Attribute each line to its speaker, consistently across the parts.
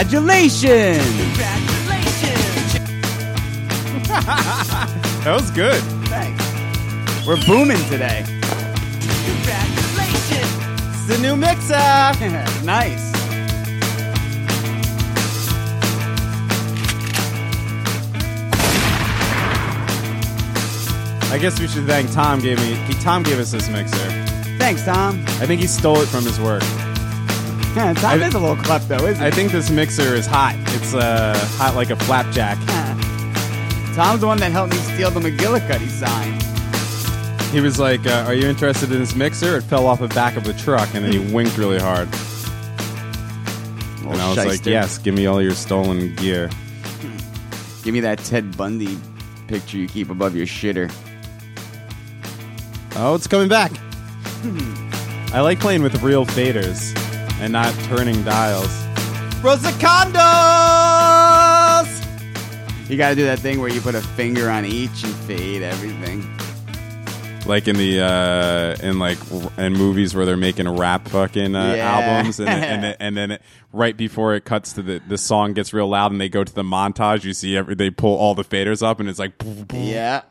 Speaker 1: Congratulations!
Speaker 2: Congratulations.
Speaker 1: That was good.
Speaker 2: Thanks.
Speaker 1: We're booming today.
Speaker 2: Congratulations.
Speaker 1: It's the new mixer. nice.
Speaker 3: I guess we should thank Tom. Gave me he, Tom gave us this mixer.
Speaker 1: Thanks, Tom.
Speaker 3: I think he stole it from his work.
Speaker 1: Tom
Speaker 3: I-
Speaker 1: is a little klepto, isn't he?
Speaker 3: I think this mixer is hot. It's uh, hot like a flapjack.
Speaker 1: Tom's the one that helped me steal the McGillicuddy sign.
Speaker 3: He was like, uh, "Are you interested in this mixer?" It fell off the back of the truck, and then
Speaker 1: Hmm.
Speaker 3: he winked really hard. And I was like,
Speaker 1: Shyster.
Speaker 3: "Yes, give me all your stolen gear."
Speaker 1: Give me that Ted Bundy picture you keep above your shitter.
Speaker 3: Oh, it's coming back.
Speaker 1: Hmm.
Speaker 3: I like playing with real faders and not turning dials. Rosacondos.
Speaker 1: You gotta do that thing where you put a finger on each and fade everything.
Speaker 3: like in the uh in like r- in movies where they're making rap fucking uh,
Speaker 1: Yeah.
Speaker 3: albums and and, and, then it, right before it cuts to the the song gets real loud and they go to the montage you see every they pull all the faders up and it's like
Speaker 1: Yeah.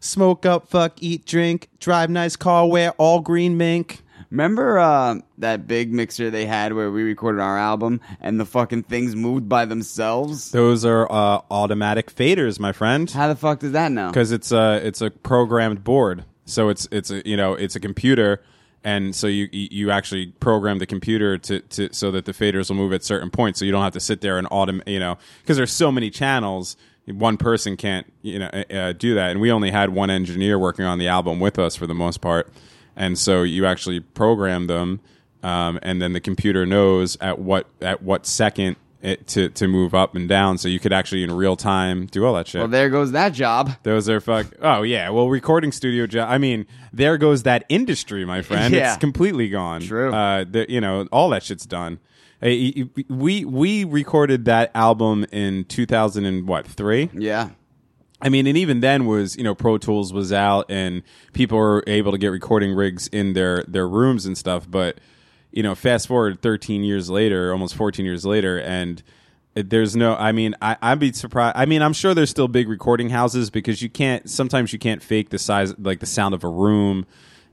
Speaker 3: smoke up fuck eat drink drive nice car wear all green mink
Speaker 1: Remember uh, that big mixer they had where we recorded our album and the fucking things moved by themselves?
Speaker 3: those are uh automatic faders my friend
Speaker 1: How the fuck does that know?
Speaker 3: because it's a it's a programmed board. So it's it's a, you know it's a computer, and so you you you actually program the computer to, to so that the faders will move at certain points. So you don't have to sit there and automate you know because there's so many channels. One person can't you know uh, uh, do that, and we only had one engineer working on the album with us for the most part, and so you actually program them. Um, and then the computer knows at what at what second it, to to move up and down, so you could actually in real time do all that shit.
Speaker 1: Well, there goes that job.
Speaker 3: Those are fuck. Oh yeah. Well, recording studio job. I mean, there goes that industry, my friend.
Speaker 1: Yeah.
Speaker 3: It's completely gone.
Speaker 1: True.
Speaker 3: Uh, the, you know, all that shit's done. Uh, y- y- We we recorded that album in two thousand and what three?
Speaker 1: Yeah.
Speaker 3: I mean, and even then was you know Pro Tools was out and people were able to get recording rigs in their their rooms and stuff. But you know, fast forward thirteen years later, almost fourteen years later, and there's no. I mean, I, I'd be surprised. I mean, I'm sure there's still big recording houses because you can't. Sometimes you can't fake the size, like the sound of a room.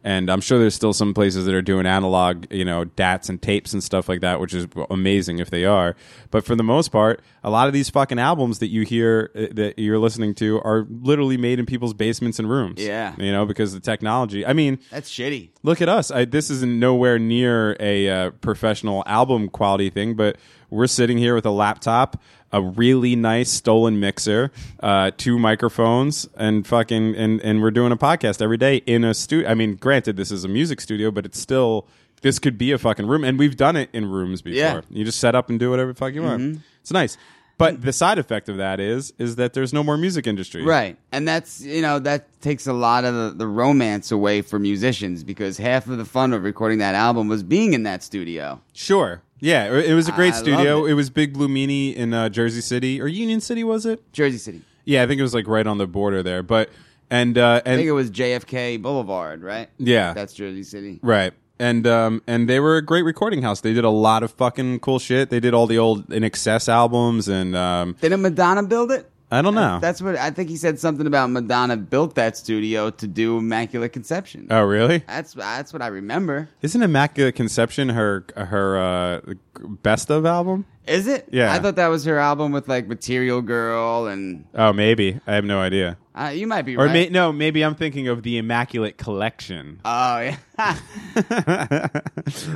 Speaker 3: And I'm sure there's still some places that are doing analog, you know, DATs and tapes and stuff like that, which is amazing if they are. But for the most part, a lot of these fucking albums that you hear uh, that you're listening to are literally made in people's basements and rooms.
Speaker 1: Yeah.
Speaker 3: you know, because the technology. I mean,
Speaker 1: That's shitty.
Speaker 3: look at us. I, this is nowhere near a uh, professional album quality thing, but we're sitting here with a laptop, a really nice stolen mixer, uh, two microphones, and fucking and and we're doing a podcast every day in a studio. I mean, granted, this is a music studio, but it's still this could be a fucking room, and we've done it in rooms before.
Speaker 1: Yeah.
Speaker 3: You just set up and do whatever the fuck you want. It's nice. But the side effect of that is is that there's no more music industry.
Speaker 1: Right. And that's, you know, that takes a lot of the, the romance away for musicians because half of the fun of recording that album was being in that studio.
Speaker 3: Sure. Yeah, it it was a great
Speaker 1: I
Speaker 3: studio.
Speaker 1: loved
Speaker 3: It.
Speaker 1: it.
Speaker 3: was Big Blue Meanie in uh, Jersey City or Union City, was it?
Speaker 1: Jersey City.
Speaker 3: Yeah, I think it was like right on the border there. But and uh,
Speaker 1: I
Speaker 3: and
Speaker 1: think it was JFK Boulevard, right?
Speaker 3: Yeah.
Speaker 1: That's Jersey City.
Speaker 3: right and um and they were a great recording house. They did a lot of fucking cool shit. They did all the old In Excess albums and um
Speaker 1: Didn't Madonna build it?
Speaker 3: I don't know.
Speaker 1: That's what I think he said something about Madonna built that studio to do Immaculate Conception.
Speaker 3: oh really?
Speaker 1: that's that's what I remember.
Speaker 3: Isn't Immaculate Conception her her uh, best of album?
Speaker 1: Is it?
Speaker 3: Yeah.
Speaker 1: I thought that was her album with like Material Girl and
Speaker 3: Oh, maybe I have no idea.
Speaker 1: uh, you might be
Speaker 3: Or may,
Speaker 1: right.
Speaker 3: no, maybe I'm thinking of the Immaculate Collection.
Speaker 1: oh yeah.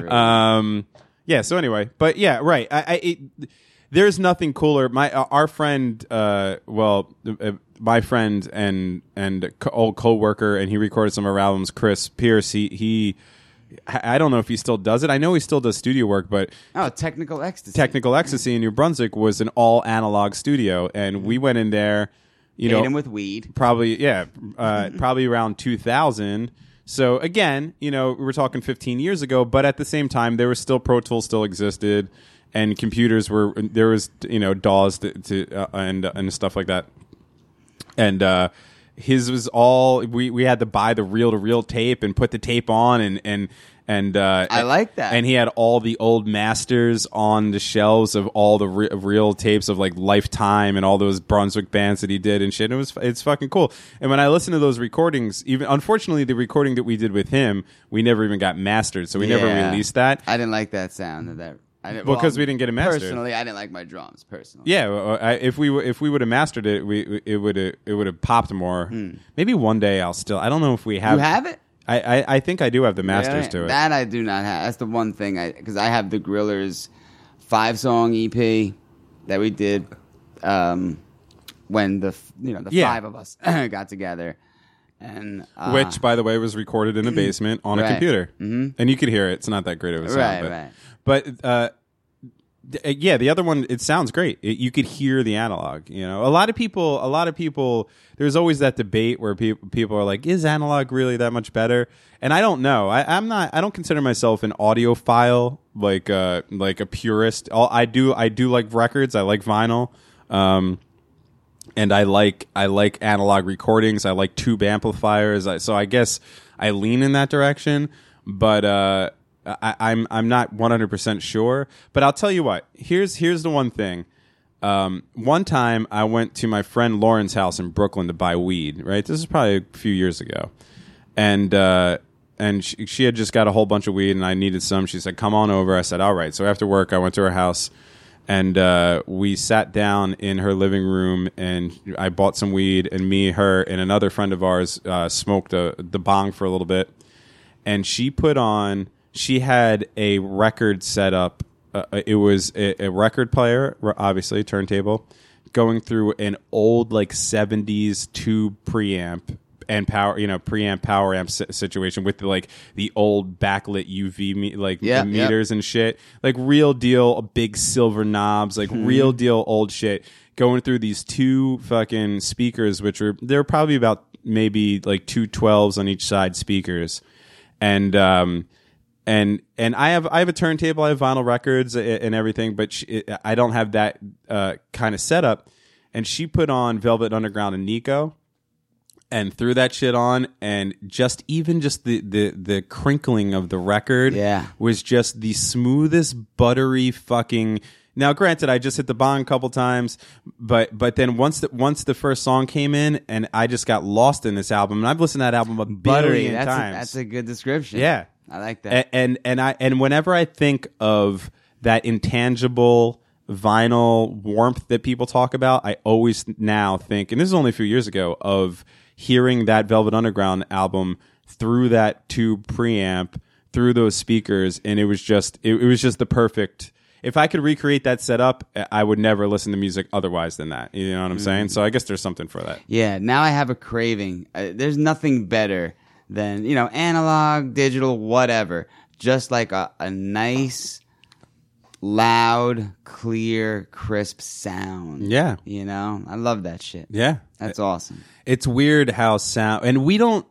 Speaker 3: Um, yeah. So anyway, but yeah, right. I, I it, there's nothing cooler. My uh, our friend, uh, well, uh, my friend and and co- old coworker, and he recorded some of our albums. Chris Pierce. He he. I I don't know if he still does it. I know he still does studio work, but
Speaker 1: oh, Technical Ecstasy.
Speaker 3: Technical Ecstasy in New Brunswick was an all analog studio, and we went in there. You
Speaker 1: Ate
Speaker 3: know,
Speaker 1: him with weed.
Speaker 3: probably yeah uh, probably around 2000 so again you know we were talking 15 years ago but at the same time there was still pro tools still existed and computers were there was you know daws to, to uh, and and stuff like that and uh his was all we, we had to buy the reel to reel tape and put the tape on and and and uh,
Speaker 1: I like that.
Speaker 3: And he had all the old masters on the shelves of all the re- real tapes of like Lifetime and all those Brunswick bands that he did and shit. And it was it's fucking cool. And when I listened to those recordings, even unfortunately the recording that we did with him, we never even got mastered, so we never
Speaker 1: Yeah.
Speaker 3: released that.
Speaker 1: I didn't like that sound. That, that I didn't,
Speaker 3: Because we didn't get it mastered.
Speaker 1: Personally, I didn't like my drums. Personally,
Speaker 3: Yeah, well, uh, I, if we were- if we would have mastered it, we it would have it would have popped more. Maybe one day I'll still. I don't know if we have.
Speaker 1: Hmm. you have it.
Speaker 3: I, I, I think I do have the masters
Speaker 1: Yeah,
Speaker 3: to it.
Speaker 1: That I do not have. That's the one thing I because I have the Grillers five song EP that we did um, when the f- you know the
Speaker 3: Yeah.
Speaker 1: five of us got together, and uh,
Speaker 3: which, by the way, was recorded in a basement on a
Speaker 1: Right.
Speaker 3: computer, mm-hmm. and you could hear it. It's not that great of a sound,
Speaker 1: Right,
Speaker 3: but, but uh, th- uh, yeah, the other one it sounds great. It, you could hear the analog. You know, a lot of people, a lot of people. There's always that debate where people people are like, "Is analog really that much better?" And I don't know. I, I'm not. I don't consider myself an audiophile, like uh, like a purist. All I do, I do like records. I like vinyl. Um, and I like I like analog recordings. I like tube amplifiers. I, so I guess I lean in that direction, but uh, I, I'm I'm not 100 percent sure. But I'll tell you what. Here's here's the one thing. Um, one time I went to my friend Lauren's house in Brooklyn to buy weed. Right, this is probably a few years ago, and. Uh, and she, she had just got a whole bunch of weed, and I needed some. She said, "Come on over." I said, "All right." So after work, I went to her house, and uh, we sat down in her living room and i bought some weed and me her and another friend of ours uh, smoked a, the bong for a little bit and she put on she had a record set up uh, it was a, a record player r- obviously turntable going through an old like 70s tube preamp and power you know preamp power amp si- situation with like the old backlit uv me- like
Speaker 1: Yeah, yeah.
Speaker 3: meters and shit. Like real deal, big silver knobs, like real deal old shit. Going through these two fucking speakers, which were they're probably about maybe like two twelves on each side speakers, and um, and and I have I have a turntable, I have vinyl records a- and everything, but she, I don't have that uh, kind of setup. And she put on Velvet Underground and Nico and threw that shit on and just even just the the the crinkling of the record
Speaker 1: Yeah.
Speaker 3: was just the smoothest buttery fucking now granted i just hit the bong a couple times but but then once the once the first song came in and i just got lost in this album and i've listened to that album a
Speaker 1: buttery.
Speaker 3: billion
Speaker 1: That's
Speaker 3: times
Speaker 1: a, that's a good description.
Speaker 3: Yeah.
Speaker 1: I like that.
Speaker 3: A- and and I and whenever I think of that intangible vinyl warmth that people talk about, I always now think, and this is only a few years ago, of hearing that Velvet Underground album through that tube preamp, through those speakers, and it was just it, it was just the perfect. If I could recreate that setup, I- I would never listen to music otherwise than that. You know what I'm saying? So I guess there's something for that.
Speaker 1: Yeah, now I have a craving. Uh, there's nothing better than, you know, analog, digital, whatever. Just like a, a nice, loud, clear, crisp sound.
Speaker 3: Yeah.
Speaker 1: You know, I love that shit.
Speaker 3: Yeah.
Speaker 1: That's awesome.
Speaker 3: it's weird how sound and we don't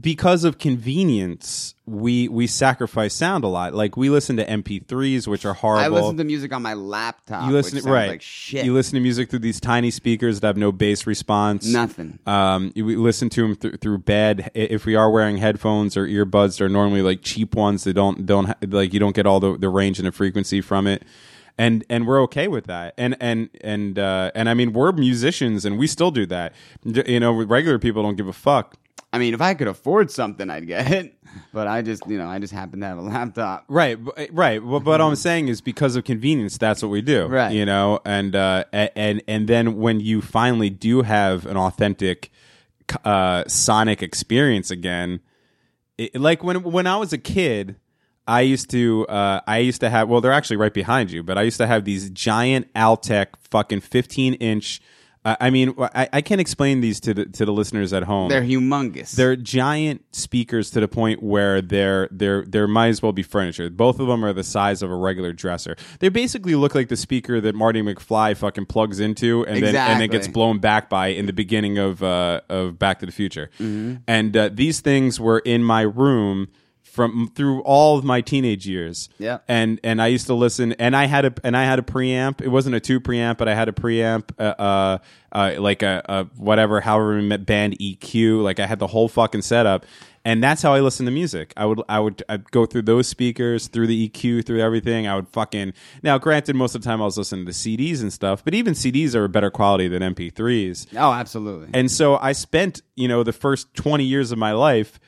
Speaker 3: because of convenience we we sacrifice sound a lot like we listen to mp3s which are horrible
Speaker 1: I listen to music on my laptop.
Speaker 3: you listen
Speaker 1: which
Speaker 3: to,
Speaker 1: sounds
Speaker 3: right
Speaker 1: like shit.
Speaker 3: you listen to music through these tiny speakers that have no bass response
Speaker 1: Nothing.
Speaker 3: um, you- we listen to them through, through bed. I- If we are wearing headphones or earbuds, they're normally like cheap ones. They don't don't ha- like you don't get all the, the range and the frequency from it, and and we're okay with that. And and and uh, and I mean we're musicians and we still do that. D- You know, regular people don't give a fuck.
Speaker 1: I mean, if I could afford something, I'd get it. But I just, you know, I just happen to have a laptop.
Speaker 3: Right, b- eh, right. What, what I'm saying is because of convenience, that's what we do.
Speaker 1: Right.
Speaker 3: You know, and uh, a- and and then when you finally do have an authentic c- uh, sonic experience again, it, like when when I was a kid, I used to uh, I used to have well, they're actually right behind you, but I used to have these giant Altec fucking 15 inch. Uh, I mean, I, I can't explain these to the to the listeners at home.
Speaker 1: They're humongous.
Speaker 3: They're giant speakers to the point where they're they're they might as well be furniture. Both of them are the size of a regular dresser. They basically look like the speaker that Marty McFly fucking plugs into and then and then gets
Speaker 1: Exactly.
Speaker 3: blown back by in the
Speaker 1: Mm-hmm.
Speaker 3: beginning of uh, of Back to the Future. And uh, these things were in my room from through all of my teenage years.
Speaker 1: Yeah.
Speaker 3: and and I used to listen, and I had a and I had a preamp. It wasn't a two preamp, but I had a preamp, uh, uh, uh like a, a whatever, however many band EQ. Like I had the whole fucking setup, and that's how I listened to music. I would I would I'd go through those speakers, through the EQ, through everything. I would fucking now. Granted, most of the time I was listening to CDs and stuff, but even CDs are better quality than MP3s.
Speaker 1: Oh, absolutely.
Speaker 3: And so I spent, you know, the first 20 years of my life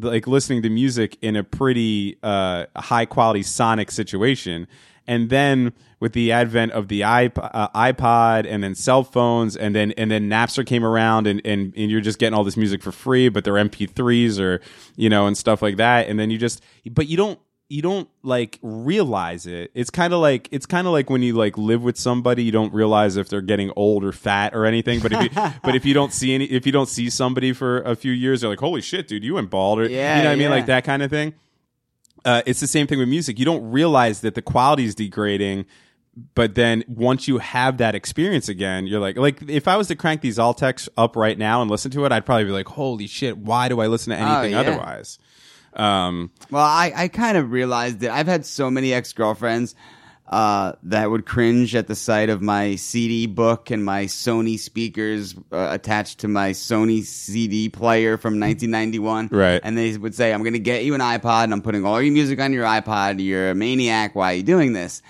Speaker 3: like listening to music in a pretty uh, high quality sonic situation. And then with the advent of the iP- uh, iPod and then cell phones and then and then Napster came around and, and, and you're just getting all this music for free, but they're MP3s or you know and stuff like that. And then you just but you don't you don't like realize it. It's kind of like it's kind of like when you like live with somebody, you don't realize if they're getting old or fat or anything. But if you, but if you don't see any, if you don't see somebody for a few years, you're like, holy shit, dude, you went bald, or
Speaker 1: Yeah,
Speaker 3: you know what I mean,
Speaker 1: yeah.
Speaker 3: like that kind of thing. Uh, it's the same thing with music. You don't realize that the quality is degrading, but then once you have that experience again, you're like, like if I was to crank these Altex up right now and listen to it, I'd probably be like, holy shit, why do I listen to anything
Speaker 1: Oh, yeah.
Speaker 3: otherwise? Um,
Speaker 1: Well, I, I kind of realized it. I've had so many ex girlfriends uh, that would cringe at the sight of my CD book and my Sony speakers uh, attached to my Sony CD player from 1991.
Speaker 3: Mm-hmm. Right.
Speaker 1: And they would say, I'm going to get you an iPod and I'm putting all your music on your iPod. You're a maniac. Why are you doing this?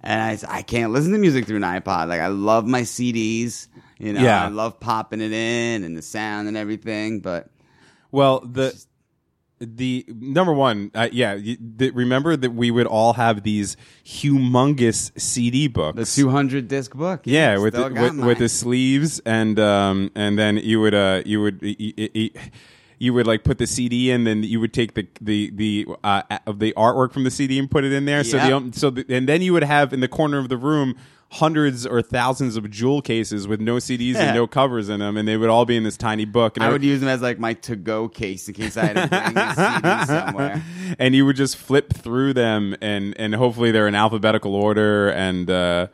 Speaker 1: And I, said, I can't listen to music through an iPod. Like, I love my CDs. You know,
Speaker 3: Yeah.
Speaker 1: I love popping it in and the sound and everything, but
Speaker 3: Well, the the number one, uh, yeah. y- The, remember that we would all have these humongous CD books.
Speaker 1: the 200 disc book.
Speaker 3: yeah, with
Speaker 1: still
Speaker 3: the,
Speaker 1: got
Speaker 3: with,
Speaker 1: mine.
Speaker 3: with the sleeves and um and then you would uh you would. y- y- y- y- you would like put the CD in, then you would take the the the uh, a- of the artwork from the CD and put it in there. So
Speaker 1: Yeah.
Speaker 3: the um, so the, and then you would have in the corner of the room hundreds or thousands of jewel cases with no CDs
Speaker 1: Yeah.
Speaker 3: and no covers in them, and they would all be in this tiny book. And
Speaker 1: I
Speaker 3: every-
Speaker 1: would use them as like my to-go case in case I had to bring a CD somewhere.
Speaker 3: and you would just flip through them and and hopefully they're in alphabetical order and uh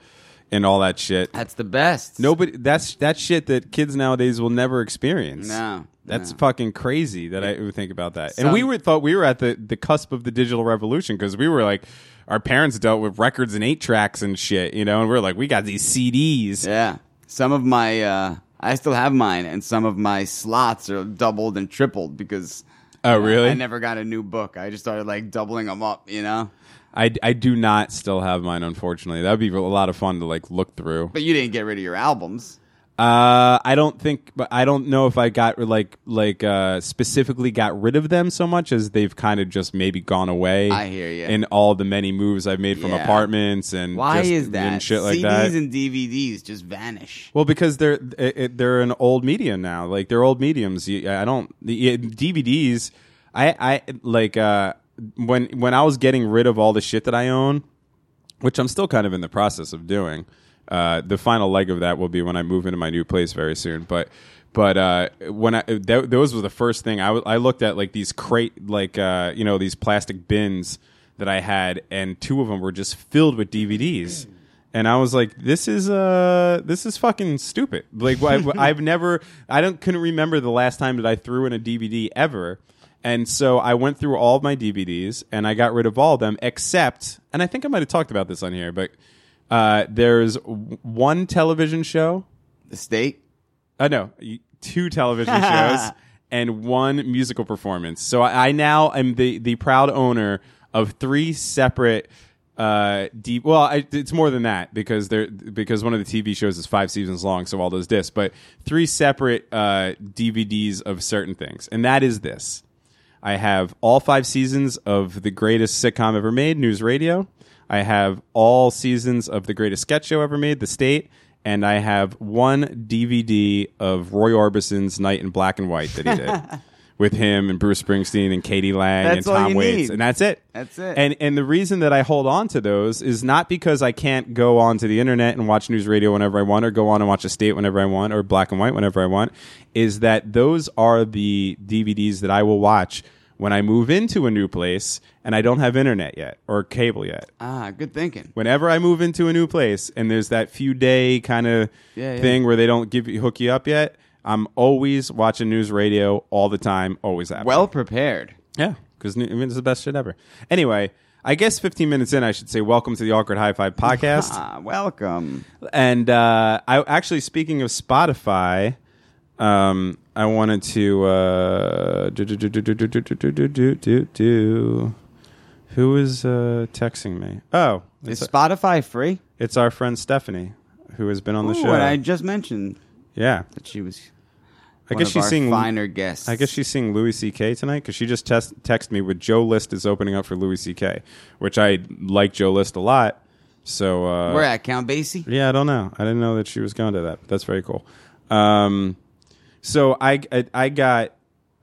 Speaker 3: and all that shit
Speaker 1: That's the best.
Speaker 3: nobody that's that shit that kids nowadays will never experience
Speaker 1: No,
Speaker 3: that's
Speaker 1: no.
Speaker 3: fucking crazy that i would think about that
Speaker 1: Some-
Speaker 3: and we were thought we were at the the cusp of the digital revolution because we were like our parents dealt with records and eight tracks and shit you know and we're like we got these cds
Speaker 1: Yeah. Some of my uh I still have mine and some of my slots are doubled and tripled because
Speaker 3: oh really
Speaker 1: I never got a new book. I just started like doubling them up, you know.
Speaker 3: I, I do not still have mine unfortunately that would be a lot of fun to like look through
Speaker 1: But you didn't get rid of your albums.
Speaker 3: Uh, I don't think, but I don't know if I got like like uh, specifically got rid of them so much as they've kind of just maybe gone away.
Speaker 1: I hear ya.
Speaker 3: In all the many moves I've made from
Speaker 1: Yeah.
Speaker 3: apartments and
Speaker 1: Why
Speaker 3: just-
Speaker 1: is that?
Speaker 3: and shit like
Speaker 1: CDs
Speaker 3: that.
Speaker 1: and DVDs just vanish.
Speaker 3: well, because they're it, it- they're an old medium now. Like they're old mediums. You- I don't the yeah, DVDs. I I like uh when when I was getting rid of all the shit that I own which I'm still kind of in the process of doing. Uh, the final leg of that will be when I move into my new place very soon. But but uh, when I th- those was the first thing I, w- I looked at like these crate like uh, you know these plastic bins that I had, and two of them were just filled with DVDs. And I was like, "This is uh, this is fucking stupid." Like, why- I've never, I don't, couldn't remember the last time that I threw in a DVD ever. And so I went through all of my DVDs and I got rid of all of them except, and I think I might have talked about this on here, but uh, there's w- one television show.
Speaker 1: The state?
Speaker 3: Uh, no, y- two television shows and one musical performance. So I, I now am the, the proud owner of three separate. Uh, D- well, I, it's more than that because they're because one of the TV shows is five seasons long, so all those discs, but three separate uh, DVDs of certain things, and that is this. I have all five seasons of the greatest sitcom ever made, News Radio. I have all seasons of the greatest sketch show ever made, The State. And I have one DVD of Roy Orbison's Night in Black and White that he did with him and Bruce Springsteen and Katie Lang
Speaker 1: That's
Speaker 3: and
Speaker 1: all
Speaker 3: Tom
Speaker 1: you
Speaker 3: Waits.
Speaker 1: need.
Speaker 3: And that's it.
Speaker 1: That's it.
Speaker 3: And and the reason that I hold on to those is not because I can't go onto the internet and watch news radio whenever I want, or go on and watch a state whenever I want, or black and white whenever I want. Is that those are the DVDs that I will watch when I move into a new place and I don't have internet yet or cable yet.
Speaker 1: Ah, good thinking.
Speaker 3: Whenever I move into a new place and there's that few day kind of
Speaker 1: Yeah, yeah.
Speaker 3: thing where they don't give you hook you up yet, I'm always watching news radio all the time. Always that
Speaker 1: Well prepared.
Speaker 3: yeah, because I mean, it's the best shit ever. Anyway, I guess 15 minutes in, I should say, welcome to the Awkward High Five podcast.
Speaker 1: Ah, welcome.
Speaker 3: And uh, I actually, speaking of Spotify, um, I wanted to uh, do do do do do do do do do do do do. Who is uh, texting me? Oh,
Speaker 1: Is
Speaker 3: it's,
Speaker 1: Spotify free?
Speaker 3: it's our friend Stephanie, who has been on the
Speaker 1: Ooh,
Speaker 3: show.
Speaker 1: and I just mentioned
Speaker 3: yeah,
Speaker 1: that she was.
Speaker 3: I
Speaker 1: one
Speaker 3: guess
Speaker 1: of
Speaker 3: she's
Speaker 1: our
Speaker 3: seeing
Speaker 1: finer guests.
Speaker 3: I guess she's seeing Louis C.K. tonight because she just test, texted me with Joe List is opening up for Louis C.K., which I like Joe List a lot. So uh,
Speaker 1: We're at Count Basie.
Speaker 3: Yeah, I don't know. I didn't know that she was going to that. But that's very cool. Um, so I, I I got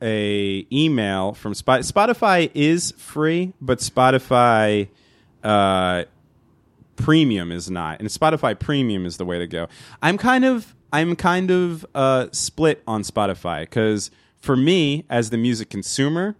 Speaker 3: a email from Spot- Spotify is free, but Spotify uh, Premium is not, and Spotify Premium is the way to go. I'm kind of I'm kind of uh, split on Spotify because for me as the music consumer,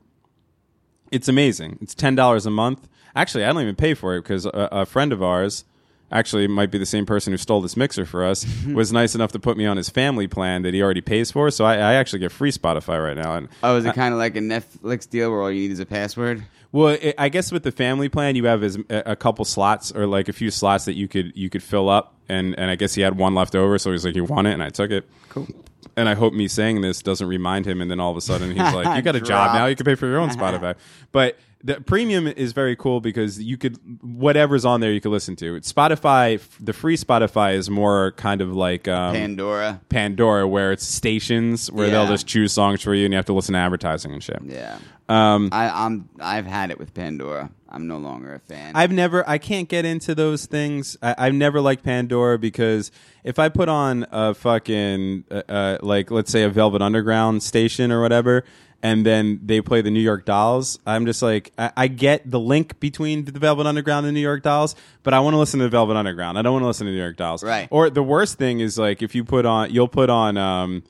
Speaker 3: it's amazing. It's ten dollars a month. Actually, I don't even pay for it because a, a friend of ours, actually it might be the same person who stole this mixer for us, was nice enough to put me on his family plan that he already pays for. So I, I actually get free Spotify right now. And
Speaker 1: Oh, is it kind of like a Netflix deal where all you need is a
Speaker 3: Um,
Speaker 1: password?
Speaker 3: well, i I guess with the family plan, you have as a a couple slots or like a few slots that you could you could fill up, and and I guess he had one left over, so he's like, "You want it?" And I took it. Cool. And I hope me saying this doesn't remind him, and then all of a sudden he's like, "You got a job now. You can pay for your own Spotify." but the premium is very cool because you could whatever's on there you could listen to. It's Spotify, the free Spotify is more kind of like um,
Speaker 1: Pandora.
Speaker 3: Pandora, where it's stations where
Speaker 1: Yeah.
Speaker 3: they'll just choose songs for you, and you have to listen to advertising and shit.
Speaker 1: Yeah. Um, I, I'm. I've had it with Pandora. I'm no longer a fan.
Speaker 3: I've never, I can't get into those things. I, I've never liked Pandora because if I put on a fucking, uh, uh, like, let's say a Velvet Underground station or whatever, and then they play the New York Dolls, I'm just like, I, I get the link between the Velvet Underground and the New York Dolls, but I want to listen to the Velvet Underground. I don't want to listen to New York Dolls.
Speaker 1: Right.
Speaker 3: Or the worst thing is, like, if you put on, you'll put on, um,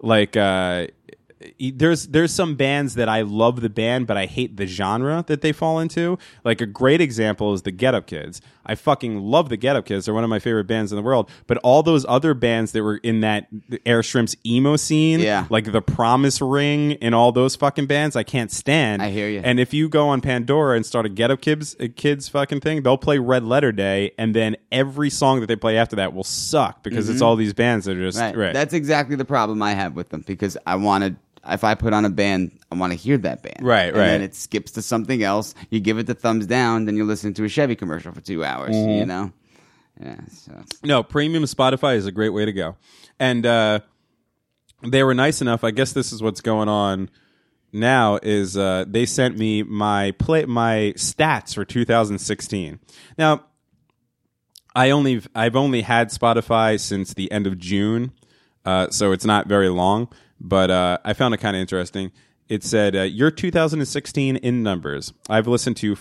Speaker 3: like, uh, e- there's there's some bands that I love the band, but I hate the genre that they fall into. Like a great example is the Get Up Kids. I fucking love the Get Up Kids. They're one of my favorite bands in the world. But all those other bands that were in that Air Shrimp's emo scene,
Speaker 1: Yeah.
Speaker 3: like the Promise Ring and all those fucking bands, I can't stand.
Speaker 1: I hear you.
Speaker 3: And if you go on Pandora and start a Get Up Kids a Kids fucking thing, they'll play Red Letter Day, and then every song that they play after that will suck because it's all these bands that are just
Speaker 1: Mm-hmm. Right.
Speaker 3: right.
Speaker 1: That's exactly the problem I have with them because I want to. If I put on a band, I want to hear that band.
Speaker 3: Right,
Speaker 1: and
Speaker 3: right.
Speaker 1: Then it skips to something else. You give it the thumbs down, then you're listening to a Chevy commercial for two hours. You
Speaker 3: Mm-hmm.
Speaker 1: know. Yeah. So it's-
Speaker 3: No, premium Spotify is a great way to go. And uh, they were nice enough. I guess this is what's going on now is uh, they sent me my play my stats for 2016. Now, I only I've only had Spotify since the end of June, uh, so it's not very long. But uh, I found it kind of interesting. It said uh, your 2016 in numbers. I've listened to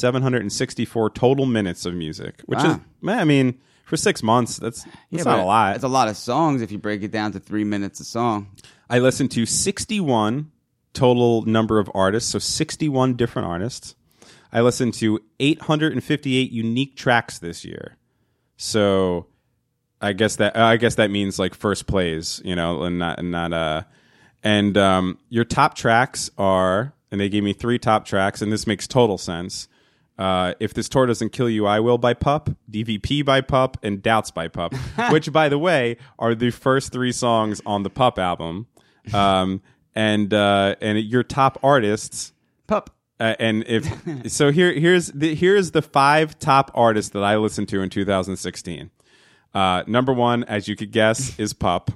Speaker 3: 5,764 total minutes of music, which is
Speaker 1: Wow.
Speaker 3: man, I mean for six months that's that's not
Speaker 1: but
Speaker 3: a lot.
Speaker 1: It's a lot of songs if you break it down to three minutes a song.
Speaker 3: I listened to 61 total number of artists, so 61 different artists. I listened to 858 unique tracks this year. So I guess that I guess that means like first plays, you know, and not and not uh and um your top tracks are and they gave me three top tracks and this makes total sense. Uh, if this tour doesn't kill you, I will by Pup, DVP by Pup, and Doubts by Pup, which by the way are the first three songs on the Pup album. Um, and uh, and your top artists
Speaker 1: Pup.
Speaker 3: uh, and if so here here's the here's the five top artists that I listened to in 2016. Uh, number one, as you could guess, is Pup.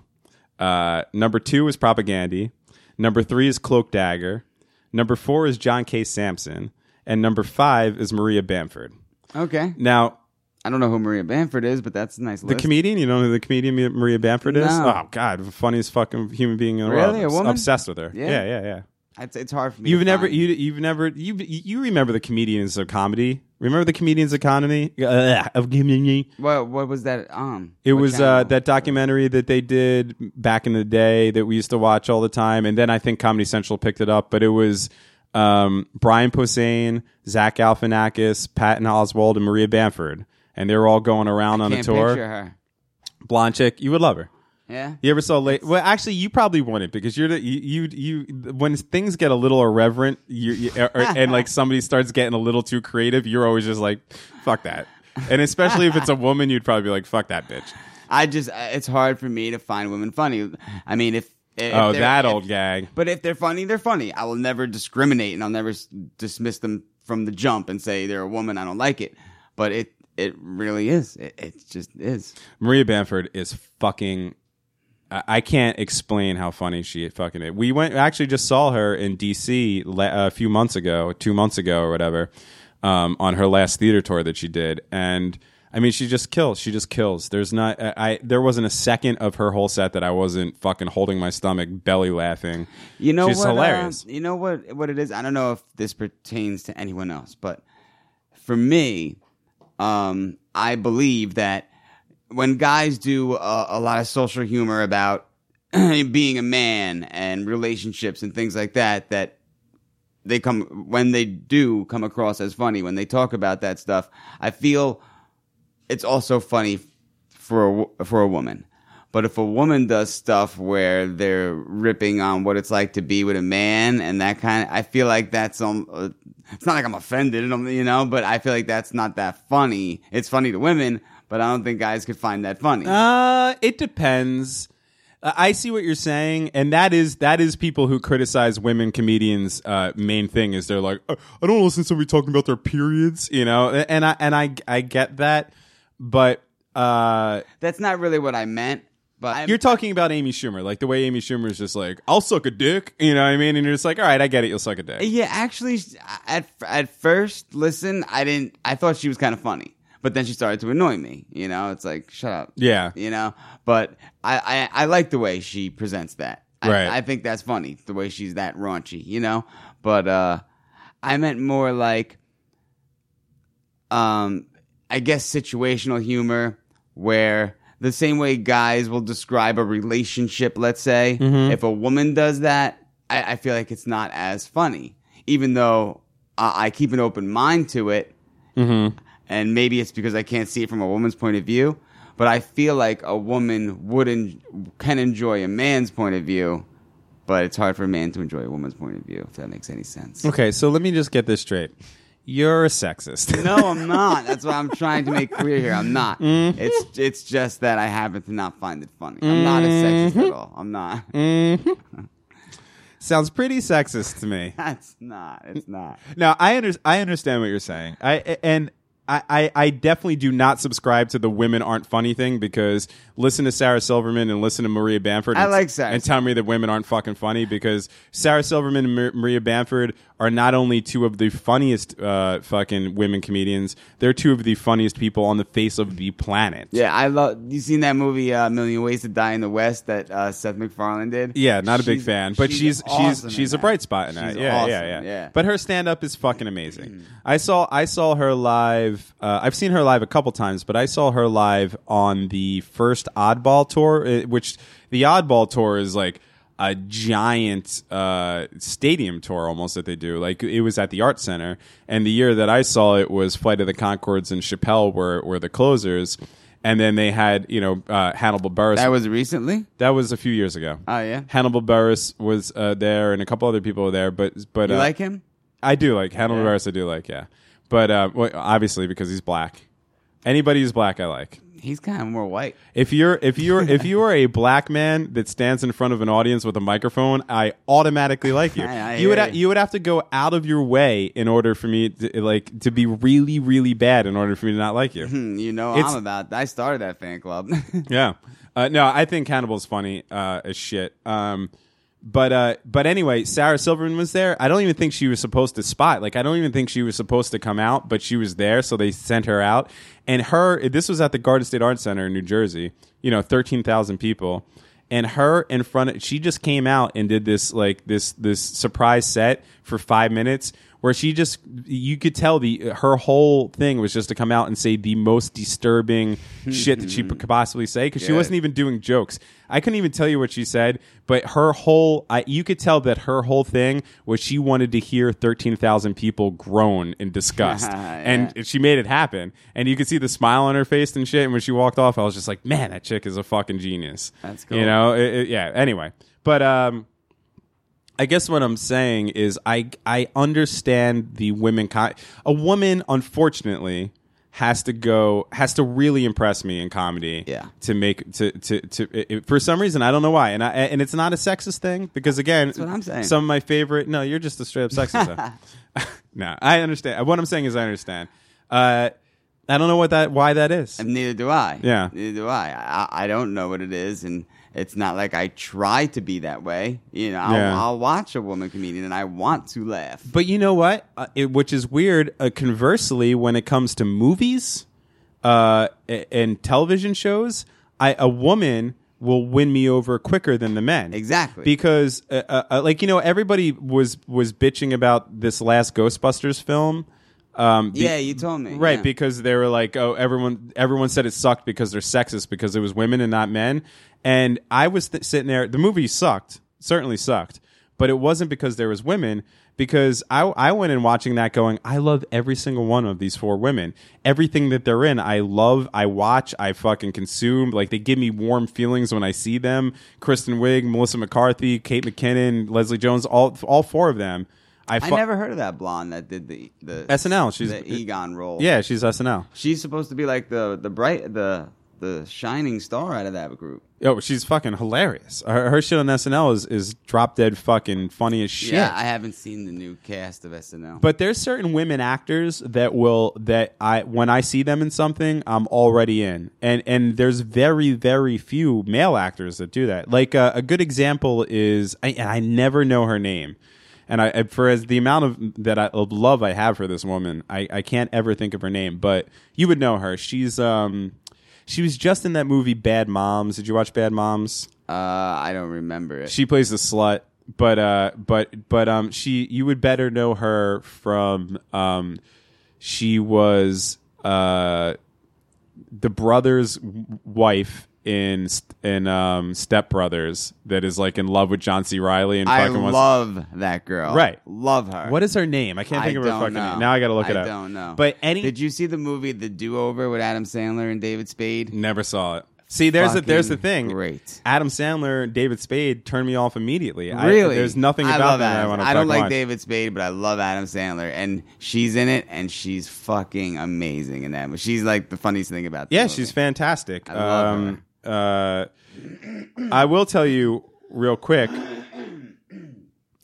Speaker 3: Uh, number two is Propagandy. Number three is Cloak Dagger. Number four is John K. Sampson, and number five is Maria Bamford.
Speaker 1: Okay.
Speaker 3: Now,
Speaker 1: I don't know who Maria Bamford is, but that's a nice
Speaker 3: the
Speaker 1: list.
Speaker 3: comedian, you know who the comedian Ma- Maria Bamford is?
Speaker 1: No.
Speaker 3: Oh God, the funniest fucking human being in the world.
Speaker 1: Really? A
Speaker 3: I'm s-
Speaker 1: woman?
Speaker 3: Obsessed with her.
Speaker 1: Yeah.
Speaker 3: yeah, yeah. yeah.
Speaker 1: it's, it's hard for me.
Speaker 3: You've
Speaker 1: to
Speaker 3: never
Speaker 1: find.
Speaker 3: you, you've never you you remember the comedians of comedy? Remember the comedians of comedy?
Speaker 1: Uh,
Speaker 3: Ugh, of comedy?
Speaker 1: What what was that? Um.
Speaker 3: It
Speaker 1: what
Speaker 3: was uh,
Speaker 1: channel?
Speaker 3: that documentary that they did back in the day that we used to watch all the time, and then I think Comedy Central picked it up. But it was um, Brian Posehn, Zach Galifianakis, Patton Oswald, and Maria Bamford, and they were all going around on
Speaker 1: Can't
Speaker 3: a tour.
Speaker 1: picture her.
Speaker 3: Blonde chick, you would love her.
Speaker 1: Yeah.
Speaker 3: You ever saw late? Well, actually, you probably wouldn't because you're the, you, you you when things get a little irreverent, you, you or, and like somebody starts getting a little too creative, you're always just like, "Fuck that." And especially if it's a woman, you'd probably be like, "Fuck that bitch."
Speaker 1: I just I- it's hard for me to find women funny. I mean, if, if
Speaker 3: oh,
Speaker 1: they're-
Speaker 3: that
Speaker 1: if-
Speaker 3: old gag.
Speaker 1: But if they're funny, they're funny. I will never discriminate and I'll never s- dismiss them from the jump and say they're a woman. I don't like it. But it it really is. It, it just is.
Speaker 3: Maria Bamford is fucking. I I can't explain how funny she fucking is. We went actually just saw her in D.C. La- a few months ago, two months ago or whatever, um, on her last theater tour that she did, and I mean, she just kills. She just kills. There's not. I, I there wasn't a second of her whole set that I wasn't fucking holding my stomach, belly laughing.
Speaker 1: You know
Speaker 3: she's
Speaker 1: what? uh,
Speaker 3: hilarious.
Speaker 1: you know what? What it is? I don't know if this pertains to anyone else, but for me, um, I believe that when guys do a, a lot of social humor about being a man and relationships and things like that, that they come when they do come across as funny when they talk about that stuff. I feel it's also funny for a, wo- for a woman. But if a woman does stuff where they're ripping on what it's like to be with a man and that kind, I feel like that's um, uh, it's not like I'm offended, um, you know, but I feel like that's not that funny. It's funny to women, but I don't think guys could find that funny.
Speaker 3: Uh, it depends. Uh, I see what you're saying, and that is that is people who criticize women comedians. Uh, main thing is they're like, "Uh, I don't listen to somebody talking about their periods, you know. A- And I and I I get that, but uh,
Speaker 1: that's not really what I meant. But I,
Speaker 3: you're talking about Amy Schumer, like the way Amy Schumer is just like, I'll suck a dick, you know what I mean? And you're just like, all right, I get it, you'll suck a dick.
Speaker 1: Yeah, actually, sh- at at first listen, I didn't. I thought she was kind of funny, but then she started to annoy me. You know, it's like shut up.
Speaker 3: Yeah.
Speaker 1: you know. But I I, I like the way she presents that. I,
Speaker 3: Right.
Speaker 1: I think that's funny the way she's that raunchy. You know, but uh, I meant more like, um, I guess situational humor where. The same way guys will describe a relationship, let's say,
Speaker 3: Mm-hmm.
Speaker 1: if a woman does that, I, I feel like it's not as funny, even though I, I keep an open mind to it. And maybe it's because I can't see it from a woman's point of view, but I feel like a woman would en- can enjoy a man's point of view, but it's hard for a man to enjoy a woman's point of view, if that makes any sense.
Speaker 3: Okay, so let me just get this straight. You're a sexist.
Speaker 1: No, I'm not. That's what I'm trying to make clear here. I'm not.
Speaker 3: Mm-hmm.
Speaker 1: It's it's just that I happen to not find it funny. I'm not a
Speaker 3: Mm-hmm.
Speaker 1: sexist at all. I'm not.
Speaker 3: Sounds pretty sexist to me.
Speaker 1: That's not. It's not.
Speaker 3: Now I under- I understand what you're saying. I and I, I I definitely do not subscribe to the women aren't funny thing because listen to Sarah Silverman and listen to Maria Bamford.
Speaker 1: I
Speaker 3: and-
Speaker 1: like Sarah.
Speaker 3: and tell me that women aren't fucking funny because Sarah Silverman and Mar- Maria Bamford are not only two of the funniest uh, fucking women comedians, they're two of the funniest people on the face of the planet.
Speaker 1: Yeah, I love. You seen that movie uh, Million Ways to Die in the West that uh, Seth MacFarlane did?
Speaker 3: Yeah, not a big
Speaker 1: She's-
Speaker 3: fan, but she's she's
Speaker 1: awesome
Speaker 3: she's, a
Speaker 1: in that.
Speaker 3: bright spot in that.
Speaker 1: She's
Speaker 3: Yeah,
Speaker 1: awesome,
Speaker 3: yeah, yeah,
Speaker 1: yeah. Mm.
Speaker 3: But her stand up is fucking amazing. I saw I saw her live. Uh, I've seen her live a couple times, but I saw her live on the first Oddball tour, uh, which the Oddball tour is like a giant uh, stadium tour almost that they do. Like it was at the Art Center, and the year that I saw it was Flight of the Concords and Chappelle were were the closers. And then they had, you know, uh, Hannibal Buress.
Speaker 1: That was recently.
Speaker 3: That was a few years ago.
Speaker 1: Oh, yeah?
Speaker 3: Hannibal Burris was uh, there, and a couple other people were there. But but
Speaker 1: You
Speaker 3: uh,
Speaker 1: like him?
Speaker 3: I do like Hannibal
Speaker 1: Yeah.
Speaker 3: Burris. I do like yeah. But uh, well, obviously because he's black. Anybody who's black, I like.
Speaker 1: He's kind of more white.
Speaker 3: If you're if you're if you are a black man that stands in front of an audience with a microphone, I automatically like you.
Speaker 1: I- I
Speaker 3: you would
Speaker 1: hear
Speaker 3: ha-
Speaker 1: you.
Speaker 3: you would have to go out of your way in order for me to, like to be really really bad in order for me to not like you.
Speaker 1: Hmm, You know,
Speaker 3: It's-
Speaker 1: I'm about. I started that fan club.
Speaker 3: Yeah. Uh, no, I think Hannibal's funny uh, as shit. Um, but uh, but anyway, Sarah Silverman was there. I don't even think she was supposed to spot. Like I don't even think she was supposed to come out, but she was there, so they sent her out. And her this was at the Garden State Art Center in New Jersey. You know, thirteen thousand people. And her in front of she just came out and did this like this this surprise set for five minutes where she just you could tell the her whole thing was just to come out and say the most disturbing shit that she could possibly say because she
Speaker 1: Yeah.
Speaker 3: wasn't even doing jokes. I couldn't even tell you what she said, but her whole I, you could tell that her whole thing was she wanted to hear thirteen thousand people groan in disgust, and she made it happen. And you could see the smile on her face and shit. And when she walked off, I was just like, man, that chick is a fucking genius.
Speaker 1: That's
Speaker 3: You
Speaker 1: cool.
Speaker 3: know, It- it- yeah. Anyway, but um. I guess what I'm saying is I I understand the women co- a woman unfortunately has to go has to really impress me in comedy
Speaker 1: Yeah.
Speaker 3: to make to to to it- it- for some reason I don't know why and I and it's not a sexist thing because again
Speaker 1: what I'm saying.
Speaker 3: some of my favorite no you're just a straight up sexist no I understand what I'm saying is I understand uh I don't know what that why that is
Speaker 1: And neither do I.
Speaker 3: Yeah.
Speaker 1: Neither do I. I. I don't know what it is, and it's not like I try to be that way. You know, I'll,
Speaker 3: Yeah.
Speaker 1: I'll watch a woman comedian and I want to laugh.
Speaker 3: But you know what? Uh, it, which is weird. Uh, conversely, when it comes to movies uh, a- and television shows, I a woman will win me over quicker than the men.
Speaker 1: Exactly.
Speaker 3: Because, uh, uh, uh, like you know, everybody was was bitching about this last Ghostbusters film. Um, be-
Speaker 1: yeah, you told me.
Speaker 3: Right,
Speaker 1: yeah.
Speaker 3: because they were like, "Oh, everyone, everyone said it sucked because they're sexist because it was women and not men." And I was th- sitting there. The movie sucked, certainly sucked, but it wasn't because there was women. Because I, I went in watching that, going, "I love every single one of these four women. Everything that they're in, I love. I watch. I fucking consume. Like they give me warm feelings when I see them. Kristen Wiig, Melissa McCarthy, Kate McKinnon, Leslie Jones, all all four of them. I,
Speaker 1: I
Speaker 3: fu-
Speaker 1: never heard of that blonde that did the the
Speaker 3: SNL, she's-
Speaker 1: the Egon role.
Speaker 3: Yeah, she's SNL.
Speaker 1: she's supposed to be like the the bright the the shining star out of that group.
Speaker 3: Yo, she's fucking hilarious. Her, her shit on SNL is, is drop dead fucking funny as shit.
Speaker 1: Yeah, I haven't seen the new cast of SNL.
Speaker 3: but there's certain women actors that will that I when I see them in something, I'm already in. And and there's very very few male actors that do that. Like uh, a good example is I, and I never know her name. And I and for as the amount of that I, of love I have for this woman, I, I can't ever think of her name, but you would know her. She's um she was just in that movie Bad Moms. Did you watch Bad Moms?
Speaker 1: uh, I don't remember it.
Speaker 3: She plays the slut, but uh, but but um, she you would better know her from um, she was uh, the brother's w- wife in st- in um Step Brothers that is like in love with John C. Riley and
Speaker 1: I
Speaker 3: fucking wants-
Speaker 1: love that girl.
Speaker 3: Right.
Speaker 1: love her.
Speaker 3: What is her name? I can't think of her
Speaker 1: don't
Speaker 3: fucking
Speaker 1: know.
Speaker 3: name. Now I got to look it
Speaker 1: I
Speaker 3: up.
Speaker 1: don't know.
Speaker 3: But any
Speaker 1: Did you see the movie The Do Over with Adam Sandler and David Spade?
Speaker 3: Never saw it. See, there's the, there's the
Speaker 1: Fucking
Speaker 3: thing.
Speaker 1: great.
Speaker 3: Adam Sandler, and David Spade turned me off immediately. I-
Speaker 1: Really?
Speaker 3: there's nothing
Speaker 1: I
Speaker 3: about
Speaker 1: love
Speaker 3: that I
Speaker 1: Adam-
Speaker 3: want to.
Speaker 1: I don't like David Spade, but I love Adam Sandler, and she's in it, and she's fucking amazing in that. movie. She's like the funniest thing about. the
Speaker 3: Yeah,
Speaker 1: movie.
Speaker 3: she's fantastic. I
Speaker 1: love
Speaker 3: uh, I will tell you real quick.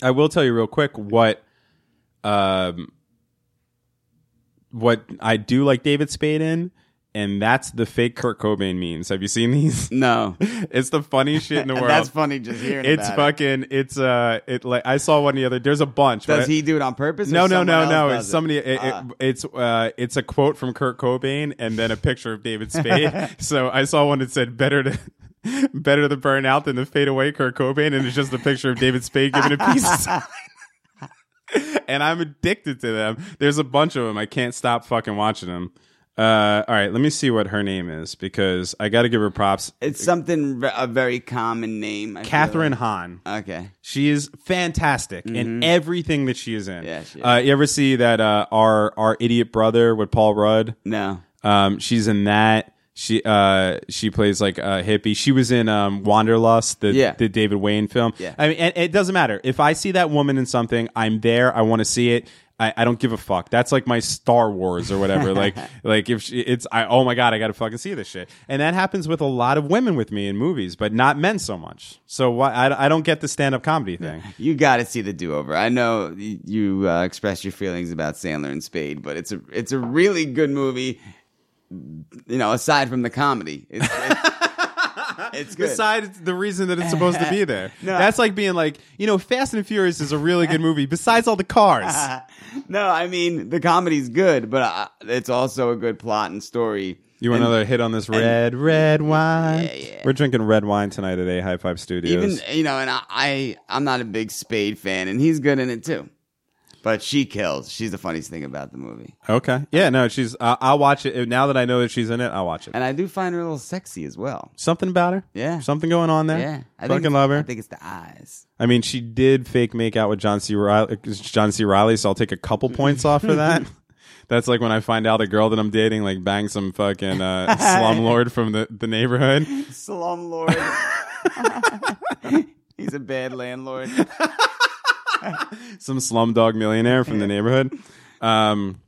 Speaker 3: I will tell you real quick what um, what I do like David Spade in, and that's the fake Kurt Cobain memes. Have you seen these?
Speaker 1: no.
Speaker 3: it's the funniest shit in the world.
Speaker 1: That's funny just hearing.
Speaker 3: It's
Speaker 1: about it.
Speaker 3: fucking. It's uh. It like I saw one the other. There's a bunch.
Speaker 1: Does
Speaker 3: but-
Speaker 1: he do it on purpose? or
Speaker 3: No, no,
Speaker 1: someone
Speaker 3: no,
Speaker 1: else
Speaker 3: no.
Speaker 1: does
Speaker 3: It's
Speaker 1: it?
Speaker 3: somebody. It, it-
Speaker 1: Ah.
Speaker 3: it's uh. It's a quote from Kurt Cobain and then a picture of David Spade. so I saw one that said, "Better to." Better the burn out than the fade away, Kurt Cobain, and it's just a picture of David Spade giving a peace sign. and I'm addicted to them. There's a bunch of them. I can't stop fucking watching them. Uh, all right, let me see what her name is because I got to give her props.
Speaker 1: It's something ve- a very common name. I feel
Speaker 3: Catherine Hahn.
Speaker 1: like. Okay.
Speaker 3: She is fantastic in everything that she is in.
Speaker 1: Mm-hmm. Yeah, she is.
Speaker 3: Uh, you ever see that uh, our our idiot brother with Paul Rudd?
Speaker 1: No.
Speaker 3: Um, she's in that. She uh she plays like a hippie. She was in um Wanderlust, the
Speaker 1: Yeah.
Speaker 3: the David Wayne film.
Speaker 1: Yeah.
Speaker 3: I mean, and it doesn't matter if I see that woman in something. I'm there. I want to see it. I, I don't give a fuck. That's like my Star Wars or whatever. like like if she, it's I oh my god I got to fucking see this shit. And that happens with a lot of women with me in movies, but not men so much. So why I, I don't get the stand up comedy thing.
Speaker 1: You got to see the do over. I know y- you uh, expressed your feelings about Sandler and Spade, but it's a it's a really good movie. You know, aside from the comedy, it's, it's, it's good.
Speaker 3: Besides the reason that it's supposed to be there. That's like being like, you know, Fast and Furious is a really good movie besides all the cars.
Speaker 1: no, I mean the comedy's good, but uh, it's also a good plot and story.
Speaker 3: You want another hit on this red, red wine?
Speaker 1: Yeah, yeah.
Speaker 3: We're drinking red wine tonight at A High Five Studios.
Speaker 1: Even you know, and I, I I'm not a big Spade fan, and he's good in it too. But she kills. She's the funniest thing about the movie.
Speaker 3: Okay. Yeah. No, she's. I I'll watch it now that I know that she's in it. I'll watch it.
Speaker 1: And I do find her a little sexy as well.
Speaker 3: Something about her.
Speaker 1: Yeah.
Speaker 3: Something going on there.
Speaker 1: Yeah. I
Speaker 3: Fucking
Speaker 1: think,
Speaker 3: love
Speaker 1: I
Speaker 3: her.
Speaker 1: think it's the eyes.
Speaker 3: I mean, she did fake make out with John C. Riley, John C. Riley, so I'll take a couple points off for that. That's like when I find out a girl that I'm dating like bangs some fucking uh, slumlord from the, the neighborhood.
Speaker 1: Slumlord. He's a bad landlord.
Speaker 3: some slumdog millionaire from the neighborhood. Um,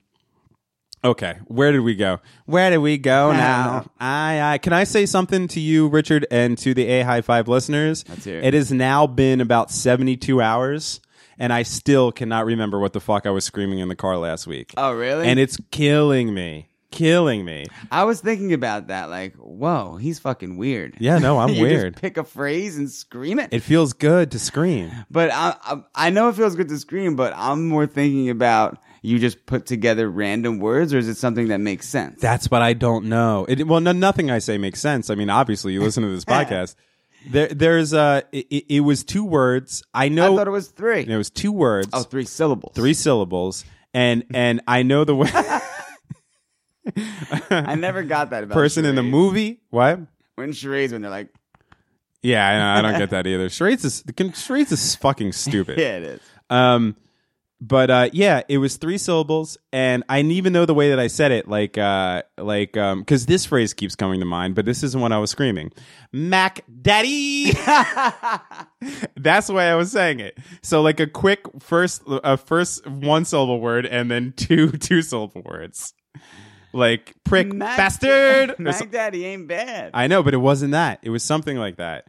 Speaker 3: okay, where did we go? Where did we go now? I, I can I say something to you, Richard, and to the A High Five listeners.
Speaker 1: Let's hear it.
Speaker 3: It has now been about seventy-two hours, and I still cannot remember what the fuck I was screaming in the car last week.
Speaker 1: Oh, really?
Speaker 3: And it's killing me, killing me.
Speaker 1: I was thinking about that. Like, whoa, he's fucking weird.
Speaker 3: Yeah, no, I'm
Speaker 1: You just
Speaker 3: weird.
Speaker 1: pick a phrase and scream it.
Speaker 3: It feels good to scream.
Speaker 1: But I, I, I know it feels good to scream, but I'm more thinking about you just put together random words, or is it something that makes sense?
Speaker 3: That's what I don't know. It, well, no, nothing I say makes sense. I mean, obviously, you listen to this podcast. There, there's uh, it, it was two words. I know
Speaker 1: I thought it was three.
Speaker 3: it was two words,
Speaker 1: Oh, three syllables.
Speaker 3: three syllables, and and I know the way
Speaker 1: I never got that about
Speaker 3: person in the
Speaker 1: charades.
Speaker 3: movie. What?
Speaker 1: when charades when they're like,
Speaker 3: Yeah, I, know, I don't get that either. Charades is can, charades is fucking stupid.
Speaker 1: yeah, it is.
Speaker 3: Um, but uh, yeah, it was three syllables, and I didn't even know the way that I said it. Like, uh, like, um, because this phrase keeps coming to mind, but this isn't what I was screaming. Mac Daddy. That's the way I was saying it. So like a quick first, a first one syllable word, and then two two syllable words, like prick
Speaker 1: Mac-
Speaker 3: bastard. or so-
Speaker 1: Mac Daddy ain't bad.
Speaker 3: I know, but it wasn't that. It was something like that.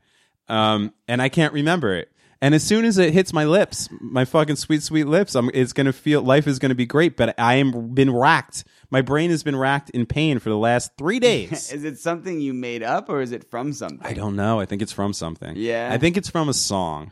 Speaker 3: Um, and I can't remember it. And as soon as it hits my lips, my fucking sweet, sweet lips, I'm, it's gonna feel life is gonna be great. But I am been racked. My brain has been racked in pain for the last three days.
Speaker 1: is it something you made up, or is it from something?
Speaker 3: I don't know. I think it's from something.
Speaker 1: Yeah.
Speaker 3: I think it's from a song,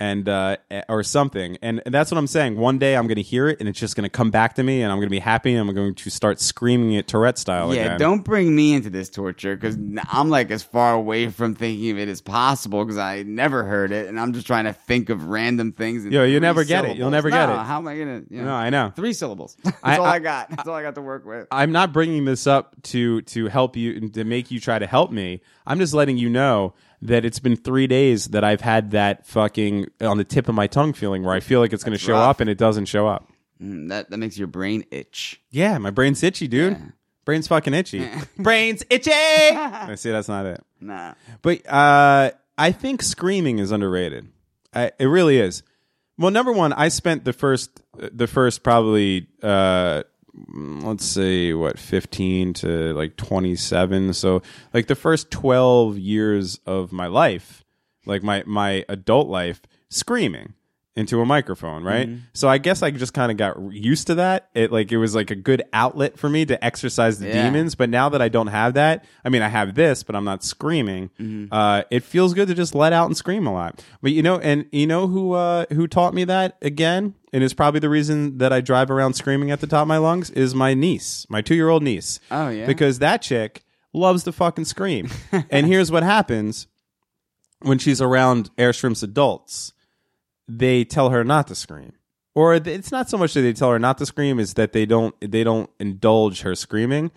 Speaker 3: and uh, or something. And, and that's what I'm saying. One day I'm gonna hear it, and it's just gonna come back to me, and I'm gonna be happy, and I'm going to start screaming it Tourette style.
Speaker 1: yeah,
Speaker 3: again.
Speaker 1: don't bring me into this torture because I'm like as far away from thinking of it as possible because I never heard it and I'm just trying to think of random things. in
Speaker 3: Yo, you
Speaker 1: three
Speaker 3: never get it. You'll
Speaker 1: syllables.
Speaker 3: never get
Speaker 1: No,
Speaker 3: it.
Speaker 1: How am I gonna? You know,
Speaker 3: No, I know.
Speaker 1: Three syllables. That's all
Speaker 3: I-
Speaker 1: I got. That's all I got to work with.
Speaker 3: I'm not bringing this up to to help you and to make you try to help me. I'm just letting you know that it's been three days that I've had that fucking on the tip of my tongue feeling where I feel like it's going to show
Speaker 1: rough.
Speaker 3: up and it doesn't show up.
Speaker 1: Mm, that that makes your brain itch.
Speaker 3: Yeah, my brain's itchy, dude. Brain's fucking itchy. brain's itchy. I see that's not it.
Speaker 1: Nah.
Speaker 3: But uh, I think screaming is underrated. I, it really is. Well, number one, I spent the first the first probably uh, mm, let's say what fifteen to like twenty seven. So like the first twelve years of my life, like my my adult life, screaming into a microphone, right? So I guess I just kind of got used to that. It like it was like a good outlet for me to exercise the
Speaker 1: Yeah.
Speaker 3: demons happens, But now that I don't have that, I mean, I have this, but I'm not screaming.
Speaker 1: Mm-hmm.
Speaker 3: Uh, it feels good to just let out and scream a lot. But you know, and you know who uh, who taught me that again, and is probably the reason that I drive around screaming at the top of my lungs is my niece, my two year old niece.
Speaker 1: Oh, yeah?
Speaker 3: because that chick loves to fucking scream. and here's what happens when she's around Airshrimp's adults they tell her not to scream or th- it's not so much that they tell her not to scream is that they don't they don't indulge her screaming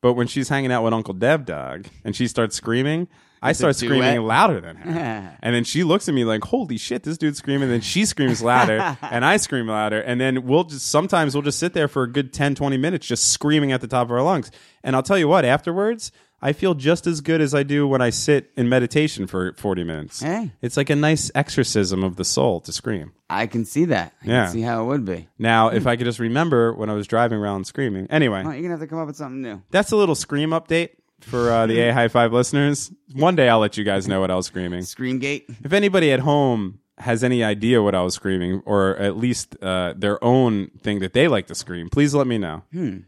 Speaker 3: but when she's hanging out with uncle dev dog and she starts screaming i start
Speaker 1: duet.
Speaker 3: screaming louder than her and then she looks at me like holy shit this dude's screaming and then she screams louder and i scream louder and then we'll just sometimes we'll just sit there for a good 10 20 minutes just screaming at the top of our lungs and i'll tell you what afterwards i feel just as good as i do when i sit in meditation for 40 minutes
Speaker 1: Hey.
Speaker 3: it's like a nice exorcism of the soul to scream.
Speaker 1: I can see that. I
Speaker 3: Yeah.
Speaker 1: can see how it would be.
Speaker 3: Now, if I could just remember when I was driving around screaming.
Speaker 1: Well,
Speaker 3: Anyway,
Speaker 1: you're gonna have to come up with something new.
Speaker 3: that's a little scream update for uh, the A High Five listeners. One day I'll let you guys know what I was screaming.
Speaker 1: Screamgate.
Speaker 3: If anybody at home has any idea what I was screaming, or at least uh, their own thing that they like to scream, please let me know.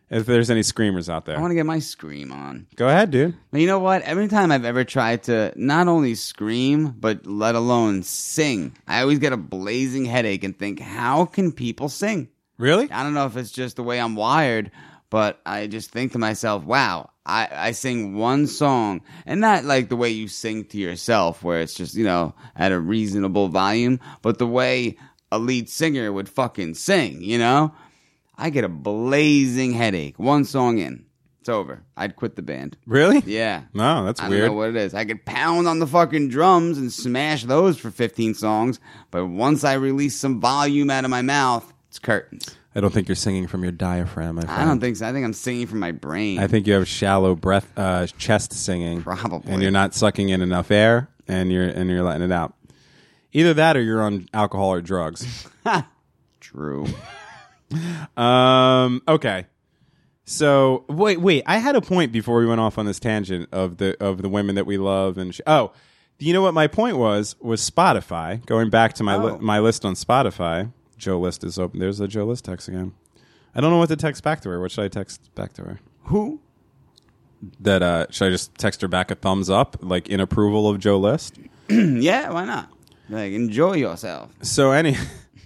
Speaker 3: If there's any screamers out
Speaker 1: Hmm. I
Speaker 3: there,
Speaker 1: want to get my scream on.
Speaker 3: go ahead, dude.
Speaker 1: But you know what? Every time I've ever tried to not only scream, but let alone sing, I always get a blazing headache and think, how can people sing?
Speaker 3: Really?
Speaker 1: I don't know if it's just the way I'm wired, but I just think to myself, wow, I, I sing one song and not like the way you sing to yourself where it's just, you know, at a reasonable volume, but the way a lead singer would fucking sing, you know? I get a blazing headache. One song in, it's over. I'd quit the band.
Speaker 3: Really?
Speaker 1: Yeah.
Speaker 3: No, that's
Speaker 1: I don't
Speaker 3: weird.
Speaker 1: know what it is. I could pound on the fucking drums and smash those for 15 songs, but once I release some volume out of my mouth, it's curtains.
Speaker 3: I don't think you're singing from your diaphragm. My
Speaker 1: I
Speaker 3: friend.
Speaker 1: don't think so. I think I'm singing from my brain.
Speaker 3: I think you have shallow breath, uh, chest singing,
Speaker 1: Probably.
Speaker 3: and you're not sucking in enough air, and you're and you're letting it out. Either that, or you're on alcohol or drugs.
Speaker 1: True.
Speaker 3: um, okay. So wait, wait. I had a point before we went off on this tangent of the of the women that we love and sh- oh, do you know what my point was? Was Spotify going back to my li-
Speaker 1: Oh.
Speaker 3: my list on Spotify? Joe list is open. There's a Joe list text again. I don't know what to text back to her. What should I text back to her?
Speaker 1: Who?
Speaker 3: that uh should I just text her back a thumbs up, like in approval of Joe List?
Speaker 1: Yeah, why not? Like, enjoy yourself.
Speaker 3: So any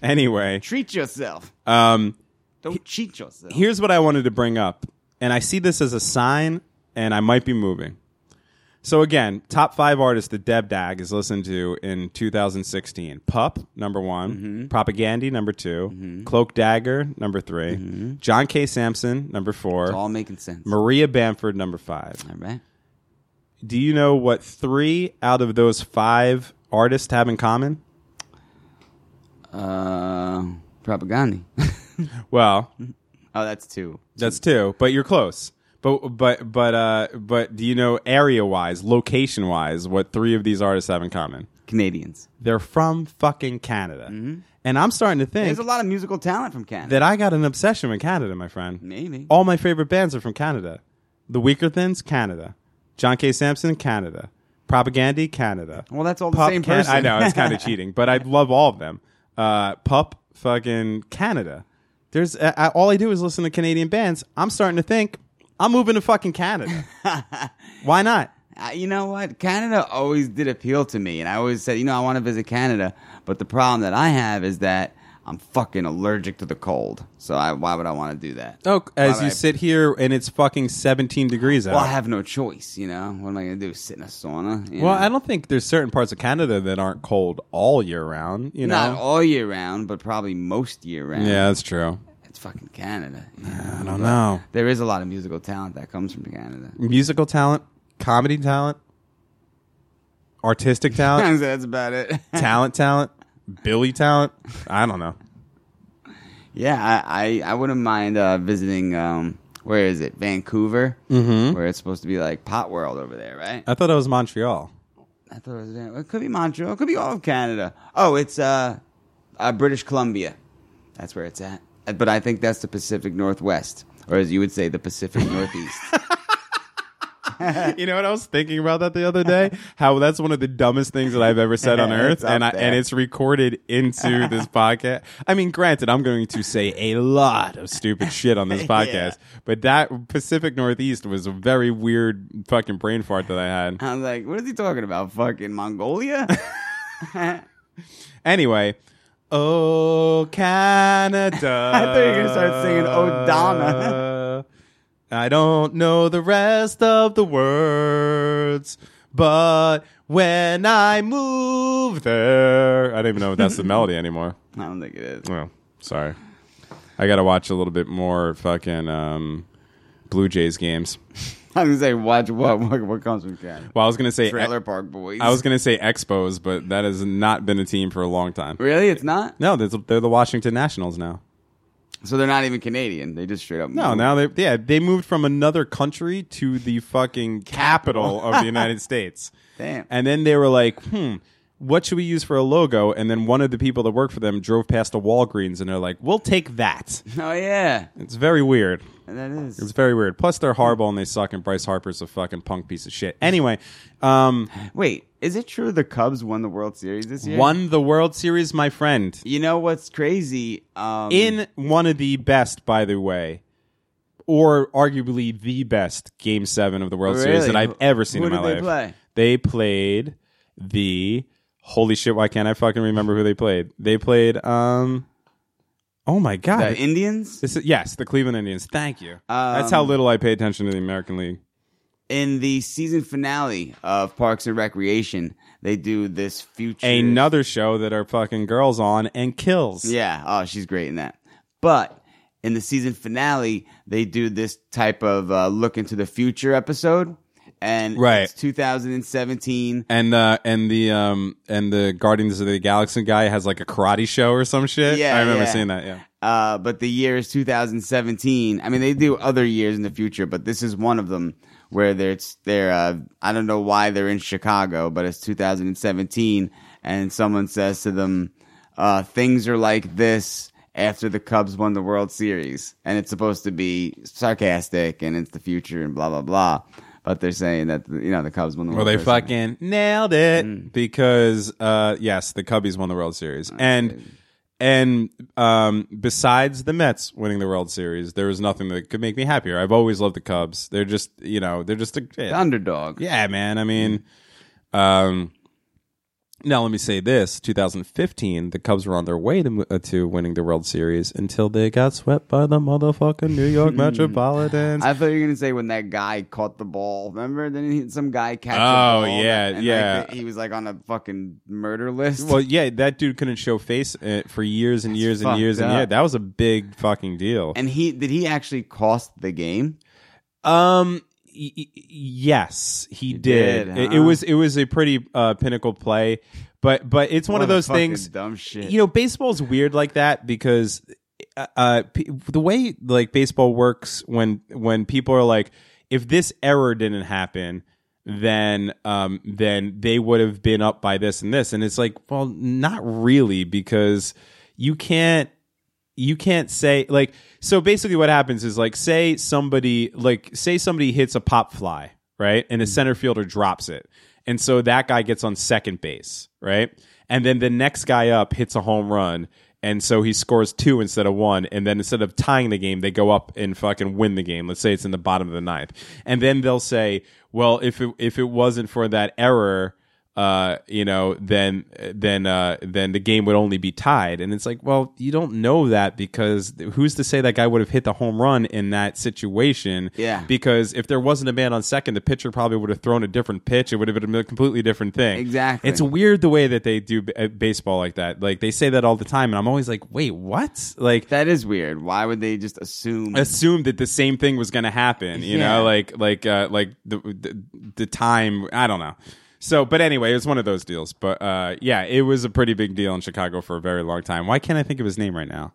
Speaker 3: anyway,
Speaker 1: Treat yourself.
Speaker 3: um
Speaker 1: Don't cheat yourself.
Speaker 3: here's what I wanted to bring up. And I see this as a sign and I might be moving. So again, top five artists that Deb Dag is listened to in 2016. Pup, number one. Propaganda, number 2 Cloak Dagger, number 3 John K. Sampson, number four.
Speaker 1: All making sense.
Speaker 3: Maria Bamford, number five.
Speaker 1: All right.
Speaker 3: Do you know what three out of those five artists have in common?
Speaker 1: Uh, propaganda.
Speaker 3: Well,
Speaker 1: oh, that's two.
Speaker 3: that's two, but you're close. But but but uh, but do you know area wise, location wise, what three of these artists have in common?
Speaker 1: Canadians.
Speaker 3: They're from fucking Canada, and I'm starting to think
Speaker 1: There's a lot of musical talent from Canada.
Speaker 3: that I got an obsession with Canada, my friend.
Speaker 1: Maybe.
Speaker 3: All my favorite bands are from Canada. The Weaker Thins, Canada. John K. Sampson, Canada. Propaganda, Canada.
Speaker 1: Well, that's all the same
Speaker 3: Can-
Speaker 1: person.
Speaker 3: I know it's kind of cheating, but I love all of them. Uh, Pup, fucking Canada. There's uh, I, all I do is listen to Canadian bands. I'm starting to think I'm moving to fucking Canada. Why not?
Speaker 1: Uh, you know what? Canada always did appeal to me, and I always said, you know, I want to visit Canada. But the problem that I have is that I'm fucking allergic to the cold. So I, why would I want to do that?
Speaker 3: Oh, as you
Speaker 1: I-
Speaker 3: sit here and it's fucking 17 degrees out.
Speaker 1: Well, I have no choice. You know, what am I gonna do? Sit in a sauna? You
Speaker 3: Well,
Speaker 1: know?
Speaker 3: I don't think there's certain parts of Canada that aren't cold all year round. You know.
Speaker 1: Not all year round, but probably most year round.
Speaker 3: yeah, that's true.
Speaker 1: it's fucking Canada.
Speaker 3: I don't know.
Speaker 1: There is a lot of musical talent that comes from Canada.
Speaker 3: Musical talent, comedy talent, artistic talent,
Speaker 1: That's about it.
Speaker 3: talent talent, Billy talent. I don't know.
Speaker 1: yeah, I, I, I wouldn't mind uh, visiting. Um, where is it? Vancouver, mm-hmm. where it's supposed to be like pot world over there, right?
Speaker 3: I thought it was Montreal.
Speaker 1: I thought it was. Van- It could be Montreal. It could be all of Canada. Oh, it's uh, uh British Columbia. That's where it's at. Uh, But I think that's the Pacific Northwest, or as you would say, the Pacific Northeast.
Speaker 3: You know what I was thinking about that the other day? How that's one of the dumbest things that I've ever said on
Speaker 1: It's
Speaker 3: earth, and I,
Speaker 1: up there.
Speaker 3: and it's recorded into this podcast. I mean, granted, I'm going to say a lot of stupid shit on this podcast, but that Pacific Northeast was a very weird fucking brain fart that I had.
Speaker 1: I was like, what is he talking about? Fucking Mongolia?
Speaker 3: Anyway, oh Canada.
Speaker 1: I thought you were gonna start singing "Oh, Donna.
Speaker 3: I don't know the rest of the words, but when I move there, I don't even know if that's the melody anymore.
Speaker 1: I don't think it is.
Speaker 3: Well, sorry. I got to watch a little bit more fucking um, Blue Jays games.
Speaker 1: I was gonna say, watch what what, what comes from Canada.
Speaker 3: Well, I was gonna say
Speaker 1: Trailer Park Boys.
Speaker 3: I was gonna say Expos, but that has not been a team for a long time.
Speaker 1: really? It's not.
Speaker 3: No, they're the- they're the Washington Nationals now.
Speaker 1: So they're not even Canadian. They just straight up.
Speaker 3: No,
Speaker 1: moved.
Speaker 3: now they yeah they moved from another country to the fucking capital of the United States.
Speaker 1: Damn.
Speaker 3: And then they were like, hmm, what should we use for a logo? And then one of the people that worked for them drove past a Walgreens, and they're like, we'll take that.
Speaker 1: Oh yeah,
Speaker 3: It's very weird.
Speaker 1: that
Speaker 3: It's
Speaker 1: is.
Speaker 3: very weird. Plus, they're horrible and they suck, and Bryce Harper's a fucking punk piece of shit. Anyway, um,
Speaker 1: Wait, is it true the Cubs won the World Series this year?
Speaker 3: won the World Series, my friend,
Speaker 1: You know what's crazy? Um,
Speaker 3: in one of the best, by the way. Or arguably the best Game Seven of the World Series
Speaker 1: Really?
Speaker 3: that I've ever seen
Speaker 1: Who
Speaker 3: in my
Speaker 1: did they
Speaker 3: life.
Speaker 1: play?
Speaker 3: They played the holy shit. Why can't I fucking remember who they played? They played. um Oh my god!
Speaker 1: the Indians. Um,
Speaker 3: this is, yes, the Cleveland Indians. Thank you. That's how little I pay attention to the American League.
Speaker 1: in the season finale of Parks and Recreation, they do this future
Speaker 3: Another show that our fucking girls on and kills.
Speaker 1: Yeah. Oh, she's great in that. But in the season finale, they do this type of uh, look into the future episode, and
Speaker 3: Right.
Speaker 1: it's 2017.
Speaker 3: And uh and the um and the Guardians of the Galaxy guy has like a karate show or some shit.
Speaker 1: Yeah,
Speaker 3: I remember
Speaker 1: yeah.
Speaker 3: seeing that. Yeah.
Speaker 1: Uh, but the year is 2017. I mean, they do other years in the future, but this is one of them where they're, it's they're uh, I don't know why they're in Chicago, but it's 2017, and someone says to them, uh, "Things are like this." After the Cubs won the World Series, and it's supposed to be sarcastic, and it's the future, and blah blah blah, but they're saying that you know the Cubs won the
Speaker 3: Well,
Speaker 1: World
Speaker 3: they
Speaker 1: Series.
Speaker 3: fucking nailed it because uh, yes, the Cubbies won the World Series, and and um, besides the Mets winning the World Series, there was nothing that could make me happier. I've always loved the Cubs. They're just you know they're just a
Speaker 1: the underdog.
Speaker 3: yeah, man. I mean, um, now let me say this: 2015, the Cubs were on their way to uh, to winning the World Series until they got swept by the motherfucking New York Metropolitans.
Speaker 1: I thought you were gonna say when that guy caught the ball. Remember? Then he, some guy catch.
Speaker 3: Oh,
Speaker 1: the ball
Speaker 3: yeah,
Speaker 1: and, like,
Speaker 3: yeah.
Speaker 1: the- he was like on a fucking murder list.
Speaker 3: Well, yeah, that dude couldn't show face uh, for years and years and
Speaker 1: fucked
Speaker 3: years and
Speaker 1: up.
Speaker 3: yeah, that was a big fucking deal.
Speaker 1: and he did he actually cost the game?
Speaker 3: Um, y- y- yes, he did.
Speaker 1: did,
Speaker 3: It- It,
Speaker 1: huh?
Speaker 3: was it was a pretty uh, pinnacle play, but but it's one
Speaker 1: What
Speaker 3: of
Speaker 1: a
Speaker 3: those
Speaker 1: fucking
Speaker 3: things.
Speaker 1: Dumb shit.
Speaker 3: You know, baseball's weird like that because uh, uh, p- the way like baseball works when when people are like, if this error didn't happen. Then, um, then they would have been up by this and this, and it's like, well, not really, because you can't you can't say like so basically what happens is like say somebody like say somebody hits a pop fly right and a center fielder drops it and so that guy gets on second base right and then the next guy up hits a home run and so he scores two instead of one and then instead of tying the game they go up and fucking win the game let's say it's in the bottom of the ninth and then they'll say well if it, if it wasn't for that error uh, you know, then then uh, then the game would only be tied. And it's like, well, you don't know that because who's to say that guy would have hit the home run in that situation?
Speaker 1: Yeah.
Speaker 3: Because if there wasn't a man on second, the pitcher probably would have thrown a different pitch. It would have been a completely different thing.
Speaker 1: Exactly.
Speaker 3: It's weird the way that they do b- uh, baseball like that. Like they say that all the time, and I'm always like, wait, what? Like
Speaker 1: that is weird. Why would they just assume?
Speaker 3: assumed that the same thing was going to happen. You
Speaker 1: Yeah.
Speaker 3: know, like like uh, like the, the the time. I don't know. So, but anyway, it was one of those deals. But uh, yeah, it was a pretty big deal in Chicago for a very long time. Why can't I think of his name right now?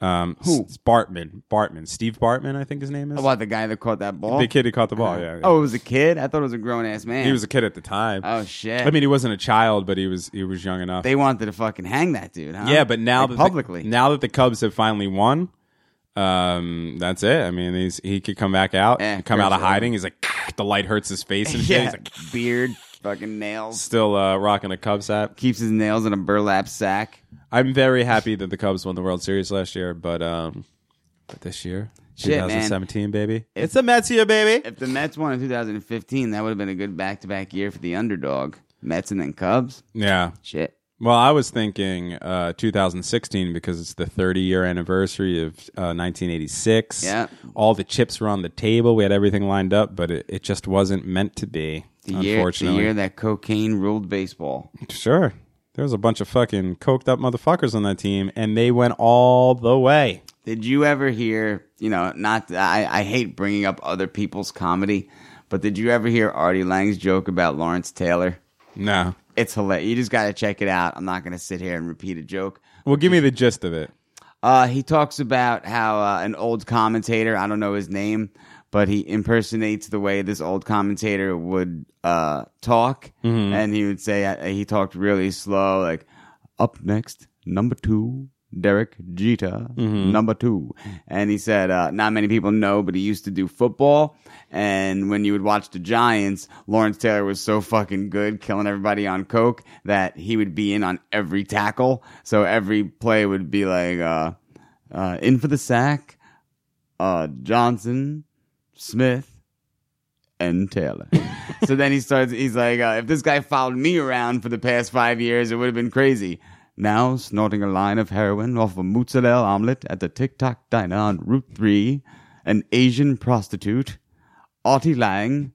Speaker 3: Um, Who? Bartman. Bartman. Steve Bartman, I think his name is.
Speaker 1: Oh, What the guy that caught that ball?
Speaker 3: The kid who caught the ball. Yeah. yeah.
Speaker 1: Oh, it was a kid. I thought it was a grown ass man.
Speaker 3: he was a kid at the time.
Speaker 1: oh shit.
Speaker 3: I mean, he wasn't a child, but he was he was young enough.
Speaker 1: they wanted to fucking hang that dude. huh?
Speaker 3: yeah, but now
Speaker 1: Like,
Speaker 3: that the-
Speaker 1: publicly.
Speaker 3: now that the Cubs have finally won, um, that's it. I mean, he's he could come back out,
Speaker 1: Eh,
Speaker 3: come out of
Speaker 1: curse it.
Speaker 3: hiding. He's like, the light hurts his face and shit.
Speaker 1: yeah,
Speaker 3: He's like,
Speaker 1: beard, fucking nails.
Speaker 3: still uh, rocking a Cubs hat.
Speaker 1: Keeps his nails in a burlap sack.
Speaker 3: I'm very happy that the Cubs won the World Series last year, but um, but this year,
Speaker 1: Shit, man.
Speaker 3: 2017, baby, it's a Mets year, baby.
Speaker 1: If the Mets won in 2015, that would have been a good back to back year for the underdog. Mets and then Cubs.
Speaker 3: Yeah.
Speaker 1: Shit.
Speaker 3: Well, I was thinking uh, 2016 because it's the 30 year anniversary of uh, 1986.
Speaker 1: Yeah.
Speaker 3: All the chips were on the table. We had everything lined up, but it, it just wasn't meant to be.
Speaker 1: The year, the
Speaker 3: unfortunately.
Speaker 1: year that cocaine ruled baseball.
Speaker 3: Sure. There was a bunch of fucking coked up motherfuckers on that team, and they went all the way.
Speaker 1: Did you ever hear, you know, not, I, I hate bringing up other people's comedy, but did you ever hear Artie Lang's joke about Lawrence Taylor?
Speaker 3: No.
Speaker 1: It's hilarious. You just got to check it out. I'm not going to sit here and repeat a joke.
Speaker 3: Well, give me the gist of it.
Speaker 1: Uh, he talks about how uh, an old commentator, I don't know his name, but he impersonates the way this old commentator would uh, talk. And he would say, uh, he talked really slow, like, up next, number two, Derek Jeter, number two. And he said, uh, not many people know, but he used to do football. And when you would watch the Giants, Lawrence Taylor was so fucking good, killing everybody on Coke, that he would be in on every tackle. So every play would be like, uh, uh, in for the sack, uh, Johnson, Smith, and Taylor. so then he starts, he's like, uh, if this guy followed me around for the past five years, it would have been crazy. Now, snorting a line of heroin off a mozzarella omelet at the Tic Tac Diner on Route 3, an Asian prostitute, Artie Lang,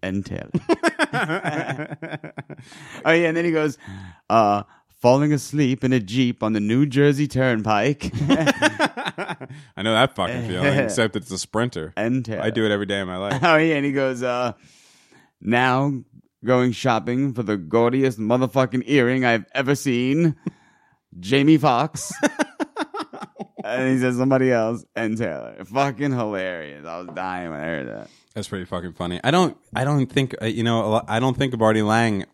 Speaker 1: and Taylor. oh yeah, and then he goes, uh, falling asleep in a jeep on the New Jersey Turnpike
Speaker 3: I know that fucking feeling, except it's a sprinter.
Speaker 1: and Taylor.
Speaker 3: I do it every day of my life.
Speaker 1: Oh yeah, and he goes, uh, now going shopping for the gaudiest motherfucking earring I've ever seen, Jamie Fox. and he says somebody else and Taylor. Fucking hilarious. I was dying when I heard that.
Speaker 3: That's pretty fucking funny. I don't. I don't think uh, you know. a lo- I don't think of Artie Lang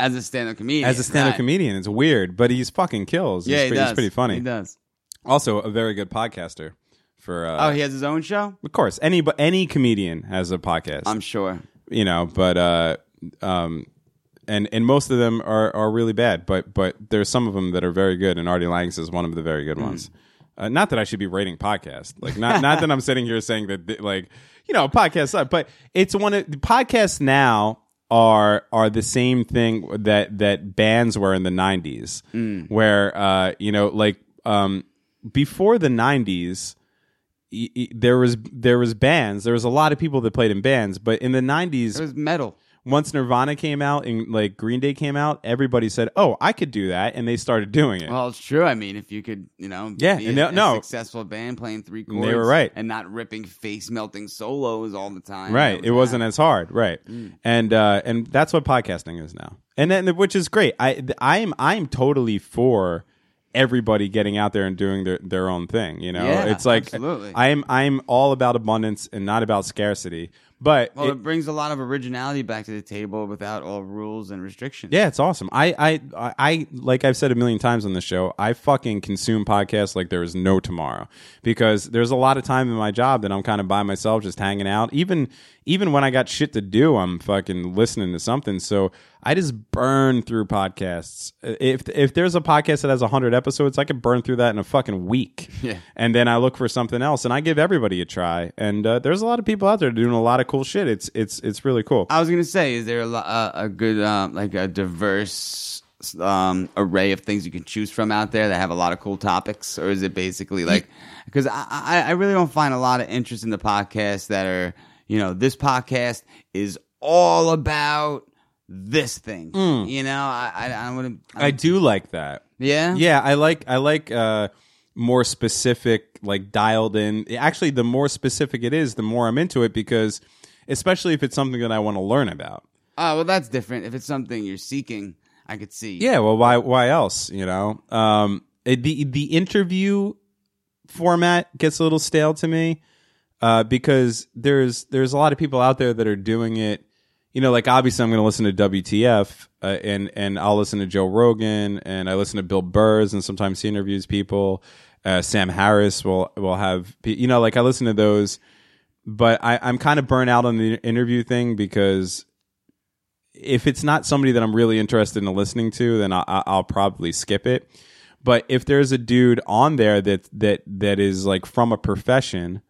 Speaker 1: As a stand-up comedian.
Speaker 3: as a stand-up
Speaker 1: right.
Speaker 3: comedian. It's weird, but he's fucking kills.
Speaker 1: Yeah,
Speaker 3: he's,
Speaker 1: he
Speaker 3: pre-
Speaker 1: does.
Speaker 3: he's pretty funny.
Speaker 1: He does.
Speaker 3: Also, a very good podcaster. For uh,
Speaker 1: Oh, he has his own show.
Speaker 3: of course, any but any comedian has a podcast.
Speaker 1: I'm sure.
Speaker 3: you know, but uh, um, and and most of them are are really bad. But but there's some of them that are very good, and Artie Langs is one of the very good ones. Uh, not that I should be rating podcasts, like not not that I'm sitting here saying that th- like you know podcasts suck, but it's one of the podcasts now are are the same thing that that bands were in the 90s where uh you know like um before the 90s y- y- there was there was bands there was a lot of people that played in bands but in the 90s
Speaker 1: It was metal.
Speaker 3: once Nirvana came out and like Green Day came out, everybody said, "Oh, I could do that," and they started doing it.
Speaker 1: Well, it's true. I mean, if you could, you know,
Speaker 3: Yeah,
Speaker 1: be
Speaker 3: and
Speaker 1: a,
Speaker 3: no- no.
Speaker 1: a successful band playing three
Speaker 3: And
Speaker 1: chords,
Speaker 3: they were right.
Speaker 1: and not ripping face melting solos all the time.
Speaker 3: right,
Speaker 1: That Mm.
Speaker 3: it wasn't as hard. Right, and uh, and that's what podcasting is now, and then which is great. I th- I'm I'm totally for everybody getting out there and doing their, their own thing. You know,
Speaker 1: Yeah,
Speaker 3: it's like
Speaker 1: absolutely.
Speaker 3: I'm I'm all about abundance and not about scarcity. But
Speaker 1: Well,
Speaker 3: it-
Speaker 1: it, brings a lot of originality back to the table without all rules and restrictions.
Speaker 3: Yeah, it's awesome. I, I, I, I, like I've said a million times on this show, I fucking consume podcasts like there is no tomorrow because there's a lot of time in my job that I'm kind of by myself, just hanging out. Even, even when I got shit to do, I'm fucking listening to something. So I just burn through podcasts. If if there's a podcast that has hundred episodes, I could burn through that in a fucking week.
Speaker 1: Yeah.
Speaker 3: And then I look for something else, and I give everybody a try. And uh, there's a lot of people out there doing a lot of cool shit. It's it's it's really cool.
Speaker 1: I was gonna say, is there a, lo- a, a good um, like a diverse um, array of things you can choose from out there that have a lot of cool topics, or is it basically like because I, I I really don't find a lot of interest in the podcasts that are you know this podcast is all about this thing. You know, I I, I wouldn't.
Speaker 3: Hmm. I do like that.
Speaker 1: yeah
Speaker 3: yeah i like i like uh more specific like dialed in actually the more specific it is the more i'm into it because especially if it's something that i want to learn about
Speaker 1: Oh well, that's different. If it's something you're seeking, I could see.
Speaker 3: yeah well why why else you know um it- the the interview format gets a little stale to me uh because there's there's a lot of people out there that are doing it you know like obviously i'm going to listen to wtf uh, and and i'll listen to joe rogan and i listen to bill burrs and sometimes he interviews people uh sam harris will will have pe- you know like i listen to those but I, I'm kind of burnt out on the interview thing because if it's not somebody that I'm really interested in listening to, then I, I- I'll probably skip it. But if there's a dude on there that that that is like from a profession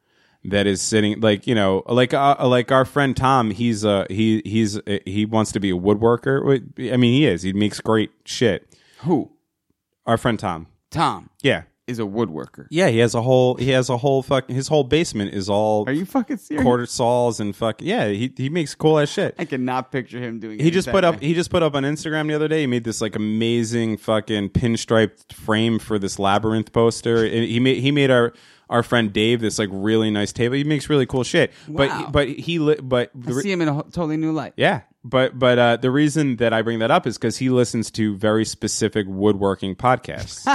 Speaker 3: that is sitting like you know like uh, like our friend Tom, he's uh he he's uh, he wants to be a woodworker. Wait, I mean, he is. He makes great shit.
Speaker 1: Who?
Speaker 3: Our friend Tom,
Speaker 1: Tom
Speaker 3: yeah.
Speaker 1: is a woodworker.
Speaker 3: Yeah, he has a whole he has a whole fuck his whole basement is all
Speaker 1: Are you fucking serious?
Speaker 3: quarter saws and fuck yeah he, he makes cool ass shit
Speaker 1: I cannot picture him doing.
Speaker 3: he just
Speaker 1: anything.
Speaker 3: put up he just put up on instagram the other day he made this like amazing fucking pinstriped frame for this labyrinth poster and he made he made our our friend dave this like really nice table he makes really cool shit
Speaker 1: Wow.
Speaker 3: but but he li- but
Speaker 1: I
Speaker 3: the re-
Speaker 1: see him in a ho- totally new light.
Speaker 3: yeah but but uh the reason that i bring that up is because he listens to very specific woodworking podcasts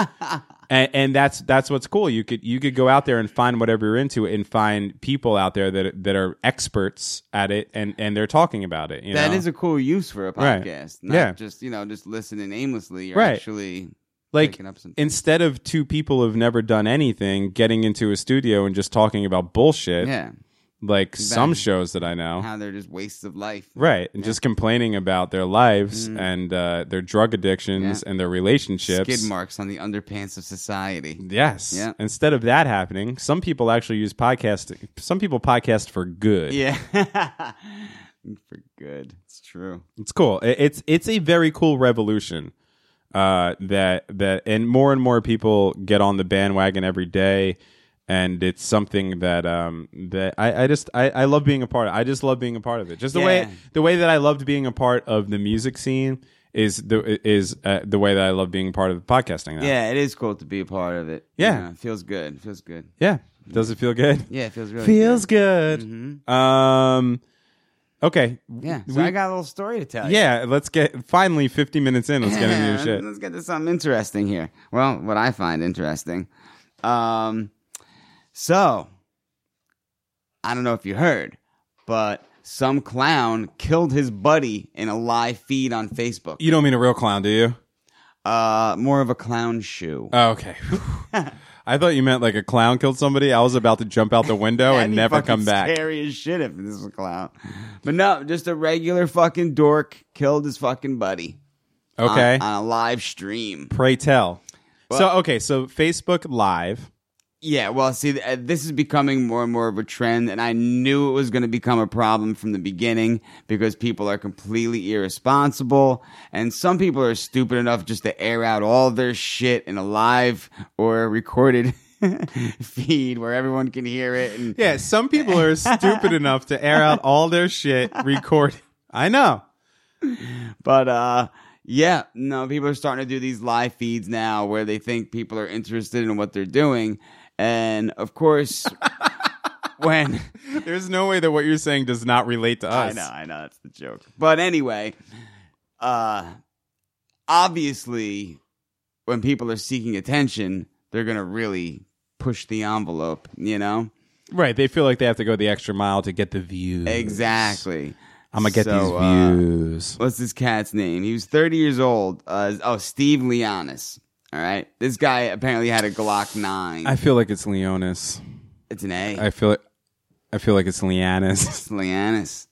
Speaker 3: and, and that's that's what's cool. You could you could go out there and find whatever you're into, and find people out there that that are experts at it, and and they're talking about it. You
Speaker 1: That
Speaker 3: know?
Speaker 1: is a cool use for a
Speaker 3: Right.
Speaker 1: podcast. Not
Speaker 3: Yeah.
Speaker 1: just you know just listening aimlessly. You're
Speaker 3: Right.
Speaker 1: actually
Speaker 3: like
Speaker 1: picking up some-
Speaker 3: instead of two people who've never done anything getting into a studio and just talking about bullshit,
Speaker 1: yeah
Speaker 3: like some
Speaker 1: Exactly.
Speaker 3: shows that I know.
Speaker 1: how they're just wastes of life.
Speaker 3: Right, and just complaining about their lives and uh, their drug addictions
Speaker 1: Mm. Yeah.
Speaker 3: and their relationships.
Speaker 1: Skid marks on the underpants of society.
Speaker 3: Yes.
Speaker 1: Yeah.
Speaker 3: Instead of that happening, some people actually use podcasting. Some people podcast for good.
Speaker 1: Yeah, for good. It's true.
Speaker 3: It's cool. I- It's it's a very cool revolution. Uh, that that and more and more people get on the bandwagon every day, and it's something that um that I, I just I, I love being a part of. I just love being a part of it. Just the way
Speaker 1: Yeah.
Speaker 3: the way that I loved being a part of the music scene is the is uh, the way that I love being part of podcasting. Now.
Speaker 1: Yeah, it is cool to be a part of it.
Speaker 3: Yeah.
Speaker 1: it feels good. It feels good.
Speaker 3: yeah. Does it feel good?
Speaker 1: Yeah, it feels really
Speaker 3: feels
Speaker 1: good. Mm-hmm.
Speaker 3: good. Um, okay.
Speaker 1: Yeah, so
Speaker 3: We-
Speaker 1: I got a little story to tell you.
Speaker 3: yeah. Let's get finally fifty minutes in. Let's get into your shit.
Speaker 1: Let's get to something interesting here. Well, what I find interesting. Um, so, I don't know if you heard, but some clown killed his buddy in a live feed on Facebook.
Speaker 3: You don't mean a real clown, do you?
Speaker 1: Uh, more of a clown shoe.
Speaker 3: Oh, okay. I thought you meant like a clown killed somebody. I was about to jump out the window
Speaker 1: That'd
Speaker 3: and
Speaker 1: be
Speaker 3: never
Speaker 1: fucking
Speaker 3: come back.
Speaker 1: Scary as shit if this was a clown. But no, just a regular fucking dork killed his fucking buddy. on-
Speaker 3: Okay.
Speaker 1: on a live stream.
Speaker 3: Pray tell. so
Speaker 1: Well-
Speaker 3: okay, so Facebook Live.
Speaker 1: Yeah, well, see, th- uh, this is becoming more and more of a trend, and I knew it was going to become a problem from the beginning because people are completely irresponsible, and some people are stupid enough just to air out all their shit in a live or recorded feed where everyone can hear it. And
Speaker 3: Yeah, some people are stupid enough to air out all their shit, record. I know.
Speaker 1: But uh yeah, no, people are starting to do these live feeds now where they think people are interested in what they're doing. And of course when
Speaker 3: There's no way that what you're saying does not relate to
Speaker 1: I
Speaker 3: us.
Speaker 1: know, I know, that's the joke. But anyway, uh obviously when people are seeking attention, they're gonna really push the envelope, you know?
Speaker 3: Right. They feel like they have to go the extra mile to get the views.
Speaker 1: Exactly.
Speaker 3: I'm gonna get
Speaker 1: So, uh,
Speaker 3: these views.
Speaker 1: what's this cat's name? He was 30 years old. Uh, oh, Steve Leonis. All right. This guy apparently had a Glock 9.
Speaker 3: I feel like it's Leonis.
Speaker 1: it's an A.
Speaker 3: I feel it. I feel like it's Leonis.
Speaker 1: it's Leonis.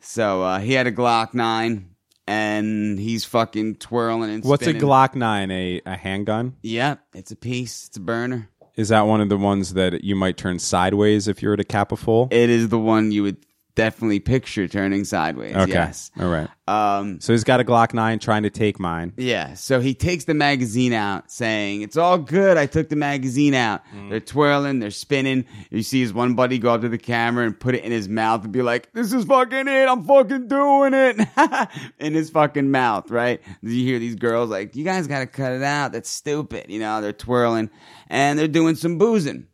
Speaker 1: So uh, he had a Glock 9 and he's fucking twirling and
Speaker 3: What's a
Speaker 1: spinning.
Speaker 3: Glock nine? A a handgun?
Speaker 1: Yep. It's a piece. It's a burner.
Speaker 3: Is that one of the ones that you might turn sideways if you're at a cap of full?
Speaker 1: It is the one you would definitely picture turning sideways.
Speaker 3: Okay.
Speaker 1: Yes.
Speaker 3: All right.
Speaker 1: Um,
Speaker 3: So he's got a Glock 9 trying to take mine.
Speaker 1: Yeah, so he takes the magazine out, saying, It's all good. I took the magazine out. They're twirling, they're spinning. You see his one buddy go up to the camera and put it in his mouth and be like, This is fucking it. I'm fucking doing it. in his fucking mouth, right? You hear these girls like, You guys got to cut it out. That's stupid. You know, they're twirling and they're doing some boozing.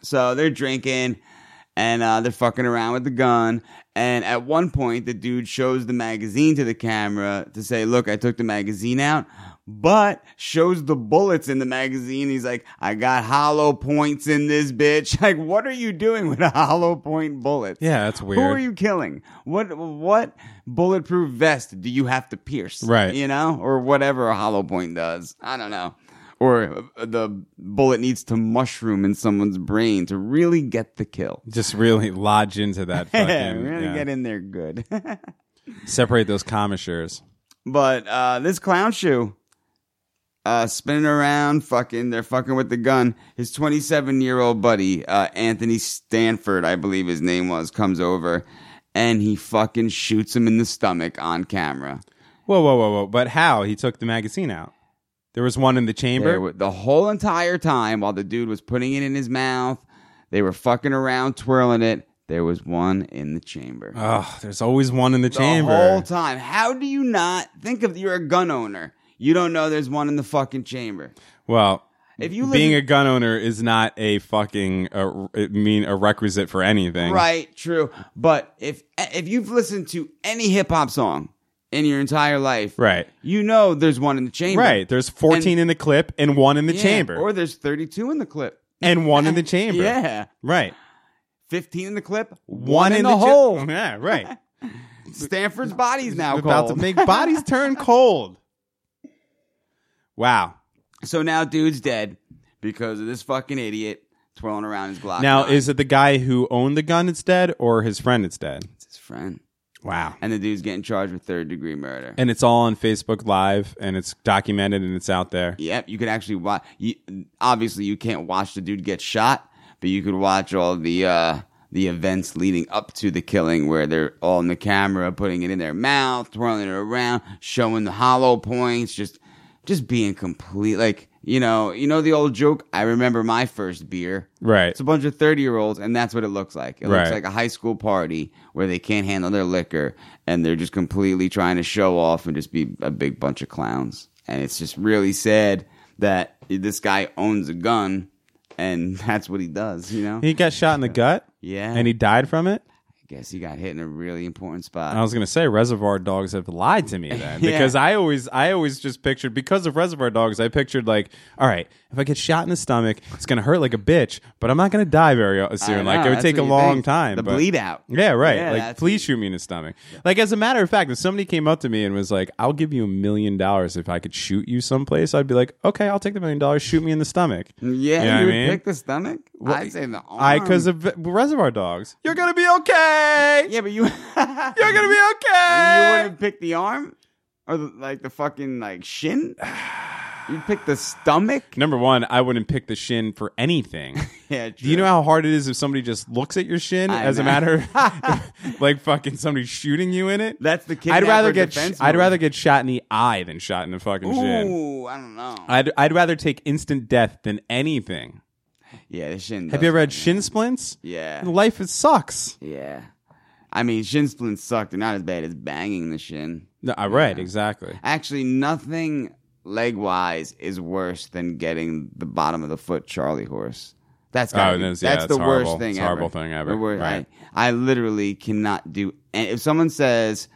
Speaker 1: So they're drinking and uh, they're fucking around with the gun. And at one point, the dude shows the magazine to the camera to say, Look, I took the magazine out, but shows the bullets in the magazine. He's like, I got hollow points in this bitch. Like, what are you doing with a hollow point bullet?
Speaker 3: Yeah, that's weird.
Speaker 1: Who are you killing? What what bulletproof vest do you have to pierce?
Speaker 3: Right.
Speaker 1: You know, or whatever a hollow point does. I don't know. Or uh, the bullet needs to mushroom in someone's brain to really get the kill.
Speaker 3: Just really lodge into that fucking.
Speaker 1: Yeah, really
Speaker 3: yeah.
Speaker 1: get in there good.
Speaker 3: Separate those commissures.
Speaker 1: but uh, this clown shoe, uh, spinning around, fucking, they're fucking with the gun. His 27 year old buddy, uh, Anthony Stanford, I believe his name was, comes over and he fucking shoots him in the stomach on camera.
Speaker 3: Whoa, whoa, whoa, whoa. But how? He took the magazine out. There was one in the chamber.
Speaker 1: There wa- the whole entire time while the dude was putting it in his mouth, they were fucking around, twirling it. There was one in the chamber.
Speaker 3: oh, there's always one in the, chamber.
Speaker 1: The whole time. How do you not think of you're a gun owner? You don't know there's one in the fucking chamber.
Speaker 3: Well,
Speaker 1: If you
Speaker 3: being a
Speaker 1: listen-
Speaker 3: gun owner is not a fucking uh, it mean a requisite for anything.
Speaker 1: Right, true. But if if you've listened to any hip hop song in your entire life,
Speaker 3: Right.
Speaker 1: you know there's one in the chamber.
Speaker 3: Right. There's 14
Speaker 1: And-
Speaker 3: in the clip and one in the
Speaker 1: Yeah,
Speaker 3: chamber.
Speaker 1: Or there's 32 in the clip.
Speaker 3: and one in the chamber.
Speaker 1: Yeah.
Speaker 3: Right.
Speaker 1: 15 in the clip, one,
Speaker 3: One
Speaker 1: in,
Speaker 3: in
Speaker 1: the,
Speaker 3: cha-
Speaker 1: hole.
Speaker 3: Yeah, right.
Speaker 1: Stanford's body's now
Speaker 3: about
Speaker 1: cold.
Speaker 3: to make bodies turn cold. Wow.
Speaker 1: so now dude's dead because of this fucking idiot twirling around his Glock.
Speaker 3: Now,
Speaker 1: nine.
Speaker 3: is it the guy who owned the gun that's dead or his friend that's dead?
Speaker 1: It's his friend.
Speaker 3: Wow.
Speaker 1: And the dude's getting charged with third degree murder.
Speaker 3: And it's all on Facebook Live and it's documented and it's out there.
Speaker 1: Yep, you could actually watch. You, obviously, you can't watch the dude get shot, but you could watch all the uh, the events leading up to the killing, where they're all in the camera, putting it in their mouth, twirling it around, showing the hollow points, just just being complete. Like You know, you know the old joke. I remember my first beer.
Speaker 3: Right.
Speaker 1: It's a bunch of thirty year olds, and that's what it looks like. It looks
Speaker 3: Right.
Speaker 1: like a high school party where they can't handle their liquor, and they're just completely trying to show off and just be a big bunch of clowns. And it's just really sad that this guy owns a gun, and that's what he does. You know.
Speaker 3: He got shot in the gut.
Speaker 1: Yeah.
Speaker 3: And he died from it.
Speaker 1: I guess he got hit in a really important spot.
Speaker 3: I was gonna say Reservoir Dogs have lied to me then
Speaker 1: Yeah.
Speaker 3: because I always I always just pictured because of Reservoir Dogs I pictured like all right if I get shot in the stomach it's gonna hurt like a bitch but I'm not gonna die very uh, soon
Speaker 1: I know,
Speaker 3: like it would
Speaker 1: that's
Speaker 3: take a
Speaker 1: what you
Speaker 3: long
Speaker 1: think.
Speaker 3: time
Speaker 1: The
Speaker 3: but-
Speaker 1: bleed out.
Speaker 3: yeah right
Speaker 1: Yeah,
Speaker 3: like
Speaker 1: that's-
Speaker 3: please shoot me in the stomach like as a matter of fact if somebody came up to me and was like I'll give you a million dollars if I could shoot you someplace I'd be like okay I'll take the million dollars shoot me in the stomach
Speaker 1: Yeah,
Speaker 3: You know
Speaker 1: you,
Speaker 3: what I
Speaker 1: would
Speaker 3: mean?
Speaker 1: pick the stomach. I'd say the arm.
Speaker 3: I because of Reservoir Dogs you're gonna be okay
Speaker 1: yeah, but you
Speaker 3: you're gonna be okay
Speaker 1: you wouldn't pick the arm or the, like the fucking like shin. You'd pick the stomach.
Speaker 3: Number one, I wouldn't pick the shin for anything.
Speaker 1: Yeah,
Speaker 3: Do you
Speaker 1: true.
Speaker 3: know how hard it is if somebody just looks at your shin
Speaker 1: I
Speaker 3: as a
Speaker 1: know.
Speaker 3: matter of like fucking somebody shooting you in it?
Speaker 1: That's the
Speaker 3: I'd rather
Speaker 1: kidnapper
Speaker 3: get sh-
Speaker 1: defense
Speaker 3: I'd
Speaker 1: move.
Speaker 3: rather get shot in the eye than shot in the fucking shin.
Speaker 1: Ooh, I don't know.
Speaker 3: I'd I'd rather take instant death than anything.
Speaker 1: yeah, the shin.
Speaker 3: Have
Speaker 1: does
Speaker 3: you ever
Speaker 1: hurt,
Speaker 3: had
Speaker 1: man.
Speaker 3: shin splints?
Speaker 1: Yeah.
Speaker 3: Life is sucks.
Speaker 1: Yeah. I mean, shin splints suck. They're not as bad as banging the shin.
Speaker 3: No, I right, exactly.
Speaker 1: Actually, nothing leg wise is worse than getting the bottom of the foot Charlie horse. That's gotta
Speaker 3: Oh,
Speaker 1: be-
Speaker 3: it is,
Speaker 1: that's,
Speaker 3: yeah, it's
Speaker 1: the
Speaker 3: horrible.
Speaker 1: worst thing
Speaker 3: It's a
Speaker 1: ever.
Speaker 3: horrible thing ever,
Speaker 1: The wor-
Speaker 3: right.
Speaker 1: I, I literally cannot do. And if someone says,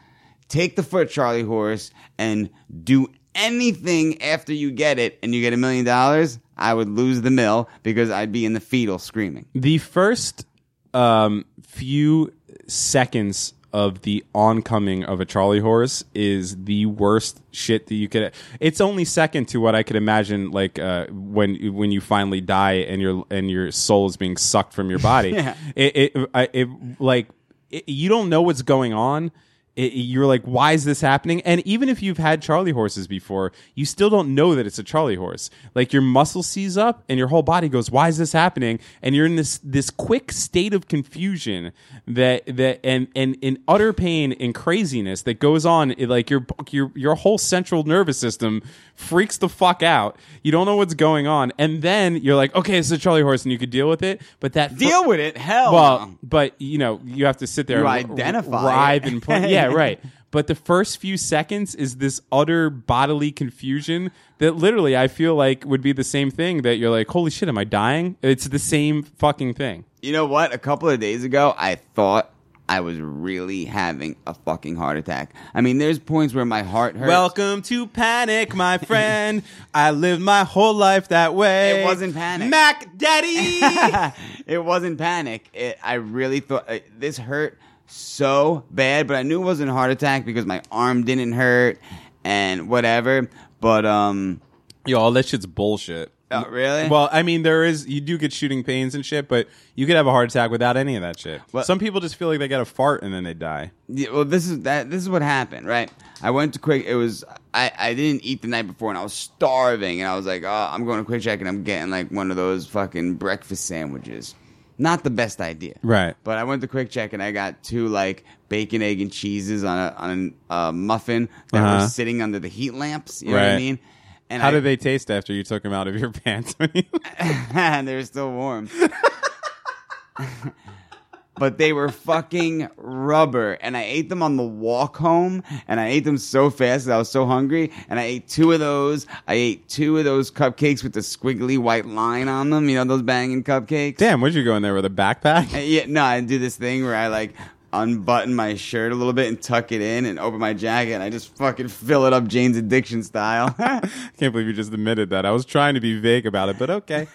Speaker 1: "Take the foot Charlie horse and do anything after you get it, and you get a million dollars," I would lose the mill because I'd be in the fetal screaming.
Speaker 3: The first um, few seconds of the oncoming of a Charlie horse is the worst shit that you could. It's only second to what I could imagine, like uh, when when you finally die and your and your soul is being sucked from your body.
Speaker 1: Yeah.
Speaker 3: It it, I, it like it, you don't know what's going on. It, you're like, why is this happening? And even if you've had Charlie horses before, you still don't know that it's a Charlie horse. Like your muscle sees up, and your whole body goes, "Why is this happening?" And you're in this this quick state of confusion that that and and in utter pain and craziness that goes on. It, like your your your whole central nervous system freaks the fuck out. You don't know what's going on, and then you're like, "Okay, it's a Charlie horse," and you could deal with it. But that fir-
Speaker 1: Deal with it. Hell.
Speaker 3: well,
Speaker 1: no.
Speaker 3: but you know, you have to sit there
Speaker 1: Oh, You
Speaker 3: and
Speaker 1: identify
Speaker 3: writhe
Speaker 1: it.
Speaker 3: and plan. Yeah, right. But the first few seconds is this utter bodily confusion that literally I feel like would be the same thing that you're like, holy shit, am I dying? It's the same fucking thing.
Speaker 1: You know what? A couple of days ago, I thought I was really having a fucking heart attack. I mean, there's points where my heart hurts.
Speaker 3: Welcome to panic, my friend. I lived my whole life that way.
Speaker 1: It wasn't panic.
Speaker 3: Mac Daddy.
Speaker 1: it wasn't panic. It, I really thought uh, this hurt so bad, but I knew it wasn't a heart attack because my arm didn't hurt and whatever. But um,
Speaker 3: Yo, all that shit's bullshit.
Speaker 1: oh, really?
Speaker 3: Well, I mean, there is you do get shooting pains and shit, but you could have a heart attack without any of that shit.
Speaker 1: What-
Speaker 3: Some people just feel like they got a fart and then they die.
Speaker 1: Yeah, well this is that this is what happened right i went to quick it was i i didn't eat the night before and i was starving and i was like oh i'm going to quick check and i'm getting like one of those fucking breakfast sandwiches not the best idea
Speaker 3: Right.
Speaker 1: but i went to quick check and i got two like bacon egg and cheeses on a on a uh, muffin that
Speaker 3: Uh-huh.
Speaker 1: were sitting under the heat lamps you know what
Speaker 3: Right.
Speaker 1: i mean and
Speaker 3: How
Speaker 1: I,
Speaker 3: did they taste after you took them out of your pants? when you-
Speaker 1: and they were still warm. but they were fucking rubber. And I ate them on the walk home. And I ate them so fast that I was so hungry. And I ate two of those. I ate two of those cupcakes with the squiggly white line on them. You know, those banging cupcakes?
Speaker 3: Damn, would you go in there with a backpack?
Speaker 1: Uh, Yeah, no, I do this thing where I like unbutton my shirt a little bit and tuck it in and open my jacket and I just fucking fill it up Jane's Addiction style.
Speaker 3: I can't believe you just admitted that. I was trying to be vague about it, but okay.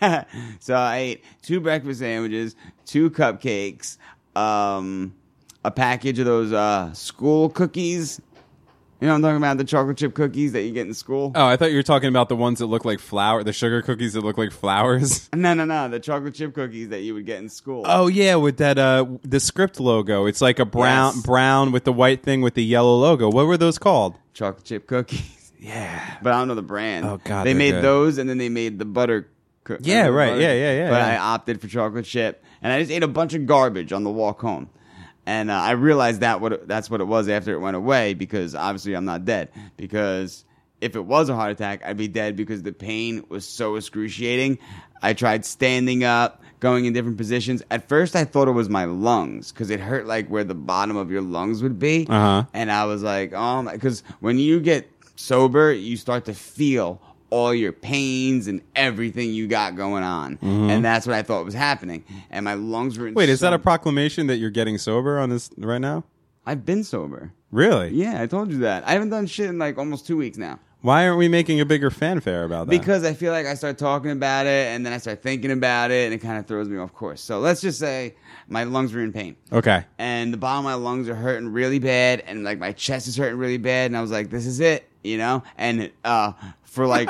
Speaker 1: so I ate two breakfast sandwiches, two cupcakes, um, a package of those uh, school cookies. You know what I'm talking about? The chocolate chip cookies that you get in school?
Speaker 3: Oh, I thought you were talking about the ones that look like flower, the sugar cookies that look like flowers.
Speaker 1: No, no, no. The chocolate chip cookies that you would get in school.
Speaker 3: Oh yeah, with that uh the script logo. It's like a brown
Speaker 1: Yes.
Speaker 3: brown with the white thing with the yellow logo. What were those called?
Speaker 1: Chocolate chip cookies.
Speaker 3: Yeah.
Speaker 1: But I don't know the brand.
Speaker 3: Oh, God,
Speaker 1: They
Speaker 3: they're
Speaker 1: made
Speaker 3: good.
Speaker 1: those and then they made the butter cookie.
Speaker 3: Yeah, right. Yeah, yeah, yeah,
Speaker 1: But
Speaker 3: yeah.
Speaker 1: I opted for chocolate chip and I just ate a bunch of garbage on the walk home. And uh, I realized that what that's what it was after it went away because obviously I'm not dead because if it was a heart attack, I'd be dead because the pain was so excruciating. I tried standing up, going in different positions. At first, I thought it was my lungs because it hurt like where the bottom of your lungs would be.
Speaker 3: Uh-huh.
Speaker 1: And I was like, oh, because when you get sober, you start to feel all your pains and everything you got going on. And that's what I thought was happening. And my lungs were in
Speaker 3: Mm-hmm. Wait, is that
Speaker 1: so-
Speaker 3: a proclamation that you're getting sober on this right now?
Speaker 1: I've been sober.
Speaker 3: Really?
Speaker 1: Yeah, I told you that. I haven't done shit in like almost two weeks now.
Speaker 3: Why aren't we making a bigger fanfare about that?
Speaker 1: Because I feel like I start talking about it and then I start thinking about it and it kind of throws me off course. So let's just say my lungs were in pain
Speaker 3: okay,
Speaker 1: and the bottom of my lungs are hurting really bad and like my chest is hurting really bad and I was like, this is it, you know? And uh, for like,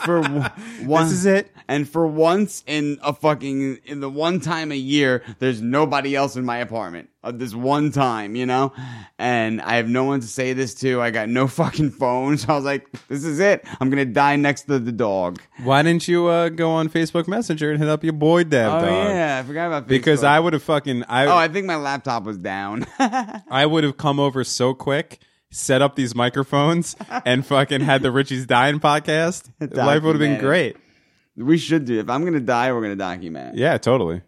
Speaker 1: for w- one.
Speaker 3: This is it.
Speaker 1: And for once in a fucking, in the one time a year, there's nobody else in my apartment. Of this one time, you know? And I have no one to say this to. I got no fucking phone. So I was like, this is it. I'm going to die next to the dog.
Speaker 3: why didn't you uh, go on Facebook Messenger and hit up your boy Dev
Speaker 1: Oh,
Speaker 3: Dog?
Speaker 1: yeah. I forgot about
Speaker 3: Because
Speaker 1: Facebook.
Speaker 3: I would have fucking I
Speaker 1: Oh, I think my laptop was down.
Speaker 3: I would have come over so quick, set up these microphones, and fucking had the Richie's Dying podcast. Life would have been
Speaker 1: Documented.
Speaker 3: great.
Speaker 1: we should do it. If I'm going to die, we're going to document it.
Speaker 3: Yeah, totally.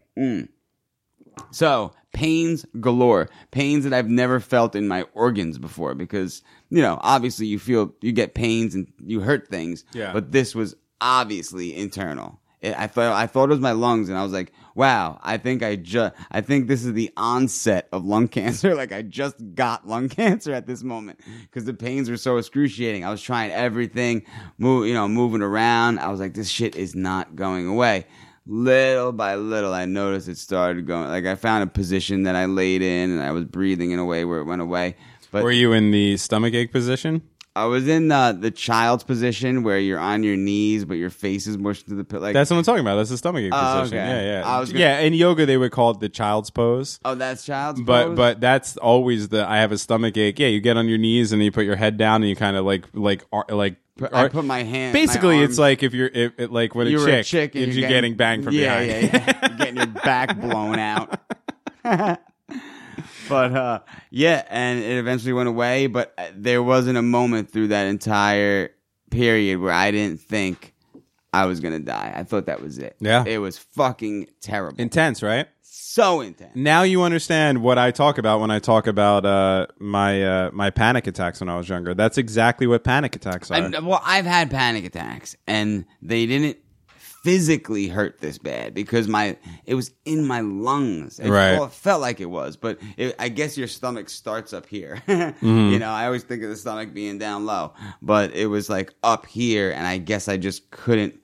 Speaker 1: So pains galore, pains that I've never felt in my organs before, because you know, obviously you feel you get pains and you hurt things,
Speaker 3: Yeah.
Speaker 1: but this was obviously internal. It, I thought I thought it was my lungs, and I was like, "Wow, I think I just I think this is the onset of lung cancer. like I just got lung cancer at this moment because the pains were so excruciating. I was trying everything, move you know, moving around. I was like, this shit is not going away." little by little i noticed it started going like i found a position that i laid in and i was breathing in a way where it went away but
Speaker 3: Were you in the stomach ache position?
Speaker 1: i was in uh, the child's position where you're on your knees but your face is mushed to the pillow like
Speaker 3: That's what I'm talking about. That's the stomach ache
Speaker 1: Oh,
Speaker 3: position.
Speaker 1: okay.
Speaker 3: Yeah, yeah.
Speaker 1: I was gonna-
Speaker 3: yeah, in yoga they would call it the child's pose.
Speaker 1: oh that's child's
Speaker 3: But
Speaker 1: pose?
Speaker 3: but that's always the I have a stomach ache. Yeah, you get on your knees and you put your head down and you kind of like like ar- like
Speaker 1: Put-
Speaker 3: ar-
Speaker 1: i put my hand my
Speaker 3: basically it's
Speaker 1: arms-
Speaker 3: like if you're if, it, like when a
Speaker 1: you were
Speaker 3: chick,
Speaker 1: a chick and
Speaker 3: if
Speaker 1: you're
Speaker 3: you're getting, banged from
Speaker 1: yeah,
Speaker 3: behind.
Speaker 1: Yeah, yeah, You're getting your back blown out. but uh, yeah, and it eventually went away. But uh, there wasn't a moment through that entire period where I didn't think I was gonna die. I thought that was it.
Speaker 3: Yeah.
Speaker 1: it was fucking terrible.
Speaker 3: Intense, right?
Speaker 1: so intense.
Speaker 3: now you understand what I talk about when I talk about uh, my uh, my panic attacks when I was younger. That's exactly what panic attacks are.
Speaker 1: I- well, I've had panic attacks, and they didn't physically hurt this bad because my it was in my lungs. It,
Speaker 3: Right.
Speaker 1: well, it felt like it was, but it, I guess your stomach starts up here.
Speaker 3: Mm-hmm.
Speaker 1: You know, I always think of the stomach being down low, but it was like up here, and I guess I just couldn't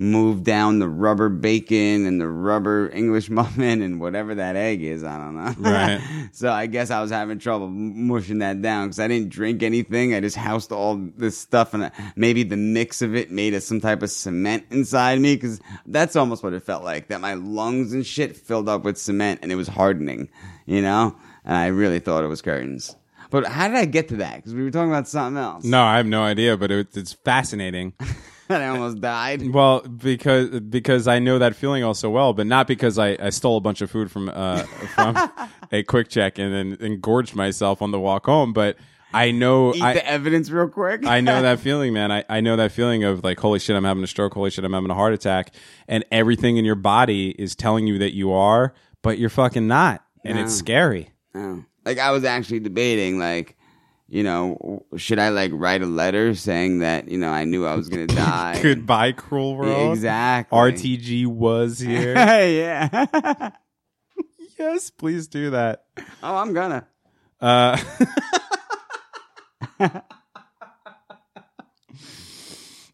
Speaker 1: move down the rubber bacon and the rubber English muffin and whatever that egg is. I don't know.
Speaker 3: Right.
Speaker 1: so I guess I was having trouble m- mushing that down because I didn't drink anything. I just housed all this stuff, and I- maybe the mix of it made a, some type of cement inside me because that's almost what it felt like that my lungs and shit filled up with cement and it was hardening, you know? And I really thought it was curtains. But how did I get to that? Because we were talking about something else.
Speaker 3: no, I have no idea, but it, it's fascinating.
Speaker 1: and I almost died.
Speaker 3: Well, because because I know that feeling all so well, but not because I, I stole a bunch of food from uh, from a quick check and then engorged myself on the walk home. But I know
Speaker 1: Eat
Speaker 3: I,
Speaker 1: the evidence real quick.
Speaker 3: I know that feeling, man. I, I know that feeling of like, holy shit, I'm having a stroke. Holy shit, I'm having a heart attack. And everything in your body is telling you that you are, but you're fucking not. And it's scary.
Speaker 1: Oh. Like I was actually debating, like, you know, should I like write a letter saying that you know I knew I was gonna die?
Speaker 3: Goodbye, cruel world.
Speaker 1: exactly.
Speaker 3: RTG was here.
Speaker 1: yeah.
Speaker 3: yes, please do that.
Speaker 1: oh, I'm gonna.
Speaker 3: Uh,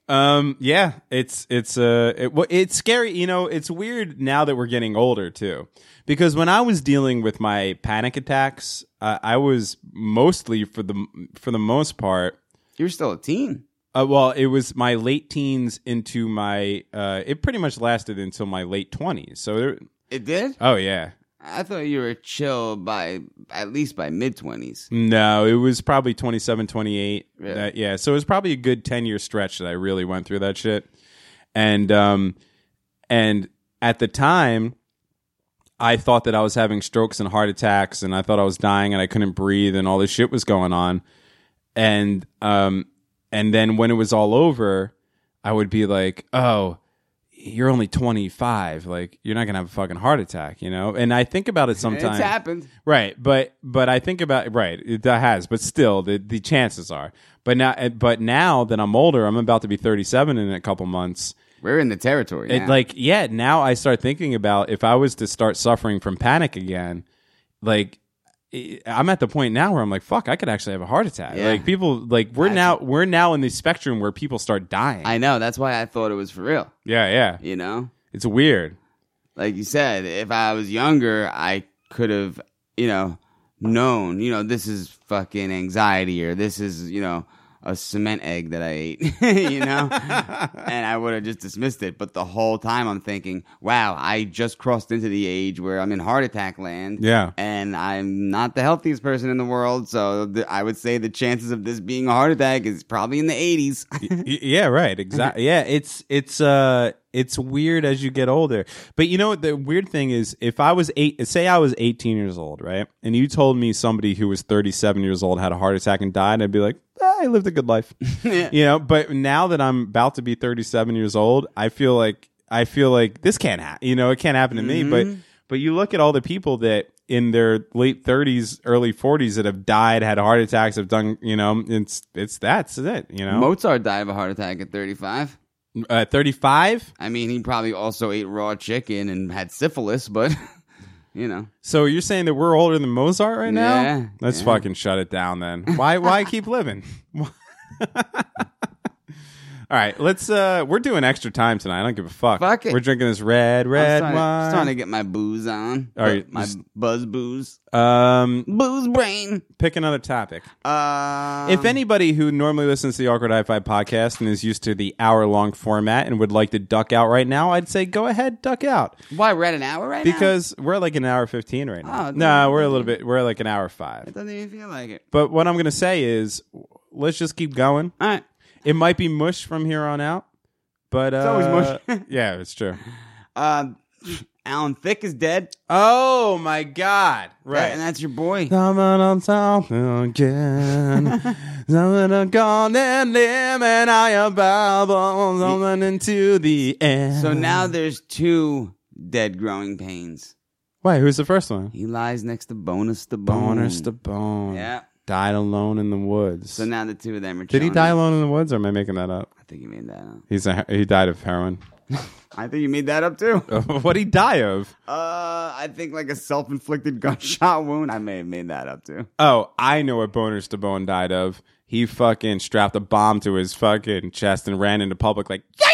Speaker 3: um. Yeah. It's it's uh. It, well, it's scary. You know. It's weird now that we're getting older too, because when I was dealing with my panic attacks, uh, I was mostly for the for the most part.
Speaker 1: You're still a teen.
Speaker 3: Uh, well, it was my late teens into my. Uh, it pretty much lasted until my late twenties. So, there,
Speaker 1: It did.
Speaker 3: oh yeah,
Speaker 1: I thought you were chill by at least by mid twenties.
Speaker 3: No, it was probably 27, 28.
Speaker 1: Yeah.
Speaker 3: Yeah. yeah. So it was probably a good 10 year stretch that I really went through that shit. And, um, and at the time, I thought that I was having strokes and heart attacks and I thought I was dying and I couldn't breathe and all this shit was going on. And, um, And then when it was all over, I would be like, oh, you're only 25. Like, you're not going to have a fucking heart attack, you know? And I think about it sometimes.
Speaker 1: It's happened.
Speaker 3: Right, but but I think about right it that has, but still the the chances are. But now, but now that I'm older, I'm about to be 37 in a couple months.
Speaker 1: We're in the territory.
Speaker 3: It,
Speaker 1: now.
Speaker 3: like yeah, now I start thinking about if I was to start suffering from panic again, like I- I'm at the point now where I'm like, fuck, I could actually have a heart attack.
Speaker 1: Yeah.
Speaker 3: Like people, like we're now we're now in the spectrum where people start dying.
Speaker 1: I know. That's why I thought it was for real.
Speaker 3: yeah, yeah,
Speaker 1: You know,
Speaker 3: it's weird.
Speaker 1: like you said, if I was younger, I could have, you know, known. You know, this is fucking anxiety, or this is, you know, a cement egg that I ate. you know, and I would have just dismissed it. But the whole time, I'm thinking, wow, I just crossed into the age where I'm in heart attack land.
Speaker 3: Yeah.
Speaker 1: and I'm not the healthiest person in the world, so th- I would say the chances of this being a heart attack is probably in the 80s.
Speaker 3: Y- yeah right exactly yeah it's it's uh it's weird as you get older but you know what the weird thing is if i was eight say i was 18 years old right and you told me somebody who was 37 years old had a heart attack and died i'd be like "Ah, i lived a good life you know but now that i'm about to be 37 years old i feel like i feel like this can't happen you know it can't happen to me but but you look at all the people that in their late 30s early 40s that have died had heart attacks have done you know it's it's that's it you know
Speaker 1: Mozart died of a heart attack at 35.
Speaker 3: uh, 35
Speaker 1: I mean, he probably also ate raw chicken and had syphilis, but you know,
Speaker 3: so you're saying that we're older than mozart right now
Speaker 1: Yeah,
Speaker 3: let's
Speaker 1: yeah.
Speaker 3: fucking shut it down then why why keep living all right let's uh we're doing extra time tonight i don't give a fuck
Speaker 1: Fuck it.
Speaker 3: we're drinking this red red
Speaker 1: I'm starting,
Speaker 3: wine
Speaker 1: starting to get my booze on.
Speaker 3: All right,
Speaker 1: my
Speaker 3: just-
Speaker 1: buzz booze,
Speaker 3: um
Speaker 1: booze brain.
Speaker 3: pick another topic
Speaker 1: Um,
Speaker 3: if anybody who normally listens to the awkward hi-fi podcast and is used to the hour-long format and would like to duck out right now i'd say go ahead duck out
Speaker 1: why we're at an hour right now?
Speaker 3: because we're like an hour 15 right now
Speaker 1: Oh,
Speaker 3: no we're a little bit we're like an hour five
Speaker 1: it doesn't even feel like it.
Speaker 3: But what I'm going to say is, let's just keep going.
Speaker 1: All right.
Speaker 3: It might be mush from here on out, but it's
Speaker 1: always mush.
Speaker 3: yeah, it's true.
Speaker 1: Um, Alan Thick is dead,
Speaker 3: Oh my God!
Speaker 1: and that's your boy.
Speaker 3: Someone on something again. Someone on gone and limb, and I am bubble. Someone into the end.
Speaker 1: So now there's two dead growing pains.
Speaker 3: wait, who's the first one?
Speaker 1: He lies next to Bonus the Bone.
Speaker 3: Boners the bone.
Speaker 1: Mm. Yeah.
Speaker 3: Died alone in the woods.
Speaker 1: So now the two of them are.
Speaker 3: Did he
Speaker 1: chilling.
Speaker 3: die alone in the woods, or am I making that up?
Speaker 1: I think he made that up.
Speaker 3: He's a, he died of heroin.
Speaker 1: I think you made that up too.
Speaker 3: what would he die of?
Speaker 1: Uh, I think like a self-inflicted gunshot wound. I may have made that up too.
Speaker 3: Oh, I know what Boner Stabone died of. He fucking strapped a bomb to his fucking chest and ran into public like, yeah,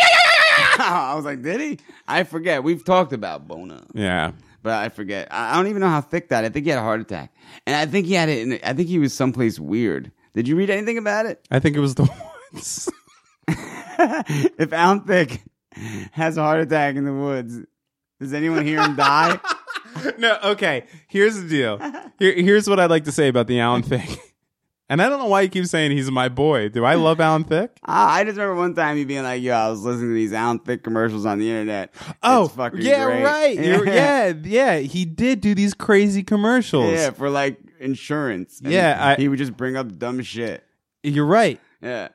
Speaker 1: I was like, did he? I forget. We've talked about Bona,
Speaker 3: yeah.
Speaker 1: but I forget. I I don't even know how thick that. I think he had a heart attack, and I think he had it. In, I think he was someplace weird. Did you read anything about it?
Speaker 3: I think it was the ones.
Speaker 1: if Alan Thick has a heart attack in the woods, does anyone hear him die?
Speaker 3: no, okay. Here's the deal. Here, here's what I'd like to say about the Alan Thick. And I don't know why you keep saying he's my boy. Do I love Alan Thick?
Speaker 1: Ah, I just remember one time you being like, "Yo, I was listening to these Alan Thick commercials on the internet."
Speaker 3: Oh,
Speaker 1: It's fucking
Speaker 3: yeah,
Speaker 1: great."
Speaker 3: right. You're- yeah, yeah. He did do these crazy commercials.
Speaker 1: Yeah, for like insurance. And
Speaker 3: Yeah, I-
Speaker 1: he would just bring up dumb shit.
Speaker 3: You're right.
Speaker 1: Yeah,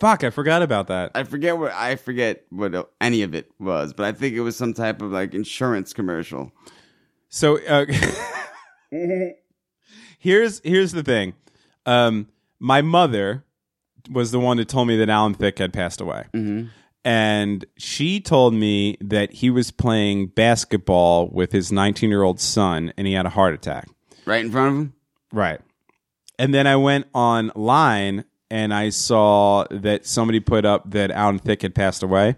Speaker 3: Fuck, I forgot about that.
Speaker 1: I forget what I forget what any of it was, but I think it was some type of like insurance commercial.
Speaker 3: So uh, here's here's the thing. Um, my mother was the one that told me that Alan Thicke had passed away, and she told me that he was playing basketball with his 19 year old son, and he had a heart attack.
Speaker 1: Right in front of him.
Speaker 3: Right. And then I went online and I saw that somebody put up that Alan Thicke had passed away.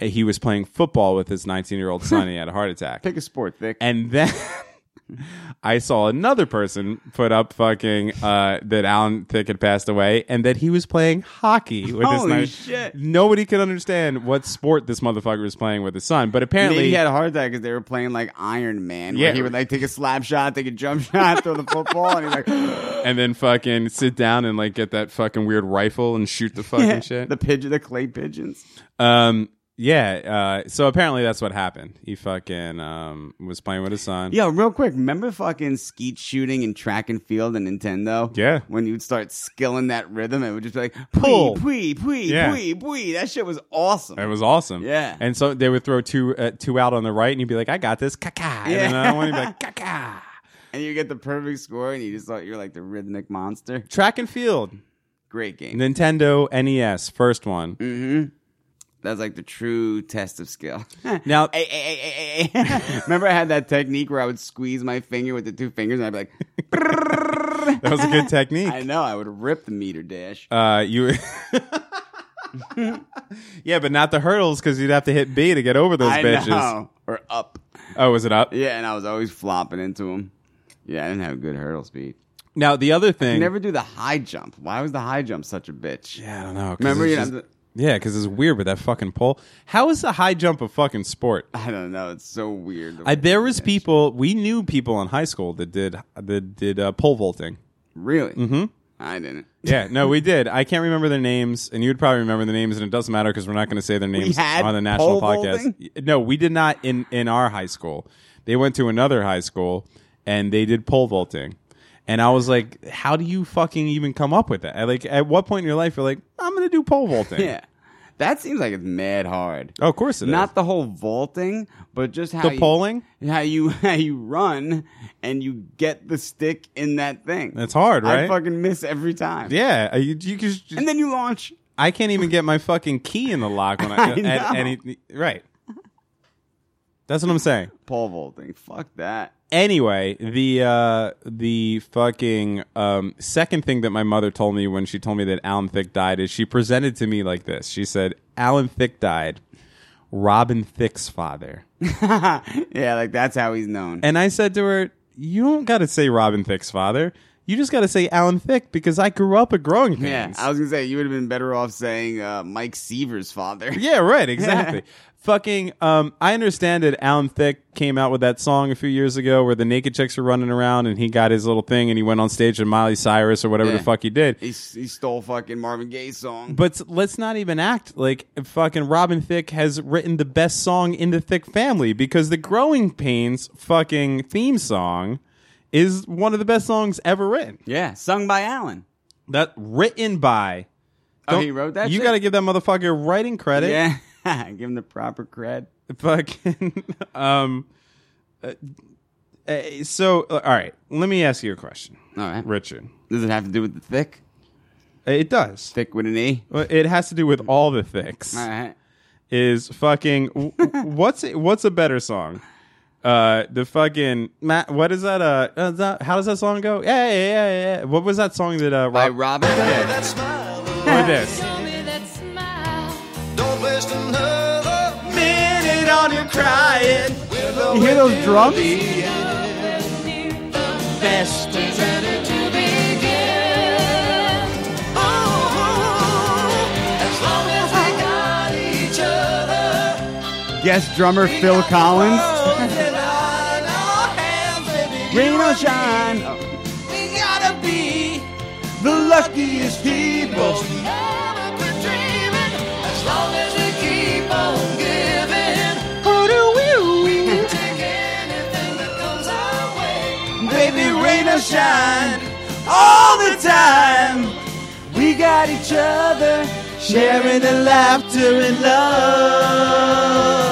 Speaker 3: and He was playing football with his 19 year old son, and he had a heart attack.
Speaker 1: Pick a sport, thick.
Speaker 3: And then I saw another person put up fucking uh, that Alan Thicke had passed away and that he was playing hockey with his
Speaker 1: Holy
Speaker 3: knife.
Speaker 1: shit.
Speaker 3: Nobody could understand what sport this motherfucker was playing with his son, but apparently
Speaker 1: Maybe he had a heart attack because they were playing like Iron Man.
Speaker 3: Yeah.
Speaker 1: Where he would like take a slap shot, take a jump shot, throw the football, and he's like
Speaker 3: and then fucking sit down and like get that fucking weird rifle and shoot the fucking shit.
Speaker 1: the pigeon, the clay pigeons.
Speaker 3: Um, Yeah. Uh, so apparently that's what happened. He fucking um, was playing with his son.
Speaker 1: Yo, real quick, remember fucking skeet shooting and track and field and Nintendo?
Speaker 3: Yeah.
Speaker 1: When you'd start skilling that rhythm, it would just be like,
Speaker 3: Pull.
Speaker 1: pwee, pwee, pwee,
Speaker 3: Yeah.
Speaker 1: pwee, pwee. That shit was awesome.
Speaker 3: It was awesome.
Speaker 1: Yeah.
Speaker 3: And so they would throw two uh, two out on the right, and he'd be like, "I got this, caca." And
Speaker 1: Yeah.
Speaker 3: then another one, he'd be like, "Caca."
Speaker 1: And you get the perfect score and you just thought you're like the rhythmic monster.
Speaker 3: Track and field,
Speaker 1: Great game.
Speaker 3: Nintendo NES, first one.
Speaker 1: Mm. That's like the true test of skill.
Speaker 3: Now,
Speaker 1: Ay, ay, ay, ay, ay. Remember, I had that technique where I would squeeze my finger with the two fingers, and I'd be like,
Speaker 3: that was a good technique.
Speaker 1: I know, I would rip the meter dash.
Speaker 3: uh, you. yeah, but not the hurdles because you'd have to hit B to get over those
Speaker 1: I
Speaker 3: bitches.
Speaker 1: know, or up.
Speaker 3: Oh, was it up?
Speaker 1: Yeah, and I was always flopping into them. Yeah, I didn't have good hurdle speed.
Speaker 3: Now the other thing.
Speaker 1: never do the high jump. Why was the high jump such a bitch?
Speaker 3: yeah, I don't know. 'cause
Speaker 1: Remember,
Speaker 3: it's
Speaker 1: you
Speaker 3: just-
Speaker 1: know, the-
Speaker 3: yeah, because it's weird with that fucking pole. How is the high jump a fucking sport?
Speaker 1: I don't know. It's so weird.
Speaker 3: I, there was people we knew people in high school that did that did uh, pole vaulting.
Speaker 1: really. Mm-hmm. I didn't.
Speaker 3: Yeah, no, we did. I can't remember their names, and you'd probably remember the names, and it doesn't matter because we're not going to say their names
Speaker 1: had
Speaker 3: on the national
Speaker 1: pole
Speaker 3: podcast. No, we did not in in our high school. They went to another high school, and they did pole vaulting. And I was like, "How do you fucking even come up with that? I- Like, at what point in your life you're like, I'm going to do pole vaulting?
Speaker 1: Yeah, that seems like it's mad hard.
Speaker 3: Oh, of course it is.
Speaker 1: Not the whole vaulting, but just how
Speaker 3: The
Speaker 1: you-
Speaker 3: polling?
Speaker 1: how you how you run and you get the stick in that thing.
Speaker 3: That's hard,
Speaker 1: I
Speaker 3: right?
Speaker 1: fucking miss every time.
Speaker 3: yeah, uh, you, you can just-
Speaker 1: and then you launch.
Speaker 3: I can't even get my fucking key in the lock when I,
Speaker 1: I
Speaker 3: at,
Speaker 1: know.
Speaker 3: any right. That's what I'm saying.
Speaker 1: Pole vaulting. Fuck that.
Speaker 3: Anyway, the uh, the fucking um, second thing that my mother told me when she told me that Alan Thick died is she presented to me like this. She said, "Alan Thick died, Robin Thick's father,"
Speaker 1: yeah, like that's how he's known.
Speaker 3: and I said to her, "You don't got to say Robin Thick's father. You just got to say Alan Thick because I grew up with growing
Speaker 1: yeah,
Speaker 3: pains."
Speaker 1: I was gonna say you would have been better off saying uh, Mike Seaver's father.
Speaker 3: Yeah, right, exactly. Fucking, um, I understand that Alan Thicke came out with that song a few years ago where the naked chicks were running around and he got his little thing and he went on stage and Miley Cyrus or whatever
Speaker 1: Yeah.
Speaker 3: the fuck he did.
Speaker 1: He, he stole fucking Marvin Gaye's song.
Speaker 3: But let's not even act like fucking Robin Thicke has written the best song in the Thicke family because the Growing Pains fucking theme song is one of the best songs ever written.
Speaker 1: yeah, sung by Alan.
Speaker 3: That written by.
Speaker 1: Oh,
Speaker 3: Don't-
Speaker 1: he wrote that.
Speaker 3: You
Speaker 1: shit?
Speaker 3: got to give that motherfucker writing credit.
Speaker 1: Yeah, give him the proper cred.
Speaker 3: fucking um uh, uh, so uh, all right let me ask you a question
Speaker 1: All right.
Speaker 3: richard
Speaker 1: Does it have to do with the thick?
Speaker 3: Uh, it does
Speaker 1: Thick with an e.
Speaker 3: Well, it has to do with all the thicks
Speaker 1: All right.
Speaker 3: is fucking w- w- what's a- what's a better song uh the fucking Matt, what is that uh uh, that- how does that song go yeah yeah yeah yeah what was that song that uh
Speaker 1: By
Speaker 3: Rob,
Speaker 1: Robin Thicke.
Speaker 2: That smile.
Speaker 3: or this
Speaker 4: Show me that smile.
Speaker 2: Don't waste another
Speaker 3: minute on your crying
Speaker 1: You hear those drums?
Speaker 2: As long as we got each other.
Speaker 1: Guest drummer Phil Collins.
Speaker 2: holding on our hands, baby.
Speaker 1: Rain or shine.
Speaker 2: We gotta be
Speaker 1: The luckiest people.
Speaker 2: most never quit dreaming. As long as we keep on giving. Who do we? We can take anything that comes our way.
Speaker 1: Baby, rain or shine. All the time. We got each other. Sharing the laughter and love.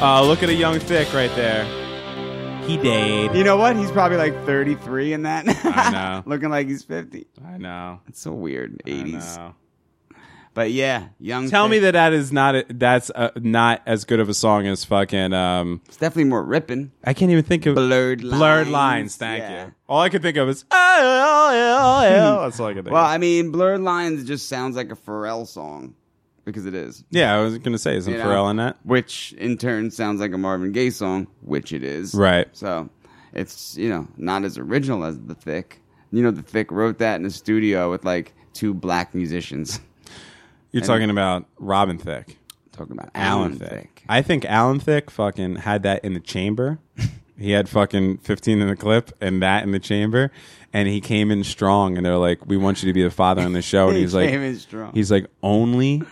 Speaker 3: uh look at a young thick right there he died
Speaker 1: You know what? He's probably like 33 in that.
Speaker 3: I know.
Speaker 1: Looking like he's 50.
Speaker 3: i know
Speaker 1: It's so weird.
Speaker 3: I
Speaker 1: 80s.
Speaker 3: know.
Speaker 1: But yeah, young.
Speaker 3: Tell me
Speaker 1: Thicke.
Speaker 3: that that is not a, that's uh not as good of a song as fucking um
Speaker 1: It's definitely more ripping.
Speaker 3: I can't even think of
Speaker 1: Blurred lines.
Speaker 3: Blurred lines. Thank
Speaker 1: Yeah.
Speaker 3: you. All I could think of is oh, oh, oh, oh. that's all I could think.
Speaker 1: Well,
Speaker 3: of.
Speaker 1: I mean, Blurred Lines just sounds like a Pharrell song because it is.
Speaker 3: yeah, I was gonna say isn't
Speaker 1: You know?
Speaker 3: Pharrell in that?
Speaker 1: Which in turn sounds like a Marvin Gaye song, which it is.
Speaker 3: Right.
Speaker 1: So it's, you know, not as original as The Thick. You know, The Thick wrote that in a studio with like two black musicians.
Speaker 3: You're talking about Robin Thicke,
Speaker 1: Talking about
Speaker 3: Alan Thicke. I think Alan Thicke fucking had that in the chamber. He had fucking 15 in the clip and that in the chamber, and he came in strong. And they're like, "We want you to be the father on the show." And
Speaker 1: He
Speaker 3: he's like,
Speaker 1: came in strong.
Speaker 3: "He's like only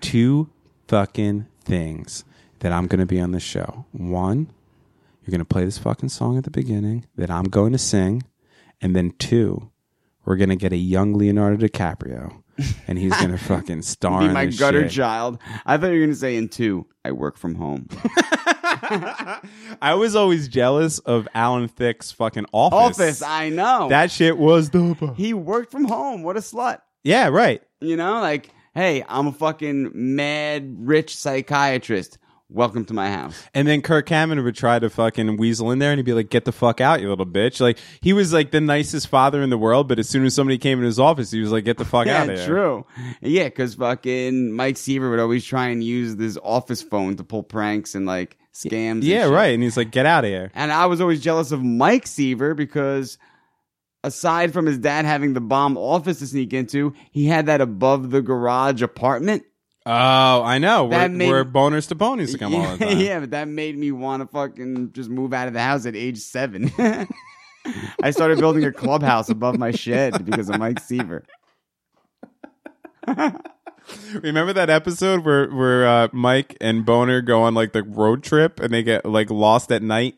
Speaker 3: two fucking things that I'm going to be on the show. One, you're going to play this fucking song at the beginning that I'm going to sing, and then two, we're going to get a young Leonardo DiCaprio." and he's gonna fucking star
Speaker 1: Be
Speaker 3: in
Speaker 1: my
Speaker 3: this
Speaker 1: gutter
Speaker 3: shit.
Speaker 1: child. I thought you were going to say in two, I work from home.
Speaker 3: I was always jealous of Alan Thicke's fucking office.
Speaker 1: Office, I know.
Speaker 3: that shit was dope.
Speaker 1: he worked from home. What a slut.
Speaker 3: Yeah, right.
Speaker 1: You know, like, hey, I'm a fucking mad rich psychiatrist. Welcome to my house.
Speaker 3: And then Kirk Cameron would try to fucking weasel in there and he'd be like, get the fuck out, you little bitch. Like, he was like the nicest father in the world, but as soon as somebody came in his office, he was like, get the fuck
Speaker 1: yeah,
Speaker 3: out of here.
Speaker 1: true. Yeah, because fucking Mike Seaver would always try and use this office phone to pull pranks and like scams. and
Speaker 3: Yeah,
Speaker 1: shit.
Speaker 3: right. And he's like, get out of here.
Speaker 1: And I was always jealous of Mike Seaver because aside from his dad having the bomb office to sneak into, he had that above the garage apartment.
Speaker 3: Oh, I know. We're,
Speaker 1: That made-
Speaker 3: we're boners to ponies to come
Speaker 1: yeah,
Speaker 3: all the time.
Speaker 1: yeah, but that made me want to fucking just move out of the house at age seven. I started building a clubhouse above my shed because of Mike Seaver.
Speaker 3: Remember that episode where, where uh, Mike and Boner go on like the road trip and they get like lost at night?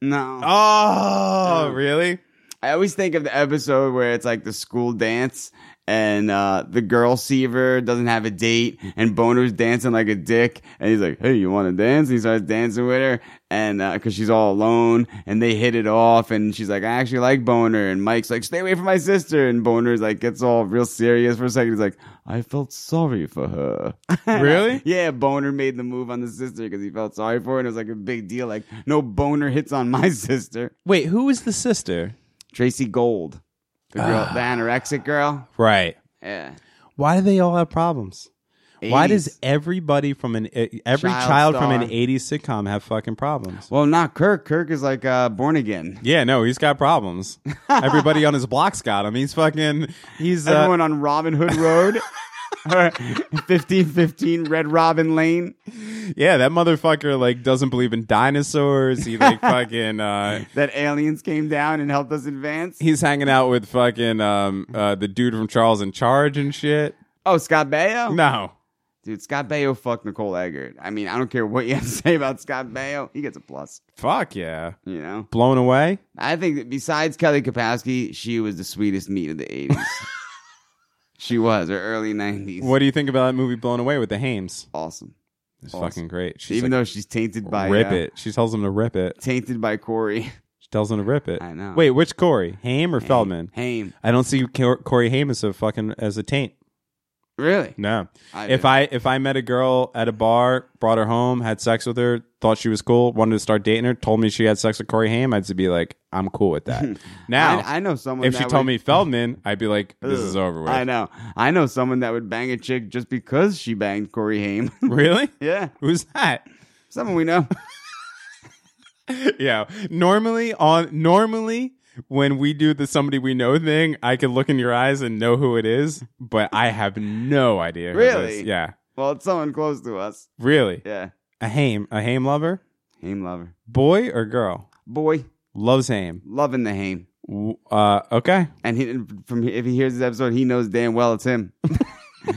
Speaker 1: No.
Speaker 3: Oh, really?
Speaker 1: I always think of the episode where it's like the school dance and uh, the girl Seaver doesn't have a date and Boner's dancing like a dick and he's like, hey, you want to dance? And he starts dancing with her and because she's all alone and they hit it off and she's like, I actually like Boner and Mike's like, stay away from my sister and Boner's like gets all real serious for a second. He's like, I felt sorry for her.
Speaker 3: Really?
Speaker 1: yeah, Boner made the move on the sister because he felt sorry for her and it was like a big deal. Like, no Boner hits on my sister.
Speaker 3: Wait, who was the sister?
Speaker 1: Tracy Gold, the girl,
Speaker 3: Ah.
Speaker 1: the anorexic girl.
Speaker 3: Right.
Speaker 1: Yeah.
Speaker 3: Why do they all have problems? Why
Speaker 1: 80s.
Speaker 3: does everybody from an e, every
Speaker 1: Child
Speaker 3: child, from an
Speaker 1: star.
Speaker 3: 80s sitcom have fucking problems?
Speaker 1: Well, not Kirk. Kirk is like uh, born again.
Speaker 3: Yeah, no, he's got problems. everybody on his block's got him. He's fucking he's uh,
Speaker 1: Everyone on Robin Hood Road, fifteen fifteen Red Robin Lane.
Speaker 3: yeah, that motherfucker like doesn't believe in dinosaurs. He like fucking uh
Speaker 1: That aliens came down and helped us advance.
Speaker 3: he's hanging out with fucking um uh the dude from Charles in Charge and shit.
Speaker 1: Oh, Scott Baio.
Speaker 3: No.
Speaker 1: Dude, Scott Baio fucked Nicole Eggert. I mean, I don't care what you have to say about Scott Baio. He gets a plus.
Speaker 3: Fuck yeah.
Speaker 1: You know.
Speaker 3: Blown away?
Speaker 1: I think that besides Kelly Kapowski, she was the sweetest meat of the eighties. she was her early nineties.
Speaker 3: What do you think about that movie Blown Away with the Hames?
Speaker 1: Awesome.
Speaker 3: It's
Speaker 1: Awesome.
Speaker 3: fucking great. She's
Speaker 1: Even
Speaker 3: like,
Speaker 1: though she's tainted by
Speaker 3: rip
Speaker 1: uh,
Speaker 3: it. She tells him to rip it.
Speaker 1: tainted by Corey
Speaker 3: She tells him to rip it.
Speaker 1: I know.
Speaker 3: Wait, which Corey? Haim or Feldman?
Speaker 1: Haim.
Speaker 3: I don't see Cor- Corey Haim as a fucking as a taint.
Speaker 1: Really?
Speaker 3: No.
Speaker 1: I
Speaker 3: if
Speaker 1: do.
Speaker 3: I if I met a girl at a bar, brought her home, had sex with her, thought she was cool, wanted to start dating her, told me she had sex with Corey Haim, I'd just be like, I'm cool with that. now,
Speaker 1: I, I know someone.
Speaker 3: if
Speaker 1: that
Speaker 3: she
Speaker 1: would-
Speaker 3: told me Feldman, I'd be like, this is over with.
Speaker 1: I know. I know someone that would bang a chick just because she banged Corey Haim.
Speaker 3: Really?
Speaker 1: yeah,
Speaker 3: Who's that?
Speaker 1: someone we know.
Speaker 3: yeah. Normally on normally when we do the somebody we know thing, I can look in your eyes and know who it is, but I have no idea. who it is.
Speaker 1: Really?
Speaker 3: Yeah.
Speaker 1: well, it's someone close to us.
Speaker 3: Really?
Speaker 1: Yeah,
Speaker 3: A Haim, a Haim lover,
Speaker 1: Haim lover,
Speaker 3: boy or girl,
Speaker 1: boy,
Speaker 3: loves Haim.
Speaker 1: loving the Haim.
Speaker 3: W- Uh, okay.
Speaker 1: And he, from if he hears this episode, he knows damn well it's him. he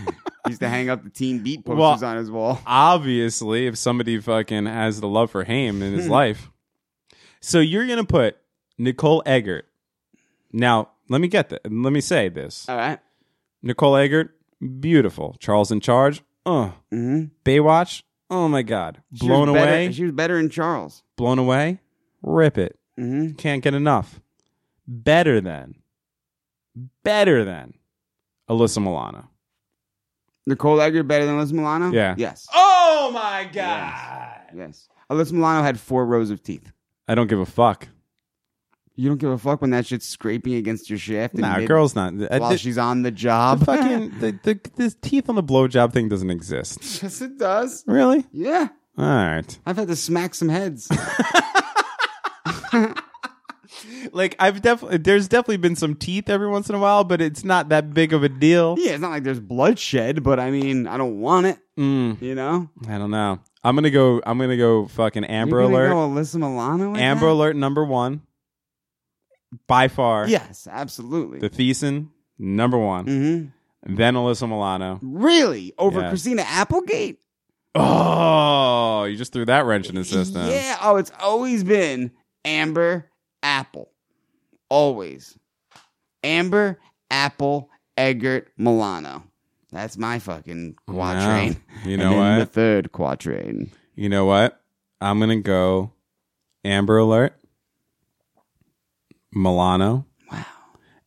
Speaker 1: used to hang up the team beat posters
Speaker 3: Well-
Speaker 1: on his wall.
Speaker 3: Obviously, if somebody fucking has the love for Haim in his life, so you're gonna put Nicole Eggert. Now, let me get that. Let me say this:
Speaker 1: All right.
Speaker 3: Nicole Eggert, beautiful. Charles in Charge, uh,
Speaker 1: Mhm.
Speaker 3: Baywatch. Oh my God,
Speaker 1: She was
Speaker 3: blown
Speaker 1: better-
Speaker 3: away,
Speaker 1: She was better in Charles.
Speaker 3: blown away. Rip it.
Speaker 1: hmm
Speaker 3: Can't get enough. Better than, better than Alyssa Milano.
Speaker 1: Nicole Eggert better than Liz Milano.
Speaker 3: Yeah.
Speaker 1: Yes.
Speaker 3: Oh my god!
Speaker 1: Yes. Alyssa Milano had four rows of teeth.
Speaker 3: I don't give a fuck.
Speaker 1: You don't give a fuck when that shit's scraping against your shaft. and
Speaker 3: Nah,
Speaker 1: mid-
Speaker 3: girl's not. I,
Speaker 1: While
Speaker 3: thi-
Speaker 1: she's on the
Speaker 3: the
Speaker 1: job.
Speaker 3: fucking the, the this teeth on the blowjob thing doesn't exist.
Speaker 1: yes, it does.
Speaker 3: Really?
Speaker 1: Yeah.
Speaker 3: All right.
Speaker 1: I've had to smack some heads.
Speaker 3: like I've definitely there's definitely been some teeth every once in a while, but it's not that big of a deal.
Speaker 1: Yeah, it's not like there's bloodshed, but I mean, I don't want it. You know,
Speaker 3: Hmm, I don't know. I'm gonna go. I'm gonna go. Fucking Amber
Speaker 1: You're gonna
Speaker 3: Alert.
Speaker 1: go Alyssa Milano. with
Speaker 3: Amber
Speaker 1: that?
Speaker 3: Alert number one, by far.
Speaker 1: Yes, absolutely.
Speaker 3: The Thiessen number one.
Speaker 1: hmm
Speaker 3: Then Alyssa Milano.
Speaker 1: Really, over
Speaker 3: Yeah.
Speaker 1: Christina Applegate?
Speaker 3: Oh, you just threw that wrench in the system.
Speaker 1: Yeah. Oh, it's always been Amber Apple. Always. Amber Apple Eggert Milano. That's my fucking quatrain.
Speaker 3: Wow. You
Speaker 1: And
Speaker 3: know
Speaker 1: then
Speaker 3: what?
Speaker 1: The third quatrain.
Speaker 3: You know what? I'm gonna go Amber Alert, Milano.
Speaker 1: Wow.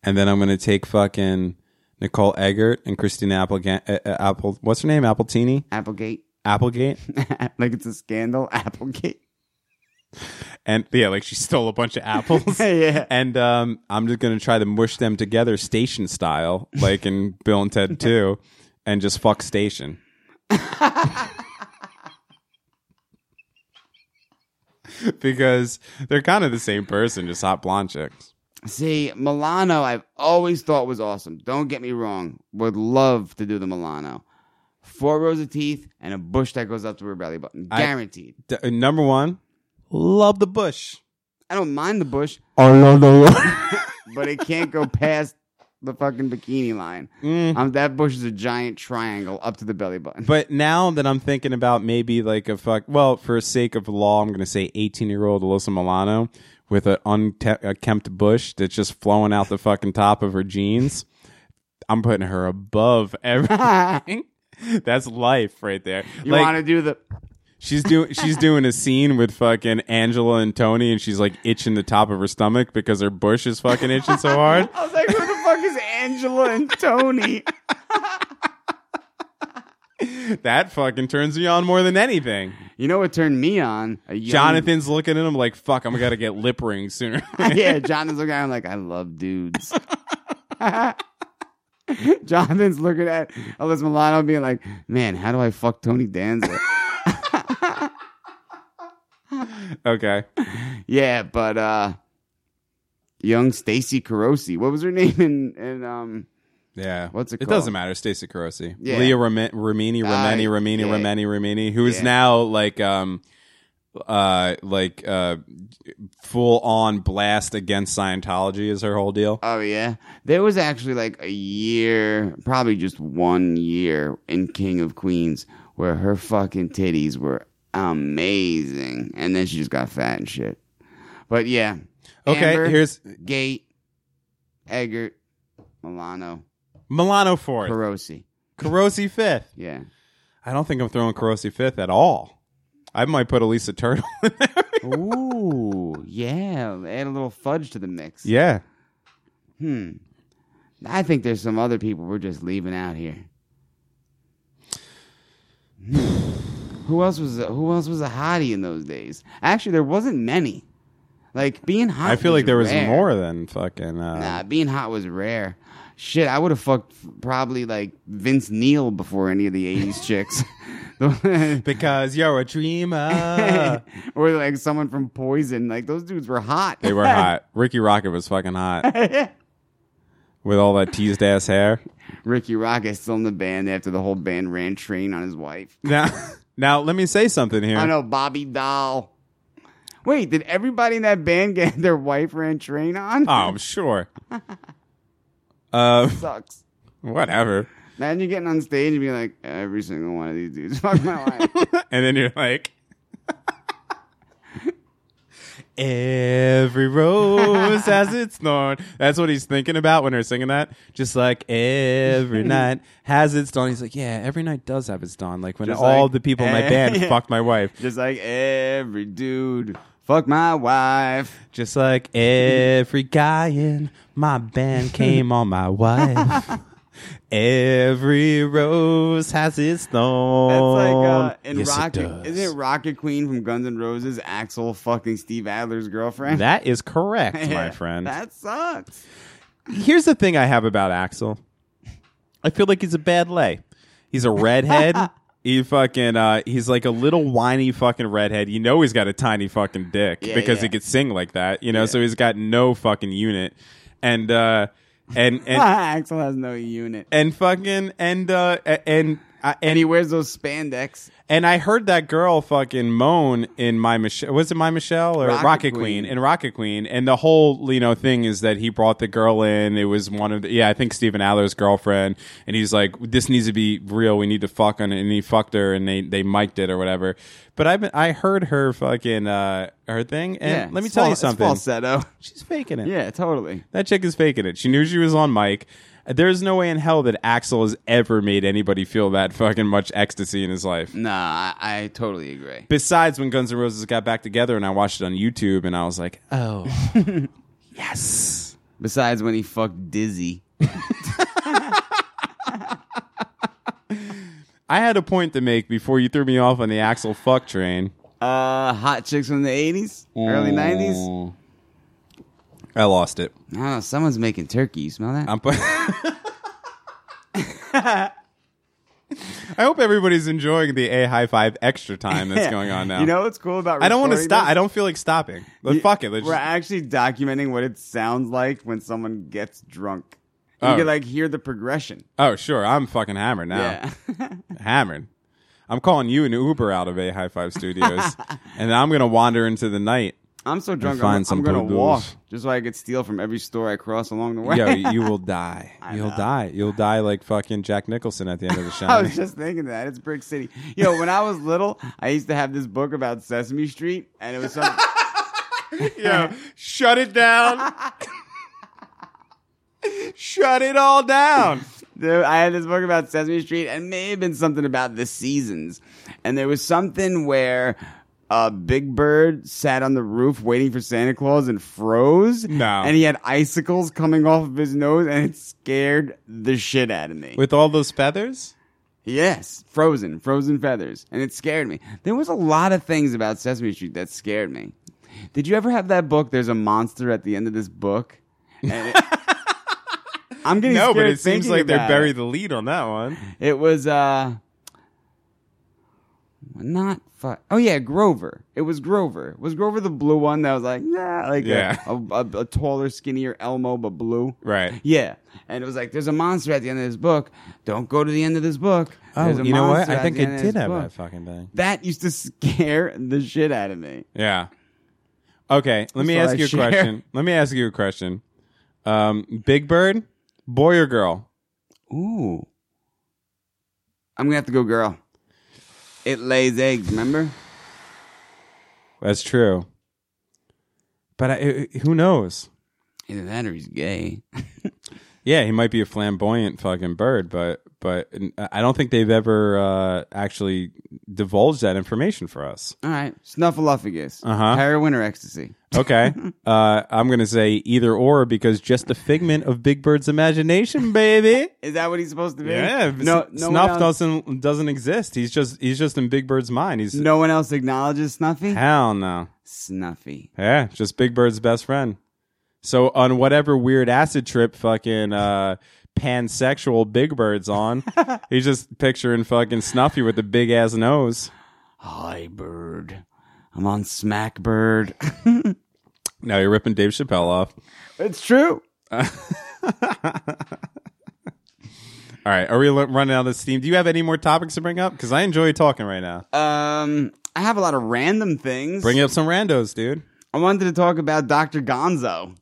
Speaker 3: And then I'm gonna take fucking Nicole Eggert and Christina Applegate. Uh, uh, Apple, what's her name? Appletini,
Speaker 1: Applegate.
Speaker 3: Applegate.
Speaker 1: like it's a scandal. Applegate.
Speaker 3: and yeah, like she stole a bunch of apples.
Speaker 1: Yeah.
Speaker 3: And um, I'm just gonna try to mush them together, station style, like in Bill and Ted Two, and just fuck station. because they're kind of the same person, just hot blonde chicks.
Speaker 1: See, Milano, I've always thought was awesome. Don't get me wrong. Would love to do the Milano. Four rows of teeth and a bush that goes up to her belly button.
Speaker 3: I-
Speaker 1: Guaranteed.
Speaker 3: D- uh, number one, love the bush.
Speaker 1: I don't mind the bush.
Speaker 3: Oh,
Speaker 1: but it can't go past the fucking bikini line. Um, that bush is a giant triangle up to the belly button.
Speaker 3: Mm. But now that I'm thinking about maybe like a fuck, well, for sake of law, I'm going to say 18 year old Alyssa Milano with an unkempt bush that's just flowing out the fucking top of her jeans. I'm putting her above everything. that's life right there.
Speaker 1: you
Speaker 3: Like,
Speaker 1: want to do the
Speaker 3: She's doing she's doing a scene with fucking Angela and Tony, and she's like itching the top of her stomach because her bush is fucking itching so hard.
Speaker 1: I was like, who the fuck is Angela and Tony?
Speaker 3: That fucking turns me on more than anything.
Speaker 1: you know what turned me on? A young-
Speaker 3: Jonathan's looking at him like, "Fuck, I'm gonna get lip rings sooner."
Speaker 1: yeah, Jonathan's looking at him like, I love dudes. Jonathan's looking at Alyssa Milano being like, man, how do I fuck Tony Danza?
Speaker 3: okay,
Speaker 1: yeah, but uh young Stacy Carosi. What was her name in, in um
Speaker 3: yeah.
Speaker 1: What's it
Speaker 3: It
Speaker 1: called?
Speaker 3: doesn't matter. Stacey Carosi,
Speaker 1: Yeah.
Speaker 3: Leah Rame- Ramini, Ramini,
Speaker 1: Ah,
Speaker 3: Ramini,
Speaker 1: yeah.
Speaker 3: Ramini, Ramini, who is
Speaker 1: Yeah.
Speaker 3: now like, um, uh, like uh, full on blast against Scientology is her whole deal.
Speaker 1: Oh yeah, there was actually like a year, probably just one year in King of Queens where her fucking titties were amazing, and then she just got fat and shit. But yeah,
Speaker 3: Okay,
Speaker 1: Uh, Amber,
Speaker 3: here's
Speaker 1: Gate, Eggert, Milano,
Speaker 3: Milano fourth,
Speaker 1: Perosi.
Speaker 3: Carosi fifth.
Speaker 1: Yeah,
Speaker 3: I don't think I'm throwing Carosi fifth at all. I might put Elisa Turtle in there.
Speaker 1: ooh, yeah, add a little fudge to the mix.
Speaker 3: yeah.
Speaker 1: Hmm. I think there's some other people we're just leaving out here. Hmm. who else was a, who else was a hottie in those days? Actually, there wasn't many. Like being hot.
Speaker 3: I feel like there was
Speaker 1: rare.
Speaker 3: more than fucking. Uh,
Speaker 1: Nah, being hot was rare. Shit, I would have fucked probably like Vince Neil before any of the '80s chicks,
Speaker 3: Because you're a dreamer.
Speaker 1: or like someone from Poison. Like those dudes were hot.
Speaker 3: They were hot. Ricky Rocket was fucking hot. With all that teased ass hair.
Speaker 1: Ricky Rock is still in the band after the whole band ran train on his wife.
Speaker 3: Now, now let me say something here.
Speaker 1: I know Bobby Doll. Wait, did everybody in that band get their wife ran train on?
Speaker 3: Oh, I'm sure. uh,
Speaker 1: Sucks.
Speaker 3: whatever.
Speaker 1: Imagine you getting on stage and being like, every single one of these dudes fuck my wife.
Speaker 3: And then you're like, every rose has its thorn. That's what he's thinking about when they're singing that. Just like every night has its dawn. He's like, yeah, every night does have its dawn. Like when
Speaker 1: Just
Speaker 3: all
Speaker 1: like eh,
Speaker 3: the people in my
Speaker 1: ev-
Speaker 3: band fucked my wife.
Speaker 1: Just like every dude fuck my wife.
Speaker 3: Just like every guy in my band came on my wife. Every rose has its
Speaker 1: That's like
Speaker 3: thorn.
Speaker 1: uh, in Rocket. Isn't it Rocket Queen from Guns N' Roses? Axel fucking Steve Adler's girlfriend.
Speaker 3: That is correct, my
Speaker 1: Yeah,
Speaker 3: friend.
Speaker 1: That sucks.
Speaker 3: Here's the thing I have about Axel. I feel like he's a bad lay. He's a redhead He fucking uh, he's like a little whiny fucking redhead. You know he's got a tiny fucking dick
Speaker 1: Yeah,
Speaker 3: because
Speaker 1: yeah.
Speaker 3: he could sing like that. You know, so he's got no fucking unit, and uh, and and
Speaker 1: Axel has no unit.
Speaker 3: and fucking and uh, a- and I
Speaker 1: And
Speaker 3: and
Speaker 1: he wears those spandex.
Speaker 3: and I heard that girl fucking moan in my Michelle. Was it my Michelle or
Speaker 1: Rocket
Speaker 3: Rocket,
Speaker 1: Queen.
Speaker 3: Queen. In Rocket Queen, and the whole you know thing is that he brought the girl in. It was one of the yeah, I think Stephen Adler's girlfriend, and he's like, "This needs to be real. We need to fuck on it." And he fucked her, and they they mic'd it or whatever. But I've been, I heard her fucking uh, her thing, and
Speaker 1: yeah,
Speaker 3: let me
Speaker 1: it's
Speaker 3: tell
Speaker 1: fal-
Speaker 3: you
Speaker 1: it's
Speaker 3: something.
Speaker 1: falsetto.
Speaker 3: She's faking it.
Speaker 1: Yeah, totally.
Speaker 3: That chick is faking it. She knew she was on mic. There's no way in hell that Axel has ever made anybody feel that fucking much ecstasy in his life
Speaker 1: Nah, I, I totally agree.
Speaker 3: besides when Guns N' Roses got back together and I watched it on YouTube and I was like, oh, yes.
Speaker 1: Besides when he fucked Dizzy.
Speaker 3: I had a point to make before you threw me off on the Axel fuck train.
Speaker 1: Uh, hot chicks from the 80s, early
Speaker 3: Mm.
Speaker 1: 90s.
Speaker 3: I lost it.
Speaker 1: I don't know, someone's making turkey. You smell that?
Speaker 3: I'm pu- I hope everybody's enjoying the A high five extra time that's going on now.
Speaker 1: You know what's cool about
Speaker 3: I don't want to
Speaker 1: recording
Speaker 3: stop.
Speaker 1: this?
Speaker 3: I don't feel like stopping. Let, fuck it. Let's
Speaker 1: We're
Speaker 3: just-
Speaker 1: actually documenting what it sounds like when someone gets drunk. You
Speaker 3: Oh.
Speaker 1: can like hear the progression.
Speaker 3: oh, sure. I'm fucking hammered now.
Speaker 1: Yeah.
Speaker 3: hammered. I'm calling you an Uber out of A High Five Studios, and I'm gonna wander into the night.
Speaker 1: I'm so drunk.
Speaker 3: find
Speaker 1: I'm, I'm
Speaker 3: some
Speaker 1: gonna
Speaker 3: produce.
Speaker 1: walk just so I could steal from every store I cross along the way.
Speaker 3: Yo, you will die. You'll
Speaker 1: know.
Speaker 3: die. You'll die like fucking Jack Nicholson at the end of the
Speaker 1: I
Speaker 3: Shining.
Speaker 1: was just thinking that it's Brick City. Yo, when I was little, I used to have this book about Sesame Street, and it was some.
Speaker 3: Yo, shut it down. shut it all down.
Speaker 1: Dude, I had this book about Sesame Street, and it may have been something about the seasons. And there was something where uh, Big Bird sat on the roof waiting for Santa Claus and froze.
Speaker 3: No.
Speaker 1: and he had icicles coming off of his nose, and it scared the shit out of me.
Speaker 3: With all those feathers.
Speaker 1: Yes, Frozen, Frozen Feathers, and it scared me. There was a lot of things about Sesame Street that scared me. Did you ever have that book? There's a monster at the end of this book. And it- I'm getting
Speaker 3: No, but
Speaker 1: scared
Speaker 3: it seems
Speaker 1: thinking
Speaker 3: like they
Speaker 1: about
Speaker 3: bury
Speaker 1: It.
Speaker 3: the lead on that one.
Speaker 1: It was uh, not fu- Oh yeah, Grover. It was Grover. Was Grover the blue one that was like yeah, like a-
Speaker 3: Yeah.
Speaker 1: A, a, a taller, skinnier Elmo, but blue.
Speaker 3: Right.
Speaker 1: Yeah, and it was like, "There's a monster at the end of this book. Don't go to the end of this book."
Speaker 3: Oh,
Speaker 1: There's a monster at the end of this book."
Speaker 3: fucking thing.
Speaker 1: That used to scare the shit out of me.
Speaker 3: Yeah. Okay, let me
Speaker 1: all
Speaker 3: ask
Speaker 1: I
Speaker 3: you a
Speaker 1: share.
Speaker 3: question. Let me ask you a question. Um, Big Bird, boy or girl?
Speaker 1: Ooh, I'm gonna have to go, girl. It lays eggs. Remember?
Speaker 3: That's true. But I, I- who knows?
Speaker 1: Either that or he's gay.
Speaker 3: Yeah, he might be a flamboyant fucking bird, but but I don't think they've ever uh, actually divulged that information for us.
Speaker 1: All right, snuffleupagus,
Speaker 3: Uh-huh.
Speaker 1: heroin or ecstasy.
Speaker 3: Okay, uh, I'm gonna say either or because just a figment of Big Bird's imagination, baby.
Speaker 1: Is that what he's supposed to be?
Speaker 3: Yeah,
Speaker 1: No,
Speaker 3: s-
Speaker 1: no
Speaker 3: Snuff
Speaker 1: one else,
Speaker 3: doesn't doesn't exist. He's just he's just in Big Bird's mind. He's
Speaker 1: No one else acknowledges Snuffy.
Speaker 3: hell no.
Speaker 1: Snuffy.
Speaker 3: Yeah, just Big Bird's best friend. So on whatever weird acid trip fucking uh pansexual Big Bird's on, he's just picturing fucking Snuffy with a big ass nose.
Speaker 1: Hi, bird. I'm on Smack Bird.
Speaker 3: Now you're ripping Dave Chappelle off.
Speaker 1: it's true.
Speaker 3: All right, are we l- running out of this steam? Do you have any more topics to bring up? Because I enjoy talking right now.
Speaker 1: Um, I have a lot of random things.
Speaker 3: Bring up some randos, dude.
Speaker 1: I wanted to talk about Dr. Gonzo.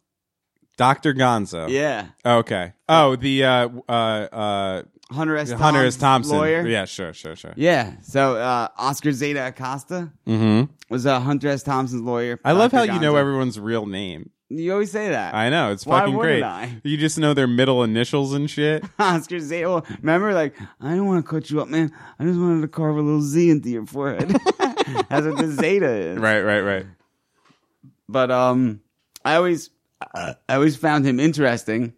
Speaker 3: Doctor Gonzo.
Speaker 1: Yeah.
Speaker 3: Okay. Oh, the uh uh uh
Speaker 1: Hunter S.
Speaker 3: Hunter S.
Speaker 1: Thompson's
Speaker 3: Thompson.
Speaker 1: Lawyer.
Speaker 3: Yeah, sure, sure, sure.
Speaker 1: Yeah. So uh, Oscar Zeta Acosta
Speaker 3: Mm-hmm.
Speaker 1: was uh, Hunter S. Thompson's lawyer.
Speaker 3: I love how
Speaker 1: Dr.
Speaker 3: you know
Speaker 1: Gonzo.
Speaker 3: everyone's real name.
Speaker 1: You always say that.
Speaker 3: I know it's
Speaker 1: Why
Speaker 3: fucking
Speaker 1: wouldn't
Speaker 3: great.
Speaker 1: I?
Speaker 3: You just know their middle initials and shit.
Speaker 1: Oscar Zeta. Well, remember, like, I don't want to cut you up, man. I just wanted to carve a little Z into your forehead. That's what the Zeta is.
Speaker 3: right, right, right.
Speaker 1: but um, I always I always found him interesting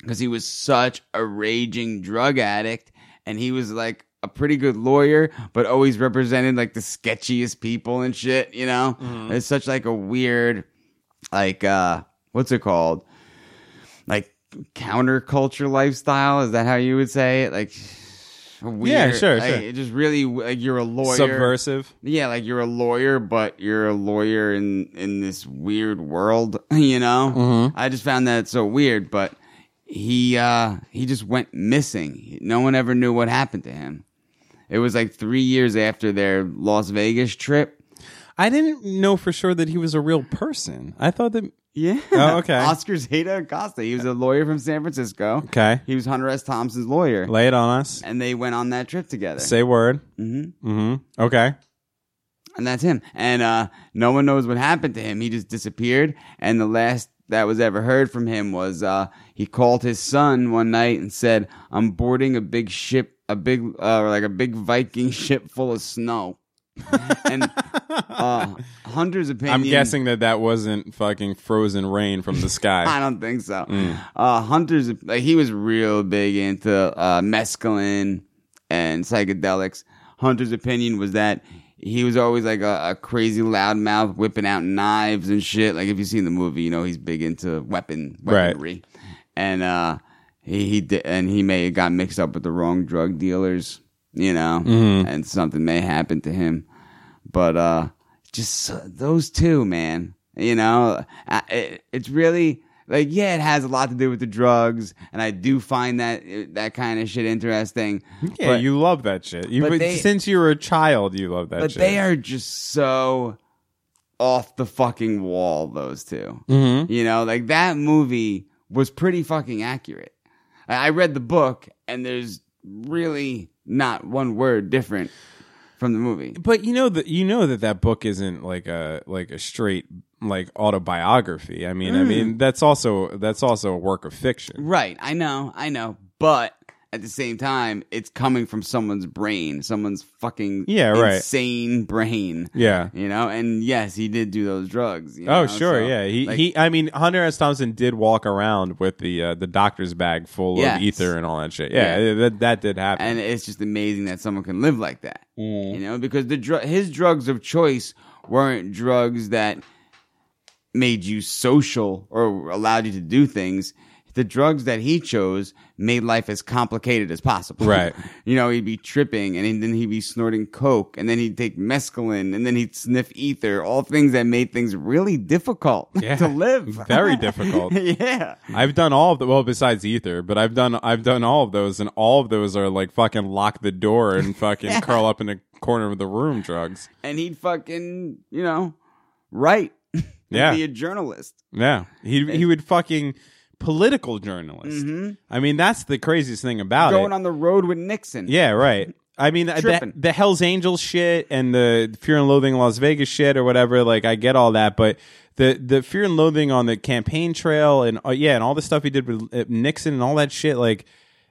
Speaker 1: because he was such a raging drug addict, and he was like a pretty good lawyer, but always represented like the sketchiest people and shit. You know,
Speaker 3: Mm-hmm.
Speaker 1: it's such like a weird, like uh, what's it called? Like counterculture lifestyle? Is that how you would say it? Like. weird.
Speaker 3: sure,
Speaker 1: like,
Speaker 3: sure.
Speaker 1: It just really like you're a lawyer.
Speaker 3: Subversive.
Speaker 1: Yeah, like you're a lawyer, but you're a lawyer in in this weird world, you know?
Speaker 3: Mm-hmm.
Speaker 1: I just found that so weird, but he uh he just went missing. No one ever knew what happened to him. It was like 3 years after their Las Vegas trip.
Speaker 3: I didn't know for sure that he was a real person. I thought that
Speaker 1: Yeah.
Speaker 3: Oh, okay.
Speaker 1: Oscar Zeta Acosta. He was a lawyer from San Francisco.
Speaker 3: Okay.
Speaker 1: He was Hunter S. Thompson's lawyer.
Speaker 3: lay it on us.
Speaker 1: And they went on that trip together.
Speaker 3: Say word. Mm-hmm. Mm-hmm. Okay.
Speaker 1: and that's him. And uh, no one knows what happened to him. He just disappeared. And the last that was ever heard from him was uh, he called his son one night and said, "I'm boarding a big ship, a big uh, like a big Viking ship full of snow." and uh, Hunter's opinion.
Speaker 3: I'm guessing that that wasn't fucking frozen rain from the
Speaker 1: I
Speaker 3: sky.
Speaker 1: don't think so. Uh, Hunter's like, he was real big into uh, mescaline and psychedelics. Hunter's opinion was that he was always like a, a crazy loudmouth whipping out knives and shit. Like if you've seen the movie, you know he's big into weapon
Speaker 3: Right.
Speaker 1: weaponry, and uh, he he di- and he may have got mixed up with the wrong drug dealers, you know, and something may happen to him but uh just uh, those two man you know I, it, it's really like yeah it has a lot to do with the drugs and i do find that that kind of shit interesting
Speaker 3: yeah,
Speaker 1: but,
Speaker 3: you love that shit. You,
Speaker 1: but
Speaker 3: but
Speaker 1: they-
Speaker 3: since you were a child, you love that
Speaker 1: but
Speaker 3: shit.
Speaker 1: they are just so off the fucking wall those 2
Speaker 3: Mm-hmm.
Speaker 1: you know like that movie was pretty fucking accurate i I read the book and there's really not one word different from the movie
Speaker 3: but you know that you know that that book isn't like a like a straight like autobiography. I mean, I mean that's also that's also a work of fiction.
Speaker 1: Mm. Right. I know. I know. But at the same time, it's coming from someone's brain, someone's fucking
Speaker 3: Yeah, right.
Speaker 1: insane brain.
Speaker 3: Yeah.
Speaker 1: You know, and yes, he did do those drugs. you
Speaker 3: Oh
Speaker 1: know,
Speaker 3: sure,
Speaker 1: so,
Speaker 3: yeah. He
Speaker 1: like,
Speaker 3: he. I mean, Hunter S. Thompson did walk around with the uh, the doctor's bag full
Speaker 1: Yes.
Speaker 3: of ether and all that shit. Yeah,
Speaker 1: Yeah.
Speaker 3: that that did happen.
Speaker 1: and it's just amazing that someone can live like that.
Speaker 3: Mm.
Speaker 1: You know, because the dr- his drugs of choice weren't drugs that made you social or allowed you to do things. The drugs that he chose made life as complicated as possible.
Speaker 3: Right.
Speaker 1: you know, he'd be tripping and then he'd be snorting coke and then he'd take mescaline and then he'd sniff ether, all things that made things really difficult
Speaker 3: Yeah.
Speaker 1: to live.
Speaker 3: Very difficult.
Speaker 1: yeah.
Speaker 3: I've done all of the well besides ether, but I've done I've done all of those, and all of those are like fucking lock the door and fucking curl up in a corner of the room drugs.
Speaker 1: And he'd fucking, you know, write. He'd
Speaker 3: Yeah.
Speaker 1: Be a journalist.
Speaker 3: Yeah, he he would fucking political journalist.
Speaker 1: Mm-hmm.
Speaker 3: I mean, that's the craziest thing about
Speaker 1: Going
Speaker 3: it.
Speaker 1: on the road with Nixon.
Speaker 3: yeah, right. I mean, the,
Speaker 1: Tripping.
Speaker 3: the Hell's Angels shit and the Fear and Loathing in Las Vegas shit or whatever. Like, I get all that, but the the Fear and Loathing on the campaign trail and uh, yeah, and all the stuff he did with uh, Nixon and all that shit, like.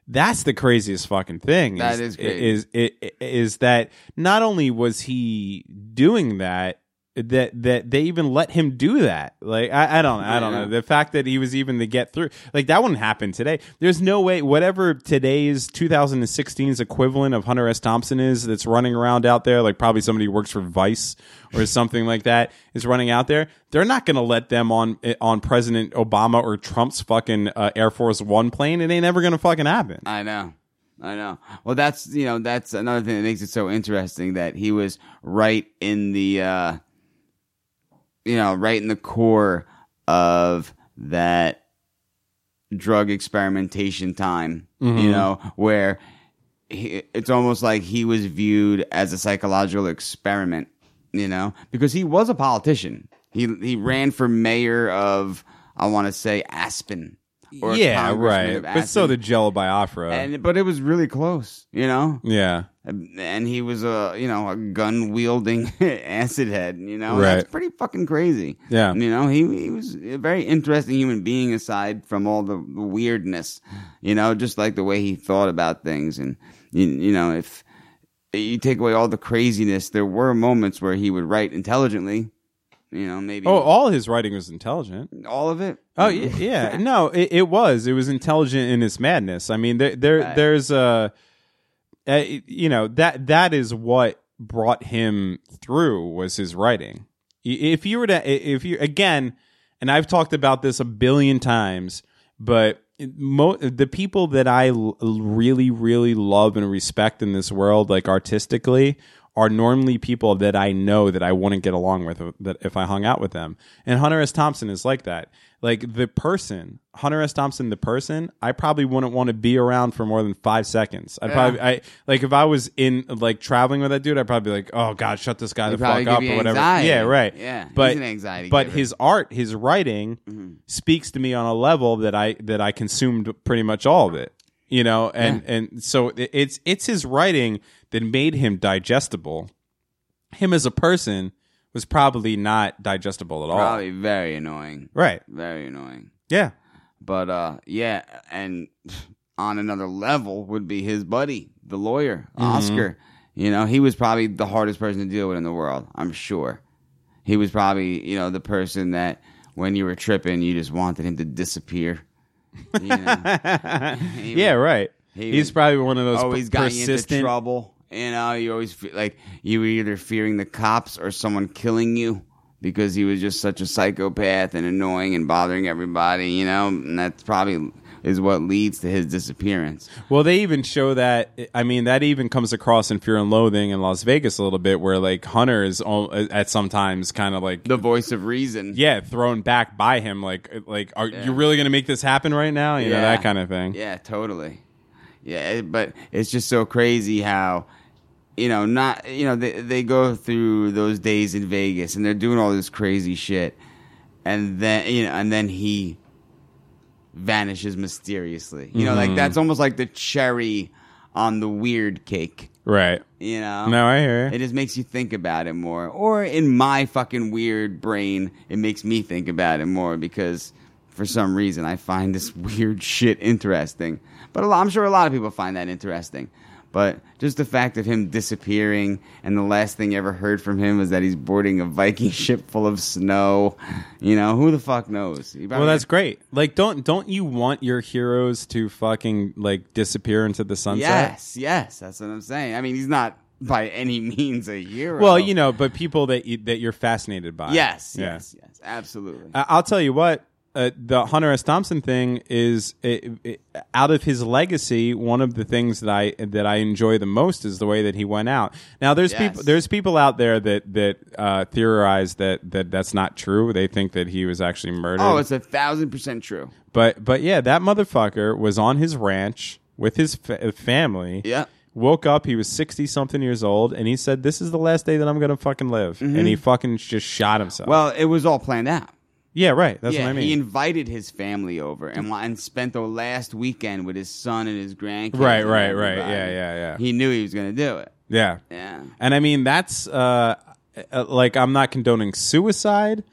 Speaker 3: That's the craziest fucking thing.
Speaker 1: That is crazy.
Speaker 3: Is, is is that not only was he doing that, that that they even let him do that. Like I, I don't I don't know.
Speaker 1: Yeah.
Speaker 3: The fact that he was even to get through like that wouldn't happen today. There's no way whatever today's 2016's equivalent of Hunter S. Thompson is that's running around out there, like probably somebody who works for Vice or something like that is running out there. They're not gonna let them on eh, on President Obama or Trump's fucking uh, Air Force One plane. It ain't ever gonna fucking happen.
Speaker 1: I know. I know. Well, that's you know that's another thing that makes it so interesting that he was right in the uh you know right in the core of that drug experimentation time.
Speaker 3: Mm-hmm.
Speaker 1: You know where he, it's almost like he was viewed as a psychological experiment. You know because he was a politician. He he ran for mayor of I want to say Aspen. Or
Speaker 3: yeah,
Speaker 1: congressman
Speaker 3: right.
Speaker 1: of
Speaker 3: But so
Speaker 1: Aspen
Speaker 3: the Jello Biafra.
Speaker 1: and but it was really close, you know.
Speaker 3: yeah.
Speaker 1: And he was a you know a gun wielding acid head, you know.
Speaker 3: Right.
Speaker 1: That's pretty fucking crazy.
Speaker 3: Yeah.
Speaker 1: You know, he he was a very interesting human being aside from all the weirdness, you know, just like the way he thought about things and you, you know if you take away all the craziness, there were moments where he would write intelligently, you know, maybe
Speaker 3: Oh, all his writing was intelligent.
Speaker 1: all of it. Mm-hmm.
Speaker 3: Oh y- yeah, no, it, it was. It was intelligent in its madness. I mean, there, there,
Speaker 1: Right.
Speaker 3: there's a, a, you know that that is what brought him through was his writing. I- If you were to, if you again, and I've talked about this a billion times, but mo- the people that I l- really, really love and respect in this world, like artistically, are normally people that I know that I wouldn't get along with that if I hung out with them. And Hunter S. Thompson is like that. Like the person, Hunter S. Thompson, the person, I probably wouldn't want to be around for more than five seconds. I would probably, I like, if I was in like traveling with that dude, I'd probably be like, "Oh God, shut this guy the
Speaker 1: probably
Speaker 3: fuck up"
Speaker 1: give
Speaker 3: or
Speaker 1: you
Speaker 3: whatever.
Speaker 1: anxiety.
Speaker 3: Yeah, right.
Speaker 1: Yeah, he's
Speaker 3: but
Speaker 1: an anxiety
Speaker 3: But
Speaker 1: giver.
Speaker 3: his his art, his writing
Speaker 1: Mm-hmm.
Speaker 3: speaks to me on a level that I that I consumed pretty much all of it. You know, and and so it- it's it's his writing that made him digestible. Him as a person was probably not digestible at all. Right?
Speaker 1: Probably very annoying. Very annoying.
Speaker 3: Yeah.
Speaker 1: But uh, yeah, and on another level would be his buddy, the lawyer, Oscar. You know, he was probably the hardest person to deal with in the world, I'm sure. He was probably, you know, the person that when you were tripping, you just wanted him to disappear. You know,
Speaker 3: yeah, right.
Speaker 1: he
Speaker 3: He's
Speaker 1: was-
Speaker 3: probably one of those
Speaker 1: always
Speaker 3: per-
Speaker 1: Oh, got you into
Speaker 3: persistent
Speaker 1: trouble. You know, you always feel like you were either fearing the cops or someone killing you because he was just such a psychopath and annoying and bothering everybody, you know, and that's probably is what leads to his disappearance.
Speaker 3: Well, they even show that. I mean, that even comes across in Fear and Loathing in Las Vegas a little bit, where like Hunter is all, at sometimes kind of like
Speaker 1: The voice of reason.
Speaker 3: yeah thrown back by him like uh, like are you really gonna make this happen right now you know
Speaker 1: Yeah.
Speaker 3: that kind of thing
Speaker 1: Yeah, totally. Yeah, it- but it's just so crazy how you know not you know they they go through those days in Vegas and they're doing all this crazy shit, and then you know and then he vanishes mysteriously. You know, like that's almost like the cherry on the weird cake.
Speaker 3: right
Speaker 1: You know.
Speaker 3: no i hear
Speaker 1: It
Speaker 3: you.
Speaker 1: just makes you think about it more. Or in my fucking weird brain, it makes me think about it more because for some reason I find this weird shit interesting. But a lot, I'm sure a lot of people find that interesting. But just the fact of him disappearing and the last thing you ever heard from him was that he's boarding a Viking ship full of snow. You know, who the fuck knows? He
Speaker 3: well
Speaker 1: probably-
Speaker 3: that's great like don't don't you want your heroes to fucking like disappear into the sunset
Speaker 1: Yes, yes, that's what I'm saying. I mean, he's not by any means a hero.
Speaker 3: well you know but people that you, that you're fascinated by
Speaker 1: Yes,
Speaker 3: Yeah.
Speaker 1: yes, yes, absolutely.
Speaker 3: I- I'll tell you what. Uh, the Hunter S. Thompson thing is it, it, out of his legacy. One of the things that I that I enjoy the most is the way that he went out. Now, there's
Speaker 1: Yes.
Speaker 3: people there's people out there that that uh, theorize that, that that's not true. They think that he was actually murdered.
Speaker 1: Oh, it's a thousand percent true.
Speaker 3: but but yeah, that motherfucker was on his ranch with his fa- family.
Speaker 1: Yeah.
Speaker 3: Woke up, he was sixty something years old, and he said, "This is the last day that I'm gonna fucking live." And he fucking just shot himself.
Speaker 1: Mm-hmm. Well, it was all planned out.
Speaker 3: yeah, right. That's
Speaker 1: yeah,
Speaker 3: what I mean.
Speaker 1: he invited his family over and, wa- and spent the last weekend with his son and his grandkids.
Speaker 3: Right,
Speaker 1: and
Speaker 3: right, right.
Speaker 1: everybody.
Speaker 3: Yeah, yeah, yeah.
Speaker 1: He knew he was going to do it.
Speaker 3: yeah.
Speaker 1: Yeah.
Speaker 3: And I mean, that's uh, uh, like I'm not condoning suicide,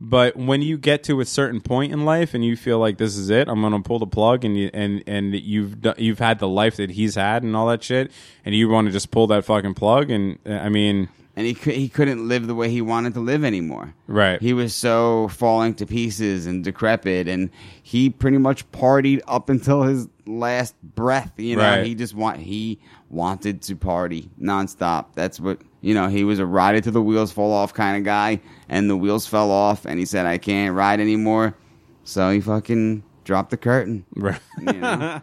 Speaker 3: but when you get to a certain point in life and you feel like this is it, I'm gonna pull the plug, and you, and and you've do- you've had the life that he's had and all that shit, and you want to just pull that fucking plug, and uh, I mean,
Speaker 1: And he cou- he couldn't live the way he wanted to live anymore.
Speaker 3: Right.
Speaker 1: He was so falling to pieces and decrepit, and he pretty much partied up until his last breath. You know,
Speaker 3: Right.
Speaker 1: he just want he wanted to party nonstop. That's what you know. He was a ride it till the wheels fall off kind of guy, and the wheels fell off, and he said, "I can't ride anymore," so he fucking dropped the curtain.
Speaker 3: right.
Speaker 1: You know?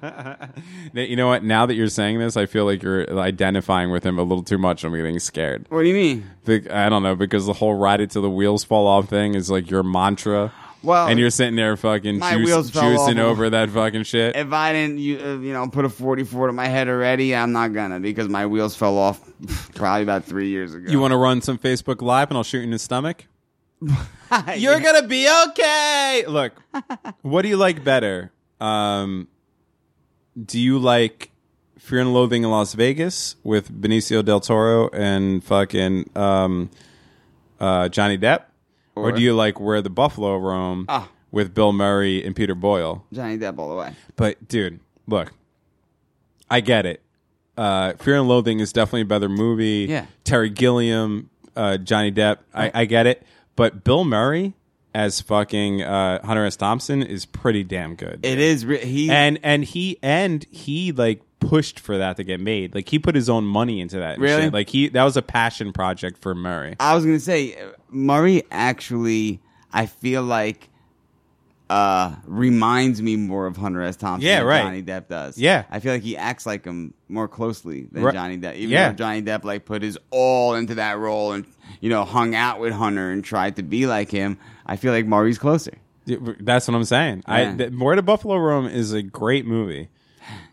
Speaker 3: you know what? Now that you're saying this, I feel like you're identifying with him a little too much. I'm getting scared.
Speaker 1: what do you mean?
Speaker 3: The, I don't know because the whole ride it till the wheels fall off thing is like your mantra.
Speaker 1: Well,
Speaker 3: and you're sitting there fucking
Speaker 1: my
Speaker 3: juice,
Speaker 1: wheels fell off.
Speaker 3: juicing over that fucking shit.
Speaker 1: if I didn't, you, uh, you know, put a 44 to my head already, I'm not gonna because my wheels fell off probably about three years ago.
Speaker 3: You want to run some Facebook Live and I'll shoot you in the stomach?
Speaker 1: to?
Speaker 3: You're gonna be okay. Look, what do you like better? Um, do you like Fear and Loathing in Las Vegas with Benicio del Toro and fucking um, uh, Johnny Depp, or,
Speaker 1: Or-
Speaker 3: do you like Where the Buffalo Roam
Speaker 1: Ah.
Speaker 3: with Bill Murray and Peter Boyle?
Speaker 1: Johnny Depp all the way.
Speaker 3: But dude, look, I get it. Uh, Fear and Loathing is definitely a better movie.
Speaker 1: Yeah.
Speaker 3: Terry Gilliam, uh, Johnny Depp, I, I get it. But Bill Murray as fucking uh, Hunter S. Thompson is pretty damn good.
Speaker 1: It is. Re- he
Speaker 3: and and he and he like pushed for that to get made. Like he put his own money into that. and
Speaker 1: Really?
Speaker 3: shit. Like he that was a passion project for Murray.
Speaker 1: I was gonna say uh, Murray actually. I feel like uh, reminds me more of Hunter S. Thompson
Speaker 3: Yeah,
Speaker 1: than
Speaker 3: right.
Speaker 1: Johnny Depp does.
Speaker 3: Yeah.
Speaker 1: I feel like he acts like him more closely than
Speaker 3: Right.
Speaker 1: Johnny Depp. Even
Speaker 3: Yeah.
Speaker 1: though Johnny Depp like put his all into that role and you know hung out with Hunter and tried to be like him, I feel like Maury's closer.
Speaker 3: That's what I'm saying. I
Speaker 1: Yeah.
Speaker 3: th- Where the Buffalo Room is a great movie.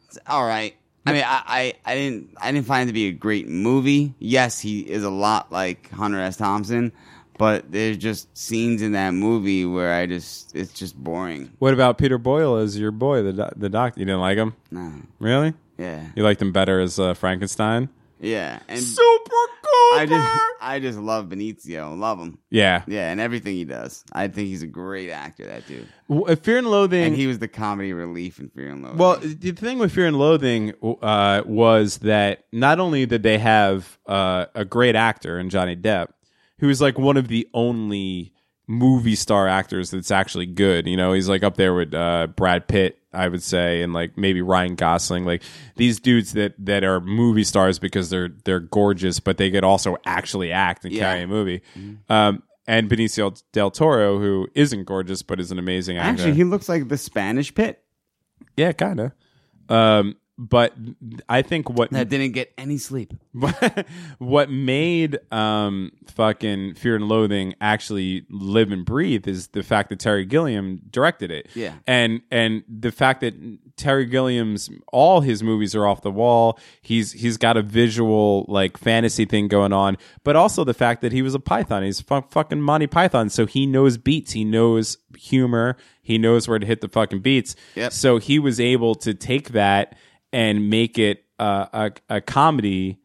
Speaker 1: It's all right. I mean, I, I, I didn't I didn't find it to be a great movie. Yes, he is a lot like Hunter S. Thompson, but there's just scenes in that movie where I just it's just boring.
Speaker 3: What about Peter Boyle as your boy, the doc- the doctor? You didn't like him,
Speaker 1: Nah.
Speaker 3: really?
Speaker 1: Yeah,
Speaker 3: You liked him better as uh, Frankenstein.
Speaker 1: yeah. And
Speaker 3: Super cool.
Speaker 1: I just I just love Benicio. Love him.
Speaker 3: yeah.
Speaker 1: Yeah, and everything he does. I think he's a great actor, that dude.
Speaker 3: W- Fear and Loathing.
Speaker 1: And he was the comedy relief in Fear and Loathing.
Speaker 3: Well, the thing with Fear and Loathing uh, was that not only did they have uh, a great actor in Johnny Depp, who is like one of the only movie star actors that's actually good. You know, he's like up there with uh, Brad Pitt, I would say, and like maybe Ryan Gosling. Like these dudes that that are movie stars because they're they're gorgeous, but they could also actually act and
Speaker 1: Yeah. Mm-hmm.
Speaker 3: carry a movie. Um, and Benicio del Toro, who isn't gorgeous but is an amazing actor.
Speaker 1: actually, he looks like the Spanish Pit
Speaker 3: Yeah, kind of. Um, but I think what
Speaker 1: that didn't get any sleep.
Speaker 3: what made um, fucking Fear and Loathing actually live and breathe is the fact that Terry Gilliam directed it.
Speaker 1: Yeah.
Speaker 3: and and the fact that Terry Gilliam's all his movies are off the wall. He's he's got a visual like fantasy thing going on, but also the fact that he was a Python. He's fu- fucking Monty Python, so he knows beats. He knows humor. He knows where to hit the fucking beats.
Speaker 1: Yep.
Speaker 3: So he was able to take that and make it uh, a a comedy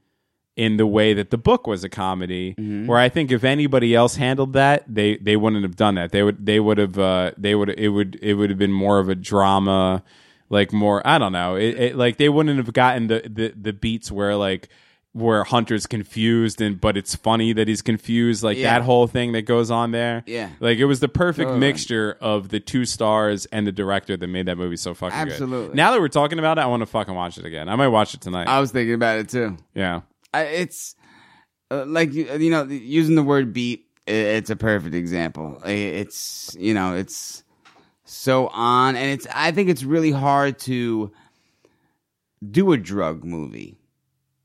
Speaker 3: in the way that the book was a comedy.
Speaker 1: Mm-hmm.
Speaker 3: Where I think if anybody else handled that, they they wouldn't have done that. They would they would have uh, they would it would it would have been more of a drama, like more I don't know. It, it like they wouldn't have gotten the the, the beats where like where Hunter's confused and but it's funny that he's confused, like
Speaker 1: Yeah.
Speaker 3: that whole thing that goes on there.
Speaker 1: Yeah.
Speaker 3: like it was the perfect
Speaker 1: Totally.
Speaker 3: mixture of the two stars and the director that made that movie so fucking good.
Speaker 1: Absolutely. Uh,
Speaker 3: Now that we're talking about it, I want to fucking watch it again. I might watch it tonight.
Speaker 1: I was thinking about it too.
Speaker 3: yeah.
Speaker 1: I, it's uh, like you you know using the word beat. i it's a perfect example. I- It's you know it's so on, and it's I think it's really hard to do a drug movie,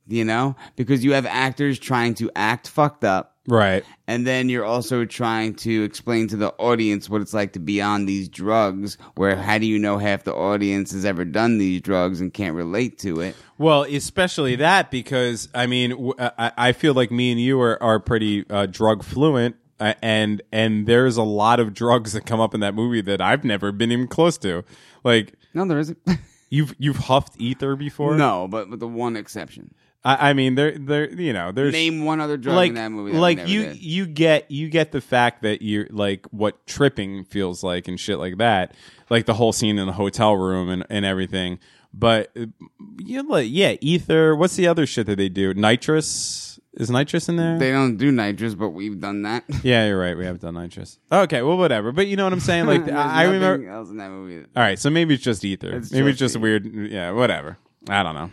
Speaker 1: you know, because you have actors trying to act fucked up.
Speaker 3: Right.
Speaker 1: And then you're also trying to explain to the audience what it's like to be on these drugs, where how do you know half the audience has ever done these drugs and can't relate to it?
Speaker 3: Well, especially that because I mean, w- I, I feel like me and you are are pretty uh, drug fluent, uh, and and there's a lot of drugs that come up in that movie that I've never been even close to. Like
Speaker 1: No, there isn't.
Speaker 3: you've you've huffed ether before.
Speaker 1: no, but with the one exception.
Speaker 3: I, I mean there there you know there's
Speaker 1: Name one other drug in that movie. That we
Speaker 3: like
Speaker 1: never
Speaker 3: you
Speaker 1: did.
Speaker 3: you get you get the fact that you like what tripping feels like and shit like that like the whole scene in the hotel room and, and everything but uh, you know, like yeah ether what's the other shit that they do nitrous is nitrous in there
Speaker 1: they don't do nitrous, but we've done that.
Speaker 3: yeah you're right we have done nitrous okay well whatever but you know what i'm saying like
Speaker 1: There's
Speaker 3: i I
Speaker 1: nothing
Speaker 3: remember
Speaker 1: else in that movie.
Speaker 3: all right so maybe it's just ether
Speaker 1: It's
Speaker 3: maybe it's
Speaker 1: just
Speaker 3: just weird yeah whatever i don't know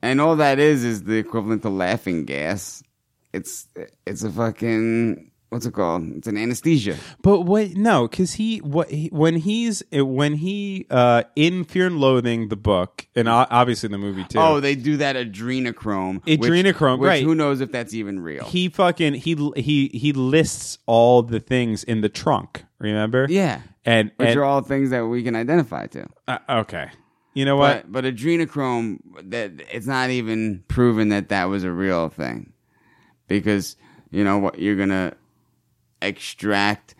Speaker 1: And all that is is the equivalent to laughing gas. It's it's a fucking what's it called? It's an anesthesia.
Speaker 3: But what? No, because he what he, when he's eh, when he uh in Fear and Loathing the book and o- obviously the movie too.
Speaker 1: Oh, they do that adrenochrome. which-
Speaker 3: Adrenochrome,
Speaker 1: which
Speaker 3: right.
Speaker 1: Who knows if that's even real?
Speaker 3: he fucking he he he lists all the things in the trunk. Remember?
Speaker 1: yeah,
Speaker 3: And,
Speaker 1: which
Speaker 3: and
Speaker 1: are all things that we can identify to.
Speaker 3: uh, okay, you know what?
Speaker 1: But but adrenochrome, that it's not even proven that that was a real thing, because you know what you're gonna extract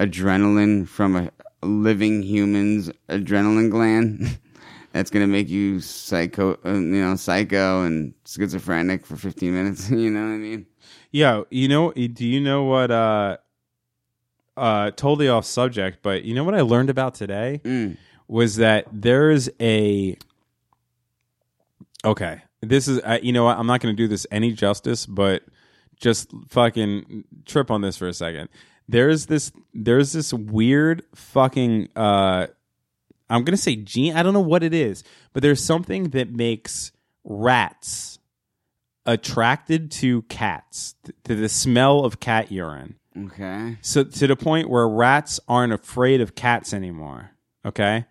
Speaker 1: adrenaline from a living human's adrenaline gland. That's gonna make you psycho, uh, you know, psycho and schizophrenic for 15 minutes. You know what I mean?
Speaker 3: Yo, you know? Do you know what? uh uh Totally off subject, but you know what I learned about today
Speaker 1: Mm.
Speaker 3: was that there's a okay this is I you know what i'm not going to do this any justice but just fucking trip on this for a second there's this there's this weird fucking uh i'm going to say gene i don't know what it is but there's something that makes rats attracted to cats th- to the smell of cat urine
Speaker 1: Okay.
Speaker 3: so to the point where rats aren't afraid of cats anymore. Okay,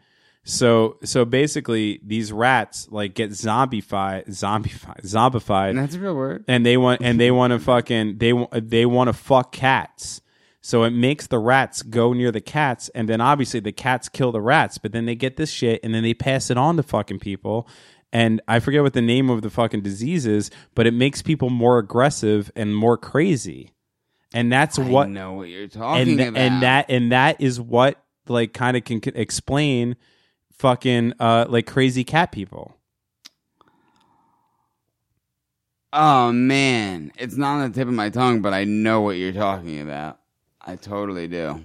Speaker 3: so so basically these rats like get zombified, zombified, zombified,
Speaker 1: And that's a real word.
Speaker 3: and they want and they want to fucking they wa- they want to fuck cats. So it makes the rats go near the cats, and then obviously the cats kill the rats. But then they get this shit, and then they pass it on to fucking people. And I forget what the name of the fucking disease is, but it makes people more aggressive and more crazy. And that's what
Speaker 1: I know what you're
Speaker 3: and
Speaker 1: talking
Speaker 3: th-
Speaker 1: about.
Speaker 3: and that and that is what like kind of can, can explain fucking uh like crazy cat people.
Speaker 1: Oh man, it's not on the tip of my tongue, but I know what you're talking about. I totally do.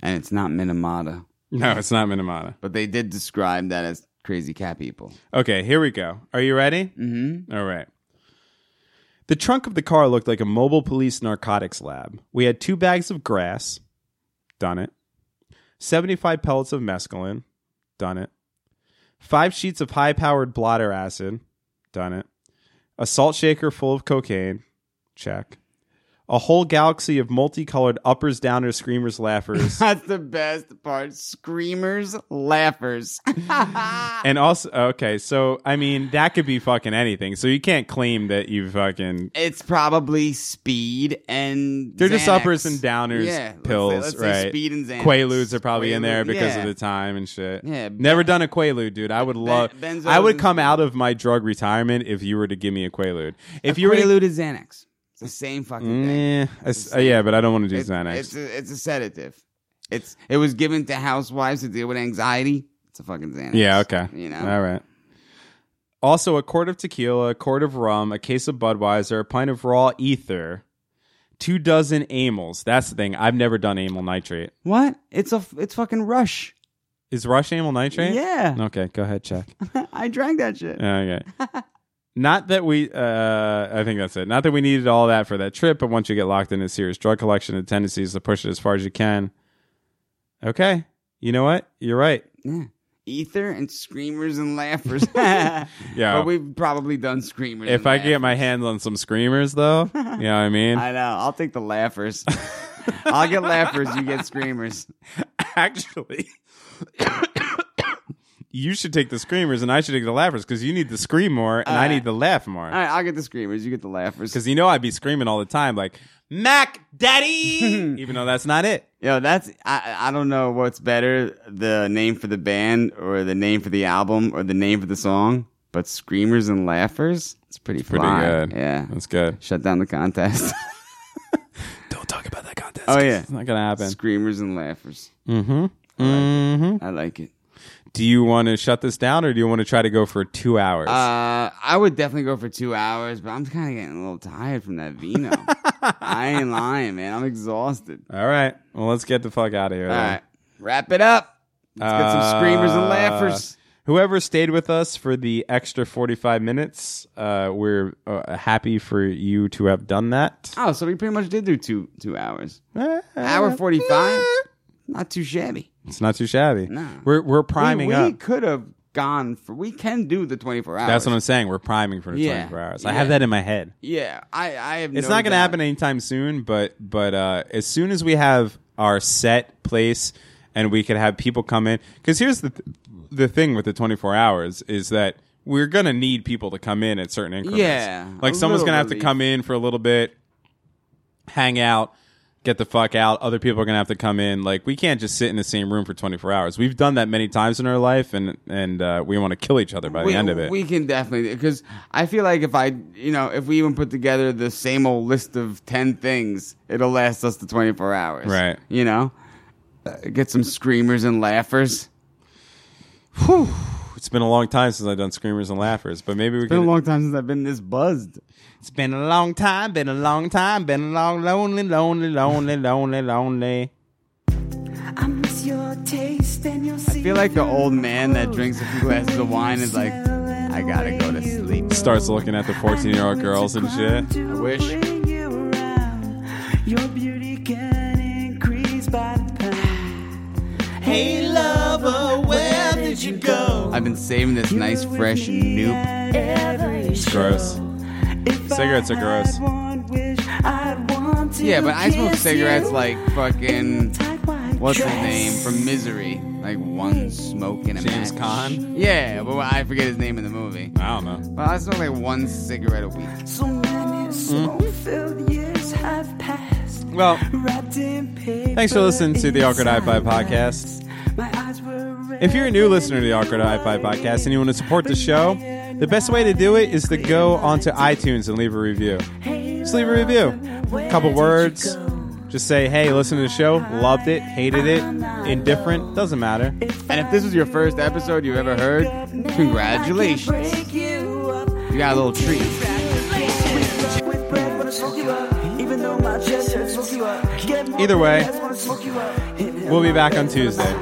Speaker 1: And it's not Minamata,
Speaker 3: No, it's not Minamata.
Speaker 1: but they did describe that as crazy cat people.
Speaker 3: Okay, here we go. Are you ready?
Speaker 1: Mm-hmm.
Speaker 3: All right. The trunk of the car looked like a mobile police narcotics lab. We had two bags of grass, done it. 75 pellets of mescaline, done it. Five sheets of high powered blotter acid, done it. A salt shaker full of cocaine, check. A whole galaxy of multicolored uppers, downers, screamers, laughers,
Speaker 1: That's the best part. Screamers, laughers.
Speaker 3: and also okay. So I mean, that could be fucking anything. So you can't claim that you fucking
Speaker 1: it's probably speed and
Speaker 3: They're just
Speaker 1: Xanax.
Speaker 3: uppers and downers
Speaker 1: Yeah, let's
Speaker 3: pills,
Speaker 1: say- let's say
Speaker 3: right?
Speaker 1: speed and Xanax.
Speaker 3: Quaaludes are probably in there
Speaker 1: Quaalude,
Speaker 3: because
Speaker 1: yeah.
Speaker 3: of the time and shit.
Speaker 1: Yeah,
Speaker 3: never done a Quaalude, dude. I would love.
Speaker 1: benzos
Speaker 3: I would
Speaker 1: and
Speaker 3: come
Speaker 1: speed.
Speaker 3: out of my drug retirement if you were to give me a Quaalude. If you were, to,
Speaker 1: Quaalude is Xanax. It's the same fucking thing.
Speaker 3: Eh, I s- uh, yeah, but I don't want to do
Speaker 1: It-
Speaker 3: Xanax.
Speaker 1: It's a, it's a sedative. It's it was given to housewives to deal with anxiety. It's a fucking Xanax.
Speaker 3: yeah, okay.
Speaker 1: You know,
Speaker 3: all right. Also, a quart of tequila, a quart of rum, a case of Budweiser, a pint of raw ether, two dozen amyls. That's the thing. I've never done amyl nitrate.
Speaker 1: what? It's a f- it's fucking rush.
Speaker 3: Is Rush amyl nitrate?
Speaker 1: Yeah,
Speaker 3: Okay, go ahead, check.
Speaker 1: I drank that shit.
Speaker 3: Okay. Not that we, uh, I think that's it. Not that we needed all that for that trip, but once you get locked into serious drug collection, the tendency is to push it as far as you can. Okay. You know what? You're right.
Speaker 1: Yeah. Ether and screamers and laughers.
Speaker 3: Yeah.
Speaker 1: but we've probably done screamers.
Speaker 3: If
Speaker 1: and
Speaker 3: I could get
Speaker 1: laugh-
Speaker 3: my hands on some screamers, though, you know what I mean?
Speaker 1: I know. I'll take the laughers. I'll get laughers. You get screamers.
Speaker 3: Actually, you should take the screamers and I should take the laughers because you need to scream more and I
Speaker 1: Uh,
Speaker 3: need to laugh more.
Speaker 1: All right, I'll get the screamers. You get the laughers.
Speaker 3: Because you know I'd be screaming all the time, like, Mac Daddy! Even though that's not it.
Speaker 1: Yo, that's I I don't know what's better, the name for the band or the name for the album or the name for the song, but Screamers and Laughers, it's pretty
Speaker 3: Pretty
Speaker 1: fly.
Speaker 3: good.
Speaker 1: Yeah.
Speaker 3: That's good.
Speaker 1: Shut down the contest.
Speaker 3: Don't talk about that contest.
Speaker 1: Oh, yeah.
Speaker 3: it's not gonna happen.
Speaker 1: Screamers and Laughers.
Speaker 3: Mm-hmm. Mm-hmm.
Speaker 1: I like it.
Speaker 3: Do you want to shut this down, or do you want to try to go for two hours?
Speaker 1: Uh I would definitely go for 2 hours, but I'm kind of getting a little tired from that vino. I ain't lying, man. I'm exhausted.
Speaker 3: All right. Well, let's get the fuck out of here.
Speaker 1: All
Speaker 3: then.
Speaker 1: right. Wrap it up. Let's get some screamers and
Speaker 3: Uh,
Speaker 1: laughers.
Speaker 3: Whoever stayed with us for the extra forty-five minutes, uh, we're uh, happy for you to have done that.
Speaker 1: Oh, so we pretty much did do 2 2 hours.
Speaker 3: Eh,
Speaker 1: Uh, Hour 45? Not too shabby.
Speaker 3: It's not too shabby.
Speaker 1: No.
Speaker 3: We're we're priming
Speaker 1: we, we
Speaker 3: up.
Speaker 1: could have gone for. We can do the twenty four hours.
Speaker 3: That's what I'm saying. We're priming for the
Speaker 1: Yeah.
Speaker 3: twenty-four hours. I
Speaker 1: Yeah.
Speaker 3: have that in my head.
Speaker 1: Yeah, I. I have.
Speaker 3: It's
Speaker 1: no
Speaker 3: not going to
Speaker 1: doubt.
Speaker 3: happen anytime soon, but but uh, as soon as we have our set place and we could have people come in, because here's the th- the thing with the 24 hours is that we're going to need people to come in at certain increments.
Speaker 1: Yeah,
Speaker 3: like
Speaker 1: a
Speaker 3: someone's
Speaker 1: little
Speaker 3: going to have to
Speaker 1: relief.
Speaker 3: come in for a little bit, hang out. Get the fuck out. Other people are gonna have to come in. Like we can't just sit in the same room for 24 hours. We've done that many times in our life, and and uh, we want to kill each other by
Speaker 1: We,
Speaker 3: the end of it.
Speaker 1: we can definitely because I feel like if I, you know, if we even put together the same old list of ten things, it'll last us the twenty four hours.
Speaker 3: Right.
Speaker 1: You know, Uh, get some screamers and laughers.
Speaker 3: it's been a long time since I've done screamers and laughers, but maybe we
Speaker 1: It's been
Speaker 3: can.
Speaker 1: a long time since I've been this buzzed.
Speaker 3: It's been a long time, been a long time, been a long, lonely, lonely, lonely, lonely, lonely.
Speaker 5: I miss your taste and your I
Speaker 1: I feel like the old man that drinks a few glasses of wine is like, I gotta go to sleep.
Speaker 3: Starts looking at the 14 year old girls and shit.
Speaker 1: I wish.
Speaker 5: Your beauty can increase by the pound. Hey lover, where did you go?
Speaker 1: I've been saving this nice, fresh noob
Speaker 5: Every
Speaker 3: Gross.
Speaker 5: If
Speaker 3: Cigarettes
Speaker 5: I
Speaker 3: are gross.
Speaker 5: had one wish, I'd want to
Speaker 1: Yeah, but I smoke
Speaker 5: kiss
Speaker 1: cigarettes
Speaker 5: you
Speaker 1: like fucking
Speaker 5: in tight white
Speaker 1: what's his
Speaker 5: dress.
Speaker 1: name from Misery, like one smoke in a
Speaker 3: James
Speaker 1: match.
Speaker 3: Caan?
Speaker 1: Yeah, but I forget his name in the movie.
Speaker 3: I don't know.
Speaker 1: Well, I smoke like one cigarette a week.
Speaker 5: So
Speaker 3: Mm.
Speaker 5: many smoke-filled years have passed.
Speaker 3: Well,
Speaker 5: Wrapped in paper
Speaker 3: Thanks for listening to the Awkward
Speaker 5: inside
Speaker 3: Hi-Fi podcast.
Speaker 5: wraps. My eyes were red
Speaker 3: If you're a new listener to the Awkward Hi-Fi podcast and you want to support the show, the best way to do it is to go onto iTunes and leave a review. Just leave a review. A couple words. Just say, hey, listen to the show. Loved it. Hated it. Indifferent. Doesn't matter.
Speaker 1: And if this was your first episode you ever heard, congratulations.
Speaker 5: Break you up
Speaker 1: You got a little treat.
Speaker 5: with bread, wanna smoke you up. Even though my chest hurts, smoke you up. Get more
Speaker 3: Either way,
Speaker 5: breath, wanna smoke you up.
Speaker 3: We'll be back on Tuesday.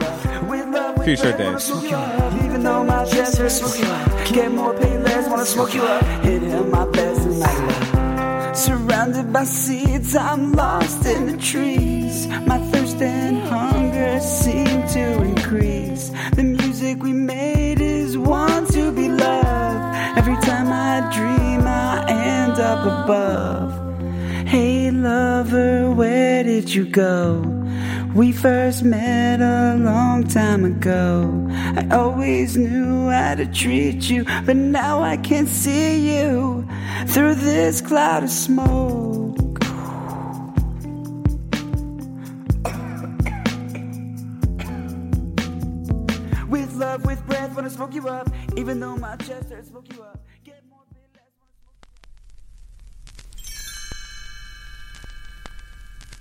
Speaker 5: With love, with
Speaker 3: Future
Speaker 5: breath, wanna
Speaker 3: days.
Speaker 5: smoke you up. Even though my chest hurts, smoke you up. Get more pain, less, wanna smoke you up. Hit him my best and I love. Surrounded by seeds, I'm lost in the trees. My thirst and hunger seem to increase. The music we made is one to be loved. Every time I dream, I end up above. Hey lover, where did you go? We first met a long time ago. I always knew how to treat you, but now I can see you through this cloud of smoke. With love, with breath, wanna smoke you up, even though my chest hurts, smoke you up. Get more, bit less, wanna smoke-